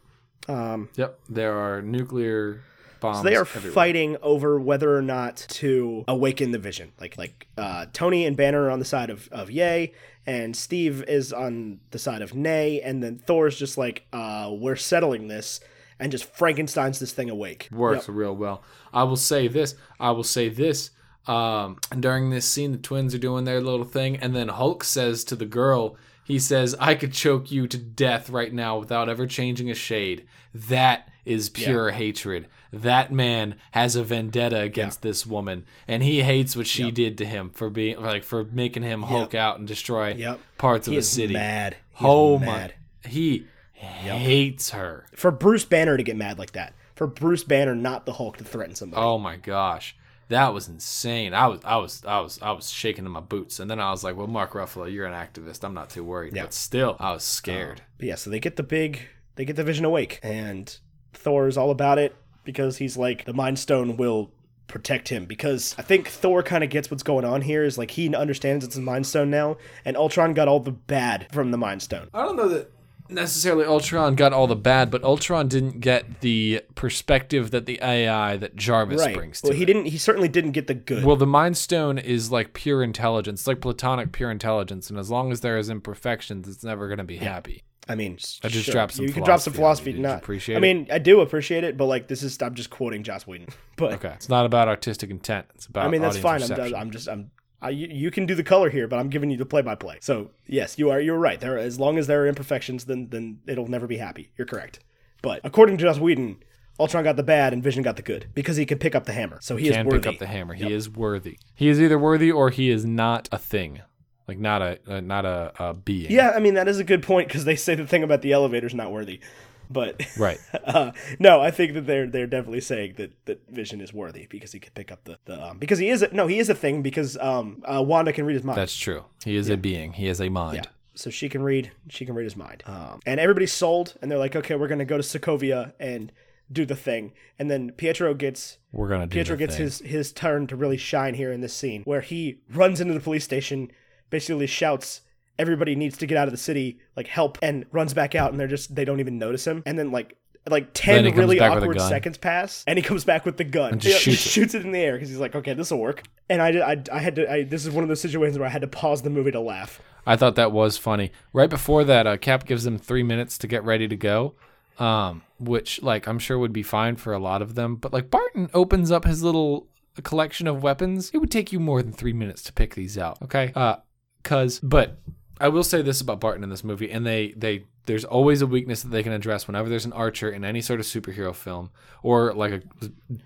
S1: Um,
S2: Yep, there are nuclear bombs.
S1: so they are
S2: everywhere.
S1: fighting over whether or not to awaken the Vision. Like like uh, Tony and Banner are on the side of of Yay, and Steve is on the side of Nay, and then Thor's just like, uh, we're settling this, and just Frankenstein's this thing awake.
S2: works real well. I will say this. I will say this. Um, during this scene, the twins are doing their little thing, and then Hulk says to the girl, "He says I could choke you to death right now without ever changing a shade. That is pure hatred. That man has a vendetta against this woman, and he hates what she did to him for being like for making him Hulk out and destroy
S1: Yep.
S2: parts of
S1: He
S2: the
S1: is
S2: city.
S1: mad. He is
S2: Oh
S1: mad.
S2: my! He hates her.
S1: for Bruce Banner to get mad like that. For Bruce Banner, not the Hulk, to threaten somebody.
S2: Oh my gosh. That was insane. I was I was I was I was shaking in my boots and then I was like, "Well, Mark Ruffalo, you're an activist. I'm not too worried." But still, I was scared.
S1: But yeah, so they get the big, they get the Vision awake, and Thor's all about it because he's like the Mind Stone will protect him because I think Thor kind of gets what's going on here is like he understands it's a Mind Stone now, and Ultron got all the bad from the Mind Stone.
S2: I don't know that necessarily Ultron got all the bad, but Ultron didn't get the perspective that the AI that Jarvis
S1: Right.
S2: brings to
S1: Well,
S2: it.
S1: he didn't. He certainly didn't get the good.
S2: Well, the Mind Stone is like pure intelligence, like platonic pure intelligence, and as long as there is imperfections, it's never going to be happy.
S1: I mean, I
S2: just dropped some
S1: You can drop some philosophy.
S2: philosophy on you.
S1: to
S2: Did you
S1: Not
S2: appreciate
S1: I
S2: it?
S1: mean, I do appreciate it, but like this is I'm just quoting Joss Whedon. But
S2: Okay, it's not about artistic intent. It's
S1: I
S2: about
S1: mean, that's fine. I'm,
S2: done.
S1: done- I'm just I'm. I, you you can do the color here, but I'm giving you the play-by-play. So yes, you are. You're right. There, as long as there are imperfections, then then it'll never be happy. You're correct. But according to Joss Whedon, Ultron got the bad and Vision got the good because he can pick up the hammer. So he is
S2: can
S1: worthy.
S2: pick up the hammer. He is worthy. He is either worthy or he is not a thing, like not a uh, not a, a being.
S1: yeah, I mean that is a good point because they say the thing about the elevator's not worthy, but
S2: Right.
S1: uh, no, I think that they're they're definitely saying that, that Vision is worthy because he can pick up the, the um because he is a, no he is a thing because um uh, Wanda can read his mind.
S2: That's true. He is a being. He is a mind.
S1: so she can read she can read his mind
S2: Ah.
S1: um, and everybody's sold and they're like okay we're gonna go to sokovia and do the thing and then pietro gets
S2: We're gonna do.
S1: pietro
S2: the
S1: gets
S2: thing.
S1: his his turn to really shine here in this scene where he runs into the police station basically shouts everybody needs to get out of the city like help and runs back out and they're just they don't even notice him and then like like
S2: Then
S1: 10
S2: he comes
S1: really
S2: back with a
S1: awkward
S2: gun.
S1: seconds pass and he comes back with the gun
S2: just
S1: Yeah,
S2: shoots it.
S1: shoots it in the air because he's like okay this will work and I, I i had to i this is one of those situations where i had to pause the movie to laugh
S2: I thought that was funny. Right before that, uh, Cap gives them three minutes to get ready to go, um, which like I'm sure would be fine for a lot of them. But like Barton opens up his little collection of weapons. It would take you more than three minutes to pick these out. Okay. Uh, cause but I will say this about Barton in this movie, and they they there's always a weakness that they can address whenever there's an archer in any sort of superhero film or like a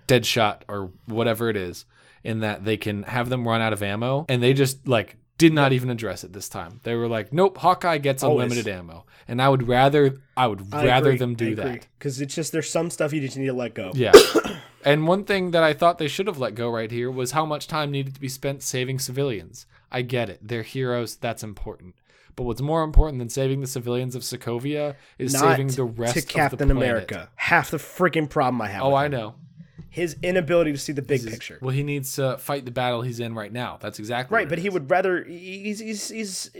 S2: dead shot or whatever it is in that they can have them run out of ammo and they just like did not even address it this time. They were like, "Nope, Hawkeye gets
S1: Always.
S2: unlimited ammo." And I would rather I would rather them do that.
S1: because it's just there's some stuff you just need to let go.
S2: Yeah. and one thing that I thought they should have let go right here was how much time needed to be spent saving civilians. I get it. They're heroes, that's important. But what's more important than saving the civilians of Sokovia is
S1: Not
S2: saving the rest
S1: to
S2: of the
S1: Captain
S2: planet.
S1: America. Half the freaking problem I have.
S2: Oh,
S1: with
S2: I
S1: him.
S2: know.
S1: His inability to see the big picture.
S2: Well, he needs to fight the battle he's in right now. That's exactly
S1: Right,
S2: what
S1: but
S2: it
S1: he
S2: is.
S1: would rather he's he's he's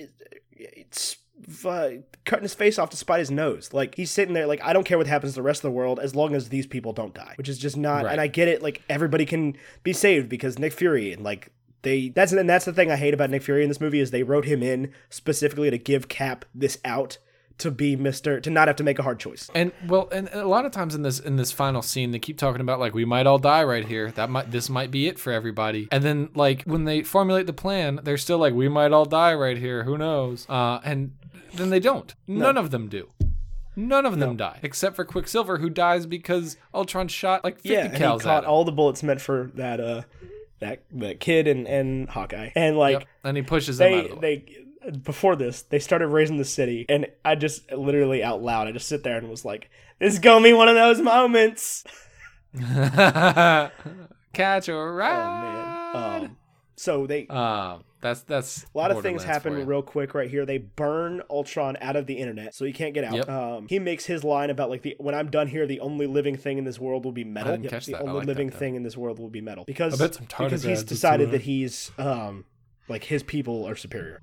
S1: it's uh, cutting his face off to spite his nose. Like he's sitting there like I don't care what happens to the rest of the world as long as these people don't die, which is just not.
S2: Right.
S1: And I get it. Like everybody can be saved because Nick Fury and like. They, that's and that's the thing I hate about Nick Fury in this movie is they wrote him in specifically to give Cap this out to be Mister to not have to make a hard choice.
S2: And well, and, and a lot of times in this in this final scene, they keep talking about like we might all die right here. That might this might be it for everybody. And then like when they formulate the plan, they're still like we might all die right here. Who knows? Uh, and then they don't. None of them do. None of them die except for Quicksilver, who dies because Ultron shot like fifty
S1: yeah, and he
S2: cals at
S1: caught
S2: him.
S1: all the bullets meant for that uh that that kid and and Hawkeye. And like
S2: Yep. and he pushes them out
S1: they
S2: of the way.
S1: they before this, they started raising the city, and I just literally out loud, I just sit there and was like, "This is gonna be one of those moments."
S2: Catch
S1: Oh,
S2: a ride.
S1: Man. Um, so they
S2: Um, that's that's
S1: a lot of things happen
S2: Real-
S1: real quick right here. They burn Ultron out of the internet, so he can't get out.
S2: Yep.
S1: Um, he makes his line about like the when I'm done here, the only living thing in this world will be metal.
S2: didn't catch
S1: the
S2: that. I
S1: only
S2: like that,
S1: living
S2: though.
S1: thing in this world will be metal because
S2: bet some tardigrades
S1: because he's
S2: would do
S1: decided
S2: it.
S1: that he's um like his people are superior.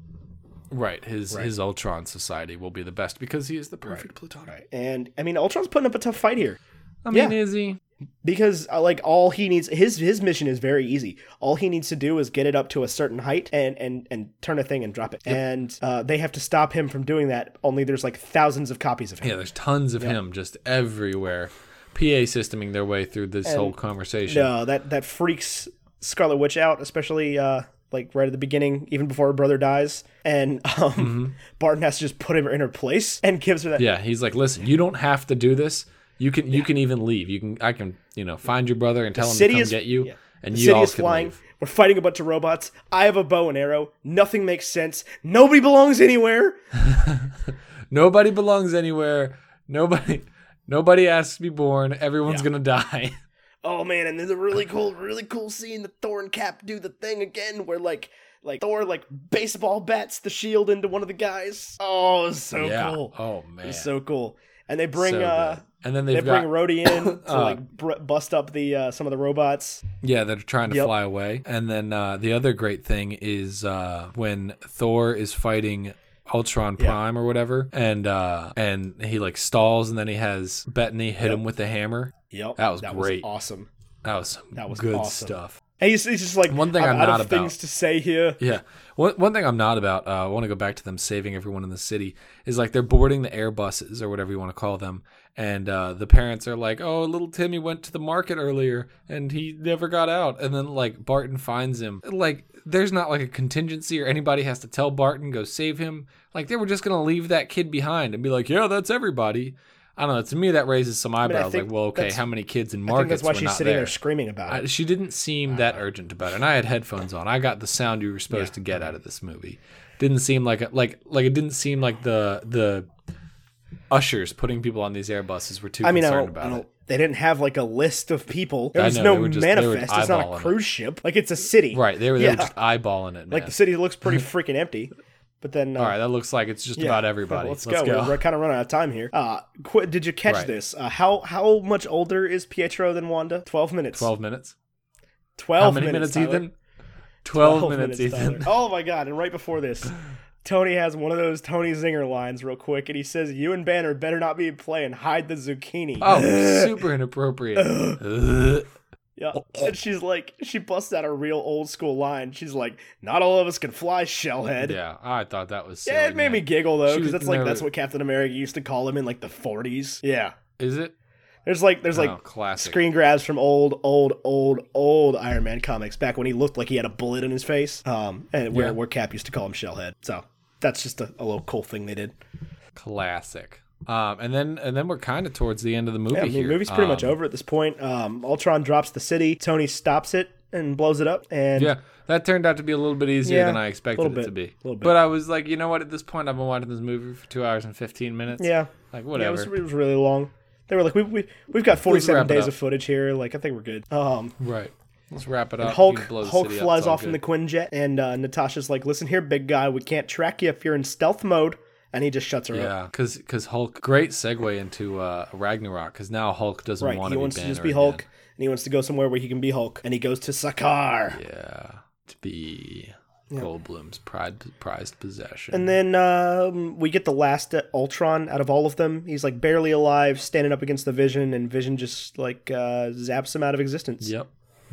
S2: right, his
S1: Right.
S2: his Ultron society will be the best because he is the perfect Plutonic.
S1: Right. And I mean, Ultron's putting up a tough fight here.
S2: I mean,
S1: Yeah.
S2: is he?
S1: because uh, like all he needs his his mission is very easy all he needs to do is get it up to a certain height and and and turn a thing and drop it and uh, they have to stop him from doing that only there's like thousands of copies of him
S2: Yeah, there's tons of him just everywhere. PA systeming their way through this whole conversation.
S1: no that that freaks scarlet witch out especially uh like right at the beginning even before her brother dies and um barton has to just put him in her place and gives her that
S2: Mm-hmm. Yeah, he's like, listen, you don't have to do this. You can you can even leave. You can I can you know find your brother and tell him
S1: city
S2: to come
S1: is-
S2: get you, and
S1: The
S2: you
S1: city
S2: all
S1: is
S2: can
S1: flying.
S2: leave.
S1: We're fighting a bunch of robots. I have a bow and arrow. Nothing makes sense. Nobody belongs anywhere.
S2: Nobody belongs anywhere. Nobody nobody has to be born. Everyone's gonna die.
S1: oh man and there's a really cool really cool scene that thor and cap do the thing again where like like thor like baseball bats the shield into one of the guys oh it was so
S2: yeah.
S1: cool
S2: Oh
S1: it
S2: man.
S1: was so cool and they bring
S2: So
S1: uh
S2: good. and then
S1: they
S2: they've got uh,
S1: bring Rhodey in to like br- bust up the uh, some of the robots.
S2: Yeah, they're trying to
S1: Yep.
S2: fly away. And then uh, the other great thing is uh, when Thor is fighting Ultron Prime or whatever, and uh, and he like stalls, and then he has Bettany hit him with the hammer.
S1: Yep,
S2: That was great.
S1: awesome.
S2: That was some
S1: That was
S2: good
S1: awesome.
S2: stuff.
S1: And he's, he's just like
S2: One thing
S1: I'm,
S2: I'm
S1: out
S2: not
S1: of
S2: about-
S1: things to say here.
S2: Yeah. One, one thing I'm not about, uh, I want to go back to them saving everyone in the city, is like they're boarding the airbuses or whatever you want to call them. And uh, the parents are like, oh, little Timmy went to the market earlier and he never got out. And then like Barton finds him. Like there's not like a contingency or anybody has to tell Barton, go save him. Like they were just going to leave that kid behind and be like, yeah, that's everybody. I don't know. To me, that raises some eyebrows.
S1: think
S2: like, well, okay,
S1: that's-
S2: how many kids in
S1: I think that's
S2: markets
S1: why
S2: were
S1: she's
S2: not
S1: sitting there,
S2: there?
S1: screaming about it.
S2: I, she didn't seem that
S1: Uh-huh.
S2: urgent about it. And I had headphones on. I got the sound you were supposed to get
S1: Uh-huh.
S2: out of this movie. Didn't seem like a, like like it didn't seem like the the ushers putting people on these airbuses were too
S1: I mean, I
S2: concerned
S1: don't, I
S2: about
S1: don't-
S2: it.
S1: they didn't have like a list of people. There
S2: I
S1: was
S2: know,
S1: no
S2: they were just- they were
S1: manifest. It's not
S2: eyeballing
S1: a
S2: it.
S1: cruise ship. Like it's a city.
S2: Right, they were, they
S1: Yeah.
S2: were just eyeballing it. Man.
S1: Like the city looks pretty freaking empty. But then, uh,
S2: All right, that looks like it's just
S1: yeah.
S2: about everybody.
S1: Let's, go. We're, kind of running out of time here. Uh, qu- did you catch
S2: Right.
S1: this? Uh, how how much older is Pietro than Wanda? Twelve minutes.
S2: Twelve minutes.
S1: 12
S2: How many
S1: minutes,
S2: minutes,
S1: Tyler.
S2: Ethan? Twelve, minutes,
S1: Tyler.
S2: Ethan.
S1: Oh my god! And right before this. Tony has one of those Tony Zinger lines real quick, and he says, "You and Banner better not be playing hide the zucchini."
S2: Oh, super inappropriate. Ugh.
S1: Yeah. And she's like, she busts out a real old school line. She's like, not all of us can fly, Shellhead. Yeah,
S2: yeah, I thought that was. Silly,
S1: yeah it made me
S2: man.
S1: giggle though,
S2: She
S1: because
S2: was
S1: that's like
S2: never-
S1: that's what Captain America used to call him in like the 40s. Yeah.
S2: Is it?
S1: There's like there's like
S2: oh, classic.
S1: screen grabs from old, old, old, old Iron Man comics back when he looked like he had a bullet in his face. Um, and where
S2: Yeah.
S1: where Cap used to call him Shellhead. So that's just a, a little cool thing they did.
S2: classic. Um, and then and then we're kind of towards the end of the movie
S1: Yeah, I mean,
S2: here.
S1: movie's pretty
S2: Um,
S1: much over at this point. Um, Ultron drops the city. Tony stops it and blows it up. And
S2: Yeah, that turned out to be a little bit easier
S1: Yeah,
S2: than I expected
S1: little
S2: it to
S1: bit,
S2: be.
S1: little bit.
S2: But I was like, you know what? At this point, I've been watching this movie for two hours and fifteen minutes.
S1: yeah.
S2: like
S1: Yeah, it
S2: whatever.
S1: was, it was really long. They were like, we, we, we've got 47
S2: wrap it
S1: days
S2: up.
S1: of footage here. Like, I think we're good. Um,
S2: right. Let's wrap it up.
S1: Hulk,
S2: You can blow the
S1: Hulk
S2: city up,
S1: flies
S2: it's all
S1: off in the
S2: good.
S1: Quinjet, and uh, Natasha's like, listen here, big guy, we can't track you if you're in stealth mode. And he just shuts her up.
S2: Yeah, because Hulk. Great segue into uh, Ragnarok. Because now Hulk doesn't
S1: Right.
S2: want
S1: He
S2: to
S1: wants
S2: be
S1: to just
S2: Banner
S1: be Hulk,
S2: again.
S1: and he wants to go somewhere where he can be Hulk. And he goes to Sakaar.
S2: Yeah, to be Goldblum's pride, prized possession.
S1: And then um, we get the last Ultron out of all of them. He's like barely alive, standing up against the Vision, and Vision just like uh, zaps him out of existence.
S2: Yep.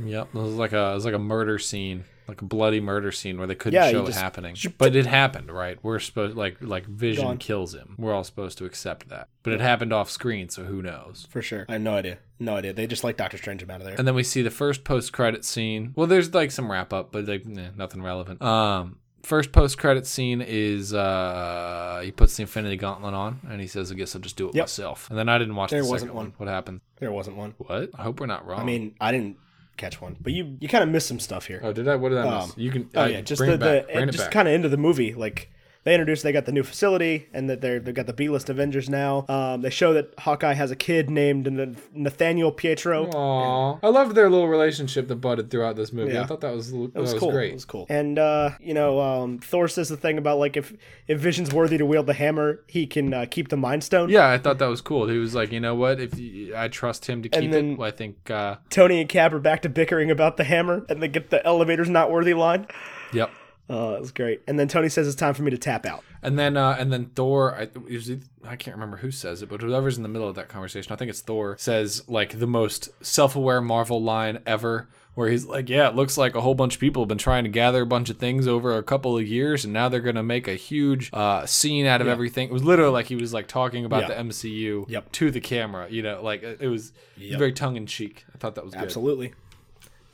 S2: Yep. It was like a it was like a murder scene, like a bloody murder scene where they couldn't
S1: Yeah, you
S2: show it
S1: just-
S2: happening. But it happened, right? We're supposed like like Vision
S1: Gone.
S2: kills him. We're all supposed to accept that. But it happened off screen, so who knows?
S1: For sure. I have no idea. No idea. They just like Doctor Strange him out of there.
S2: And then we see the first post credit scene. Well, there's like some wrap up, but like nah, nothing relevant. Um First post credit scene is uh he puts the Infinity Gauntlet on and he says, "I guess I'll just do it
S1: Yep.
S2: myself." And then I didn't watch
S1: There
S2: the
S1: wasn't
S2: second
S1: one.
S2: one. What happened?
S1: there wasn't one.
S2: What? I hope we're not wrong.
S1: I mean, I didn't catch one, but you you kind of missed some stuff here.
S2: oh, did I? What did I miss?
S1: Um,
S2: you can.
S1: oh
S2: uh,
S1: yeah, just
S2: bring
S1: the,
S2: it back.
S1: the
S2: Bring
S1: and
S2: it
S1: just
S2: back.
S1: kind of into the movie, like they introduced they got the new facility and that they're, they've got the B-list Avengers now. Um, they show that Hawkeye has a kid named N- Nathaniel
S2: Oh,
S1: Pietro.
S2: Aww. I loved their little relationship that budded throughout this movie. I
S1: Yeah.
S2: thought that was, that
S1: It was,
S2: was
S1: cool.
S2: great.
S1: It was cool. And uh, you know, um, Thor says the thing about like if if Vision's worthy to wield the hammer, he can uh, keep the Mind Stone.
S2: Yeah, I thought that was cool. He was like, you know what? If you, I trust him to keep
S1: then-
S2: it, I think. Uh,
S1: Tony and Cap are back to bickering about the hammer, and they get the elevator's not worthy line.
S2: yep.
S1: Uh, it was great. And then Tony says it's time for me to tap out.
S2: And then uh, and then Thor, I, it was eith- I can't remember who says it, but whoever's in the middle of that conversation, I think it's Thor, says like the most self-aware Marvel line ever, where he's like, "Yeah, it looks like a whole bunch of people have been trying to gather a bunch of things over a couple of years, and now they're gonna make a huge uh, scene out of everything." It was literally like he was like talking about
S1: Yeah.
S2: the MCU
S1: Yep.
S2: to the camera, you know, like it it was very tongue-in-cheek. I thought that was good.
S1: Absolutely.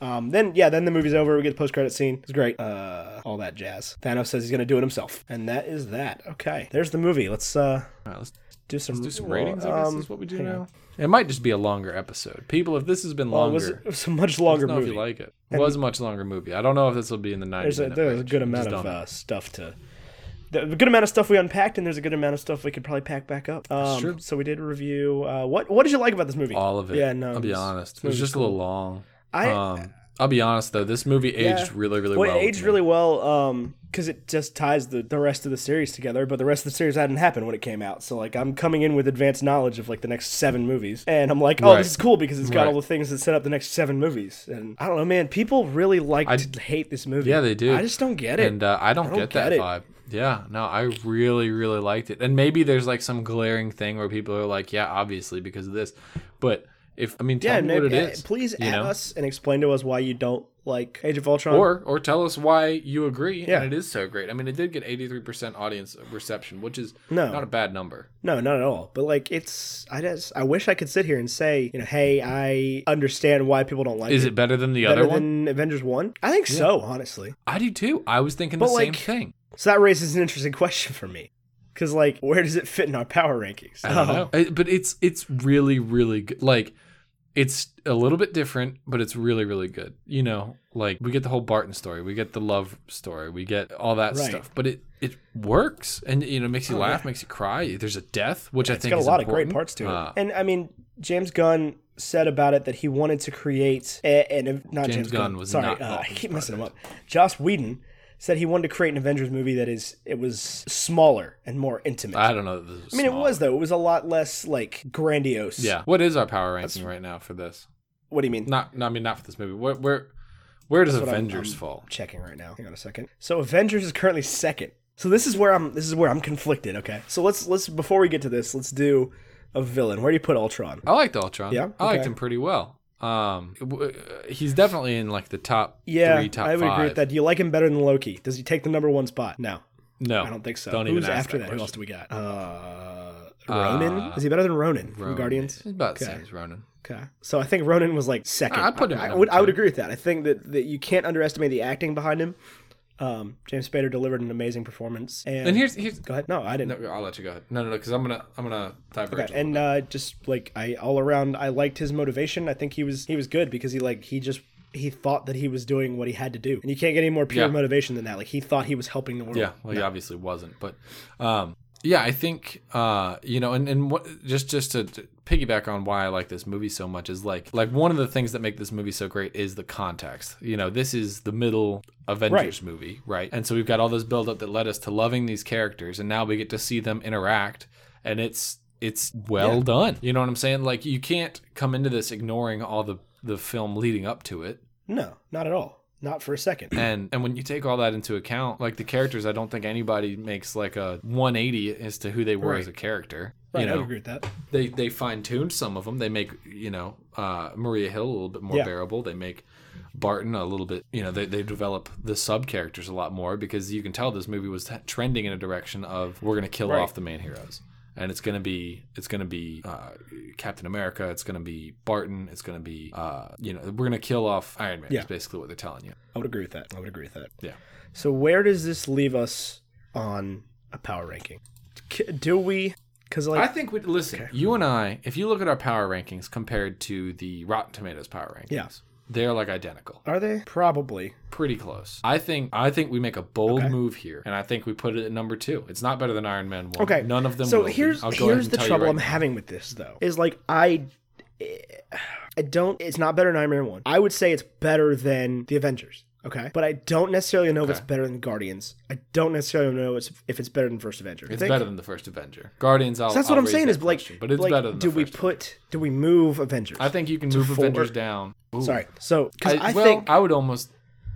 S1: Um, then yeah, then the movie's over. We get the post credit scene. It's great. Uh, all that jazz. Thanos says he's gonna do it himself, and that is that. Okay, there's the movie. Let's uh,
S2: All right, let's
S1: do some
S2: do some ratings. I guess
S1: Um,
S2: is what we do
S1: hang on.
S2: now. It might just be a longer episode. People, if this has been
S1: Well,
S2: longer,
S1: it was, it was a much longer
S2: I don't know
S1: movie.
S2: if you like it. It was a much longer movie. I don't know if this will be in the 90s.
S1: there's a, there's a good amount of uh, stuff to. The the good amount of stuff we unpacked, and there's a good amount of stuff we could probably pack back up. Um,
S2: true. Uh,
S1: So we did review. Uh, what What did you like about this movie?
S2: all of it.
S1: Yeah, no.
S2: I'll be
S1: it's-
S2: honest. It was just a little long.
S1: I-
S2: um, I'll be honest though. This movie aged really, really well.
S1: Well, it aged really well because it just ties the, the rest of the series together, but the rest of the series hadn't happened when it came out. So, like, I'm coming in with advanced knowledge of, like, the next seven movies. And I'm like, oh,
S2: Right.
S1: this is cool because it's got
S2: Right.
S1: all the things that set up the next seven movies. And I don't know, man. People really like to hate this movie.
S2: Yeah, they do.
S1: I just don't get it.
S2: and uh, I don't,
S1: don't
S2: get that
S1: get it.
S2: vibe. Yeah, no, I really, really liked it. And maybe there's like some glaring thing where people are like, yeah, obviously because of this. But if I mean, tell
S1: yeah,
S2: me
S1: maybe,
S2: what it
S1: uh,
S2: is,
S1: please
S2: you
S1: add
S2: know?
S1: us and explain to us why you don't like Age of Ultron.
S2: Or, or tell us why you agree
S1: Yeah.
S2: and it is so great. I mean, it did get 83% audience reception, which is
S1: No.
S2: not a bad number.
S1: No, not at all. But like, it's I just I wish I could sit here and say, you know, hey, I understand why people don't like
S2: Is
S1: it.
S2: it better than the
S1: better
S2: other one?
S1: than Avengers One? I think so, honestly.
S2: I do too. I was thinking the
S1: But,
S2: same
S1: like,
S2: thing.
S1: So that raises an interesting question for me, because like, where does it fit in our power rankings?
S2: I don't
S1: Oh,
S2: know. I- but it's it's really really good. Like it's a little bit different, but it's really really good. You know, like we get the whole Barton story, we get the love story, we get all that
S1: Right. Oh,
S2: stuff. But it it works, and you know, makes you laugh, makes you cry. There's a death, which I
S1: It's
S2: think
S1: got a
S2: is
S1: lot of
S2: important.
S1: great parts to it,
S2: Uh,
S1: and I mean, James Gunn said about it that he wanted to create, a- and if- not
S2: James
S1: James,
S2: Gunn
S1: Gunn,
S2: was
S1: sorry,
S2: not
S1: uh,
S2: involved
S1: I
S2: in
S1: keep messing him up. Joss Whedon said he wanted to create an Avengers movie that is it was smaller and more intimate.
S2: I don't know. This was
S1: I mean, it was though. It was a lot less like grandiose.
S2: Yeah. What is our power ranking right now for this?
S1: What do you mean?
S2: Not, not I mean, not for this movie. Where where where does
S1: what I'm-
S2: Avengers
S1: I'm-
S2: fall?
S1: checking right now. Hang on a second. So Avengers is currently second. So this is where I'm this is where I'm conflicted, okay? So let's let's before we get to this, let's do a villain. Where do you put Ultron?
S2: I liked Ultron.
S1: Yeah?
S2: I liked
S1: Okay.
S2: him pretty well. Um, w- uh, he's definitely in like the top
S1: Yeah,
S2: three, top
S1: I would
S2: five.
S1: agree with that. Do you like him better than Loki? Does he take the number one spot? No,
S2: No,
S1: I don't think so.
S2: Don't
S1: Who's
S2: even ask
S1: after
S2: that
S1: that? Who
S2: question.
S1: else do we got? Uh, Ronan? is he better than Ronan, from Guardians?
S2: He's about the
S1: Okay.
S2: same as Ronan.
S1: Okay. So I think Ronan was like second.
S2: I- I'd put him at
S1: I,
S2: number
S1: would I would
S2: two.
S1: agree with that. I think that, that you can't underestimate the acting behind him. Um, James Spader delivered an amazing performance. And,
S2: And here's here's.
S1: go ahead. No, I didn't.
S2: No, I'll let you go ahead. No, no, no, because I'm gonna I'm gonna diverge.
S1: Okay, and uh, just like I all around, I liked his motivation. I think he was he was good because he like he just he thought that he was doing what he had to do, and you can't get any more pure
S2: Yeah.
S1: motivation than that. Like he thought he was helping the world.
S2: Yeah, well, he obviously wasn't, but um, yeah, I think uh, you know, and and what just just to, to piggyback on why I like this movie so much is like like one of the things that make this movie so great is the context. You know, this is the middle Avengers movie, right? And so we've got all this buildup that led us to loving these characters, and now we get to see them interact, and it's it's well done. You know what I'm saying? Like you can't come into this ignoring all the the film leading up to it
S1: No, not at all. Not for a second.
S2: and and when you take all that into account like the characters i don't think anybody makes like a 180 as to who they were
S1: Right.
S2: as a character
S1: Right,
S2: you
S1: I would
S2: know
S1: agree with that.
S2: they they fine-tuned some of them they make you know uh maria hill a little bit more
S1: Yeah.
S2: bearable they make barton a little bit you know they, they develop the sub characters a lot more because you can tell this movie was trending in a direction of we're going to kill
S1: Right.
S2: off the main heroes and it's gonna be it's gonna be uh, Captain America. It's gonna be Barton. It's gonna be uh, you know we're gonna kill off Iron Man.
S1: Yeah.
S2: Is basically what they're telling you.
S1: I would agree with that. I would agree with that.
S2: Yeah.
S1: So where does this leave us on a power ranking? C- Do we? Because like
S2: I think we listen. You and I, if you look at our power rankings compared to the Rotten Tomatoes power rankings,
S1: Yeah.
S2: they're like identical.
S1: Are they? Probably.
S2: pretty close. I think I think we make a bold
S1: Okay.
S2: move here, and I think we put it at number two. It's not better than Iron Man one.
S1: Okay.
S2: none of them.
S1: So
S2: will be.
S1: here's
S2: I'll go ahead
S1: here's
S2: and
S1: the
S2: tell you
S1: trouble
S2: right
S1: I'm having with this though. Is like I I don't it's not better than Iron Man 1. I would say it's better than The Avengers. Okay. But I don't necessarily know if it's better than Guardians. I don't necessarily know it's, if it's better than First Avenger.
S2: It's better than the first Avenger. Guardians. I'll,
S1: So that's
S2: I'll
S1: what I'm
S2: raise
S1: saying
S2: that
S1: is like,
S2: question, but it's
S1: like,
S2: better than
S1: do
S2: the
S1: we
S2: first
S1: put do we move Avengers?
S2: I think you can move
S1: four?
S2: Avengers down. Ooh.
S1: Sorry. So cuz
S2: I,
S1: I,
S2: well,
S1: think
S2: I would almost.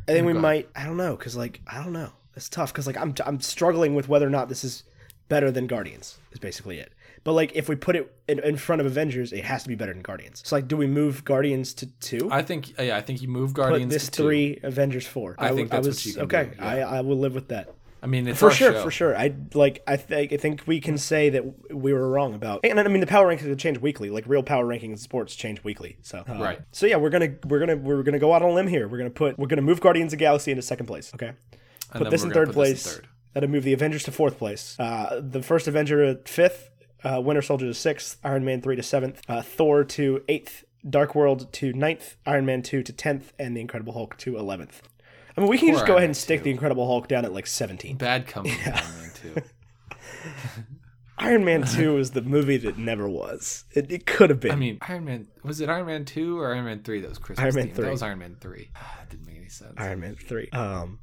S1: I think we
S2: go ahead.
S1: might I don't know cuz like I don't know. It's tough cuz like I'm I'm struggling with whether or not this is better than Guardians. Is basically it. But like if we put it in, in front of Avengers, it has to be better than Guardians. So like do we move Guardians to 2?
S2: I think. Yeah, I think you move
S1: But
S2: Guardians
S1: this
S2: to two.
S1: three, Avengers four. I, w-
S2: think
S1: I
S2: that's what
S1: was
S2: you can
S1: okay.
S2: do, yeah.
S1: I, I will live with that
S2: I mean, it's
S1: for
S2: our
S1: sure.
S2: show.
S1: For sure. I like. I think. I think we can say that we were wrong about. And I mean, the power rankings have changed weekly. Like real power rankings in sports change weekly. So uh,
S2: Right.
S1: So yeah, we're gonna we're gonna we're gonna go out on a limb here. We're gonna put we're gonna move Guardians of the Galaxy into second place. Okay.
S2: And
S1: Put
S2: then
S1: this
S2: we're
S1: in
S2: gonna
S1: third
S2: put this in
S1: place.
S2: third.
S1: That'll move the Avengers to fourth place. Uh, the first Avenger at fifth. Uh, Winter Soldier to sixth. Iron Man three to seventh. Uh, Thor to eighth. Dark World to ninth. Iron Man two to tenth, and the Incredible Hulk to eleventh. I mean, we can just go
S2: Iron
S1: ahead
S2: Man
S1: and stick the Incredible Hulk down at like seventeen.
S2: Bad company. Iron Man two.
S1: Iron Man two is the movie that never was. It, it could have been.
S2: I mean, Iron Man. Was it Iron Man two or Iron Man three? That was Christmas.
S1: Iron Man
S2: themed?
S1: three.
S2: That was Iron Man three. Ah, it didn't make any sense.
S1: Iron Man three. Um,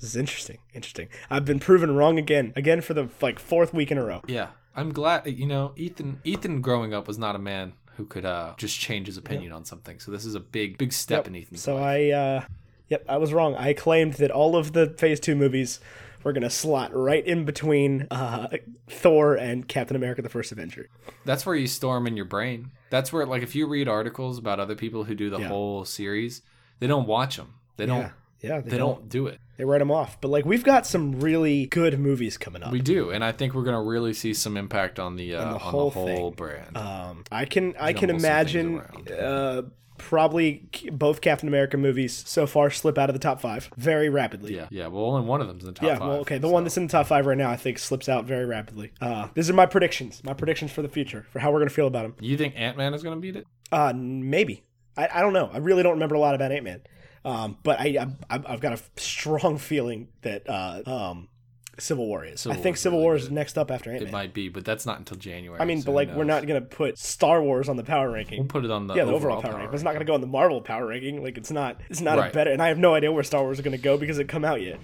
S1: this is interesting. Interesting. I've been proven wrong again, again for the like fourth week in a row.
S2: Yeah, I'm glad. You know, Ethan. Ethan growing up was not a man who could uh, just change his opinion on something. So this is a big, big step in Ethan's
S1: So
S2: life.
S1: I, uh, yep, I was wrong. I claimed that all of the Phase Two movies were gonna slot right in between uh, Thor and Captain America: The First Avenger.
S2: That's where you store them in your brain. That's where, like, if you read articles about other people who do the
S1: Yeah.
S2: whole series, they don't watch them. They don't.
S1: Yeah, yeah,
S2: They don't do it.
S1: They write them off. But like, we've got some really good movies coming up.
S2: We do, and I think we're gonna really see some impact on the uh, on the whole,
S1: whole thing.
S2: brand.
S1: Um, I can I can
S2: jumble some things
S1: imagine uh, probably c- both Captain America movies so far slip out of the top five very rapidly.
S2: yeah, yeah. Well, only one of them's in the top
S1: Yeah,
S2: five.
S1: well, okay. The one that's in the top five right now, I think, slips out very rapidly. Uh, these are my predictions. My predictions for the future, for how we're going to feel about them.
S2: You think Ant Man is gonna beat it?
S1: Uh, n- maybe. I, I don't know. I really don't remember a lot about Ant Man. Um, but I, I I've I've got a strong feeling that uh, um, Civil War is. I
S2: Civil
S1: think
S2: War's
S1: Civil
S2: really
S1: War is next up after Ant
S2: It
S1: Man.
S2: might be, but that's not until January.
S1: I mean,
S2: so
S1: but
S2: who
S1: like we're
S2: knows?
S1: not gonna put Star Wars on the power ranking.
S2: We'll put it on the
S1: yeah,
S2: overall,
S1: the overall power ranking. It's not gonna go on the Marvel power ranking. Like it's not. It's not
S2: Right.
S1: a better. And I have no idea where Star Wars is gonna go because it come out yet.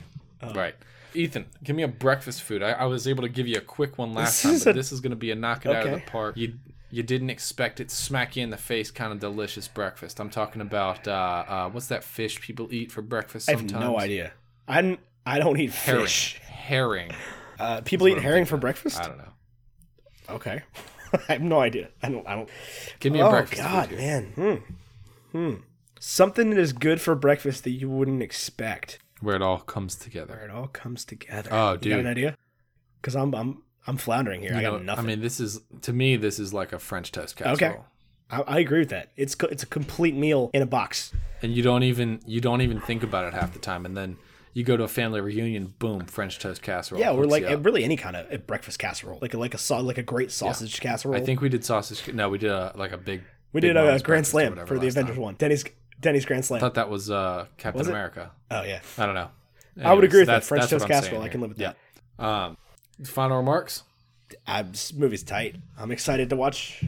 S2: Right. Ethan, give me a breakfast food. I, I was able to give you a quick one
S1: This
S2: last time,
S1: is
S2: but
S1: a-
S2: this is going to be a knock it out of the
S1: Okay.
S2: park. You you didn't expect it, smack you in the face, kind of delicious breakfast. I'm talking about uh, uh, what's that fish people eat for breakfast?
S1: I have
S2: Sometimes
S1: no idea. I'm. I don't eat
S2: Herring.
S1: fish.
S2: Herring.
S1: Uh, people eat herring for breakfast.
S2: I don't know.
S1: Okay. I have no idea. I don't. I don't.
S2: Give me a
S1: Oh
S2: breakfast
S1: God,
S2: food. here.
S1: man. Hmm. Hmm. Something that is good for breakfast that you wouldn't expect.
S2: Where it all comes together.
S1: Where it all comes together.
S2: Oh,
S1: you
S2: dude.
S1: got an idea? Because I'm I'm I'm floundering here. I
S2: You
S1: got
S2: know,
S1: nothing. I,
S2: mean, this is to me, this is like a French toast casserole.
S1: Okay. I, agree with that. It's co- it's a complete meal in a box.
S2: and you don't even you don't even think about it half the time, and then you go to a family reunion, boom, French toast casserole.
S1: Yeah, or
S2: hooks
S1: like
S2: you up.
S1: really any kind of breakfast casserole, like like a sau- like a great sausage casserole.
S2: I think we did sausage. No, we did a, like a big.
S1: we
S2: Big
S1: did a,
S2: Mom's
S1: grand
S2: breakfast or
S1: slam
S2: whatever
S1: for the
S2: last
S1: Avengers one. Denny's Denny's grand slam.
S2: I thought that was uh, Captain
S1: Was it?
S2: America.
S1: oh yeah.
S2: I don't
S1: I would
S2: know. uh, Anyways,
S1: agree with that
S2: that's-
S1: French
S2: that's what
S1: toast
S2: I'm saying
S1: casserole. I
S2: here.
S1: can live with that.
S2: Yeah. Um, final remarks.
S1: I'm this movie's tight. I'm excited to watch.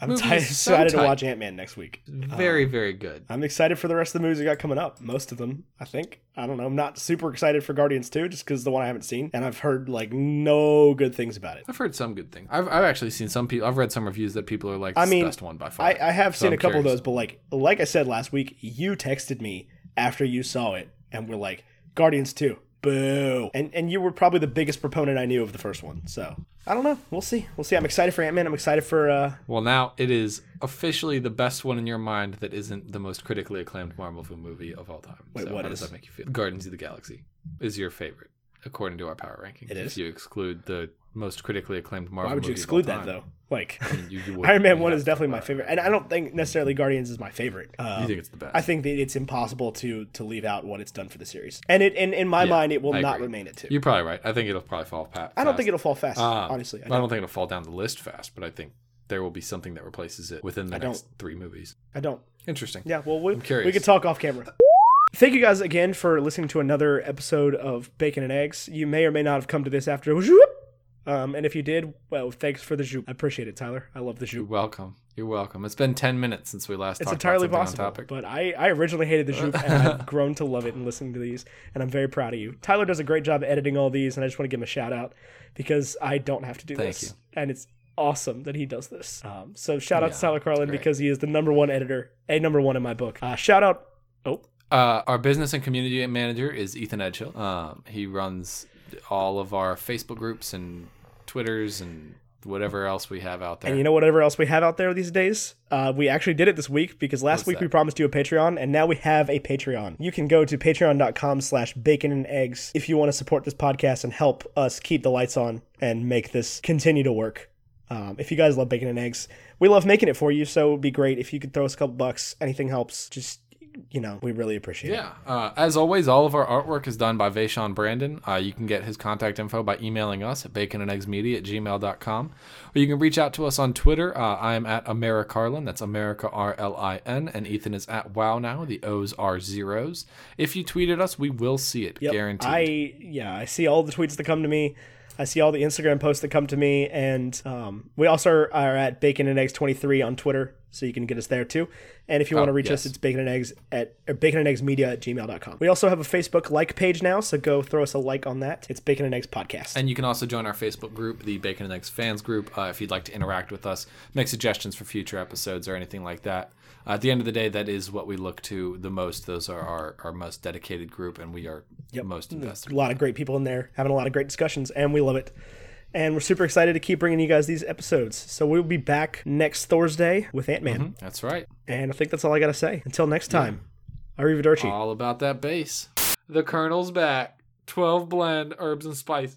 S1: I'm
S2: Movie
S1: ti-
S2: is so
S1: excited
S2: tight.
S1: to watch Ant Man next week.
S2: Very very good.
S1: I'm excited for the rest of the movies we got coming up. Most of them, I think. I don't know. I'm not super excited for Guardians 2 just because the one I haven't seen, and I've heard like no good things about it.
S2: I've heard some good things. I've, I've actually seen some people. I've read some reviews that people are like,
S1: I
S2: "This is the
S1: mean,
S2: best one by far."
S1: I, I have
S2: So
S1: seen
S2: I'm
S1: a couple
S2: curious.
S1: of those, but like like I said last week, you texted me after you saw it, and we're like Guardians 2. Boo! And and you were probably the biggest proponent I knew of the first one. So I don't know. We'll see. We'll see. I'm excited for Ant Man. I'm excited for uh,
S2: Well, now it is officially the best one in your mind that isn't the most critically acclaimed Marvel movie of all time.
S1: Wait,
S2: so
S1: what
S2: how does
S1: is?
S2: that make you feel? Guardians of the Galaxy is your favorite, according to our power ranking.
S1: It
S2: If
S1: is?
S2: you exclude the most critically acclaimed Marvel.
S1: Why would you
S2: movie of all
S1: exclude that
S2: time.
S1: though? Like
S2: You, you would.
S1: Iron Man
S2: You
S1: One
S2: have
S1: is
S2: to.
S1: definitely my favorite, and I don't think necessarily Guardians is my favorite. Um,
S2: You think it's the best?
S1: I think that it's impossible to to leave out what it's done for the series, and it and in my mind it will
S2: I
S1: not
S2: agree.
S1: remain at two.
S2: You're probably right. I think it'll probably fall pat.
S1: I don't think it'll fall fast,
S2: Um,
S1: honestly. I
S2: I don't.
S1: don't,
S2: think it'll fall down the list fast, but I think there will be something that replaces it within the
S1: don't.
S2: next three movies.
S1: I don't.
S2: Interesting.
S1: Yeah, well, we,
S2: curious.
S1: we could talk off camera. Thank you guys again for listening to another episode of Bacon and Eggs. You may or may not have come to this after a zoop. Um, and if you did, well, thanks for the zoop. I appreciate it, Tyler. I love the
S2: You're
S1: zoop.
S2: welcome. You're welcome. It's been ten minutes since we last
S1: It's
S2: talked
S1: entirely
S2: about
S1: possible.
S2: something on topic.
S1: But I, I originally hated the zoop, and I've grown to love it and listening to these, and I'm very proud of you. Tyler does a great job editing all these, and I just want to give him a shout out because I don't have to do
S2: Thank
S1: this.
S2: you.
S1: And it's awesome that he does this. Um, so shout out to
S2: Yeah,
S1: Tyler Carlin
S2: great.
S1: because he is the number one editor, a number one in my book. Uh, shout out. Oh,
S2: Uh, our business and community manager is Ethan Edgehill. Um, he runs all of our Facebook groups and Twitters and whatever else we have out there.
S1: And you know whatever else we have out there these days? Uh, we actually did it this week because last
S2: What's
S1: week we
S2: that?
S1: promised you a Patreon, and now we have a Patreon. You can go to patreon.com slash bacon and eggs if you want to support this podcast and help us keep the lights on and make this continue to work. Um, if you guys love bacon and eggs, we love making it for you, so it would be great if you could throw us a couple bucks. Anything helps. Just, you know, we really appreciate it.
S2: yeah. Uh, as always, all of our artwork is done by Vaishon Brandon. Uh, you can get his contact info by emailing us at baconandeggsmedia at gmail.com. Or you can reach out to us on Twitter. Uh, I am at AmeriCarlin. That's America R L I N. And Ethan is at Wow Now. The O's are zeros. If you tweeted us, we will see it.
S1: Yep.
S2: Guaranteed.
S1: I yeah, I see all the tweets that come to me. I see all the Instagram posts that come to me, and um, we also are, are at Bacon and Eggs twenty three on Twitter, so you can get us there too. And if you want to reach us,
S2: Oh, yes.
S1: it's Bacon and Eggs at or Bacon and Eggs Media at gmail.com. We also have a Facebook like page now, so go throw us a like on that. It's Bacon and Eggs Podcast.
S2: And you can also join our Facebook group, the Bacon and Eggs fans group, uh, if you'd like to interact with us, make suggestions for future episodes or anything like that. Uh, at the end of the day, that is what we look to the most. Those are our, our most dedicated group, and we are most invested.
S1: a lot of great people in there, having a lot of great discussions, and we love it. And we're super excited to keep bringing you guys these episodes. So we'll be back next Thursday with Ant Man.
S2: That's right.
S1: And I think that's all I got to say. Until next time, Arrivederci.
S2: All about that base. The Colonel's back. 12 blend herbs and spice.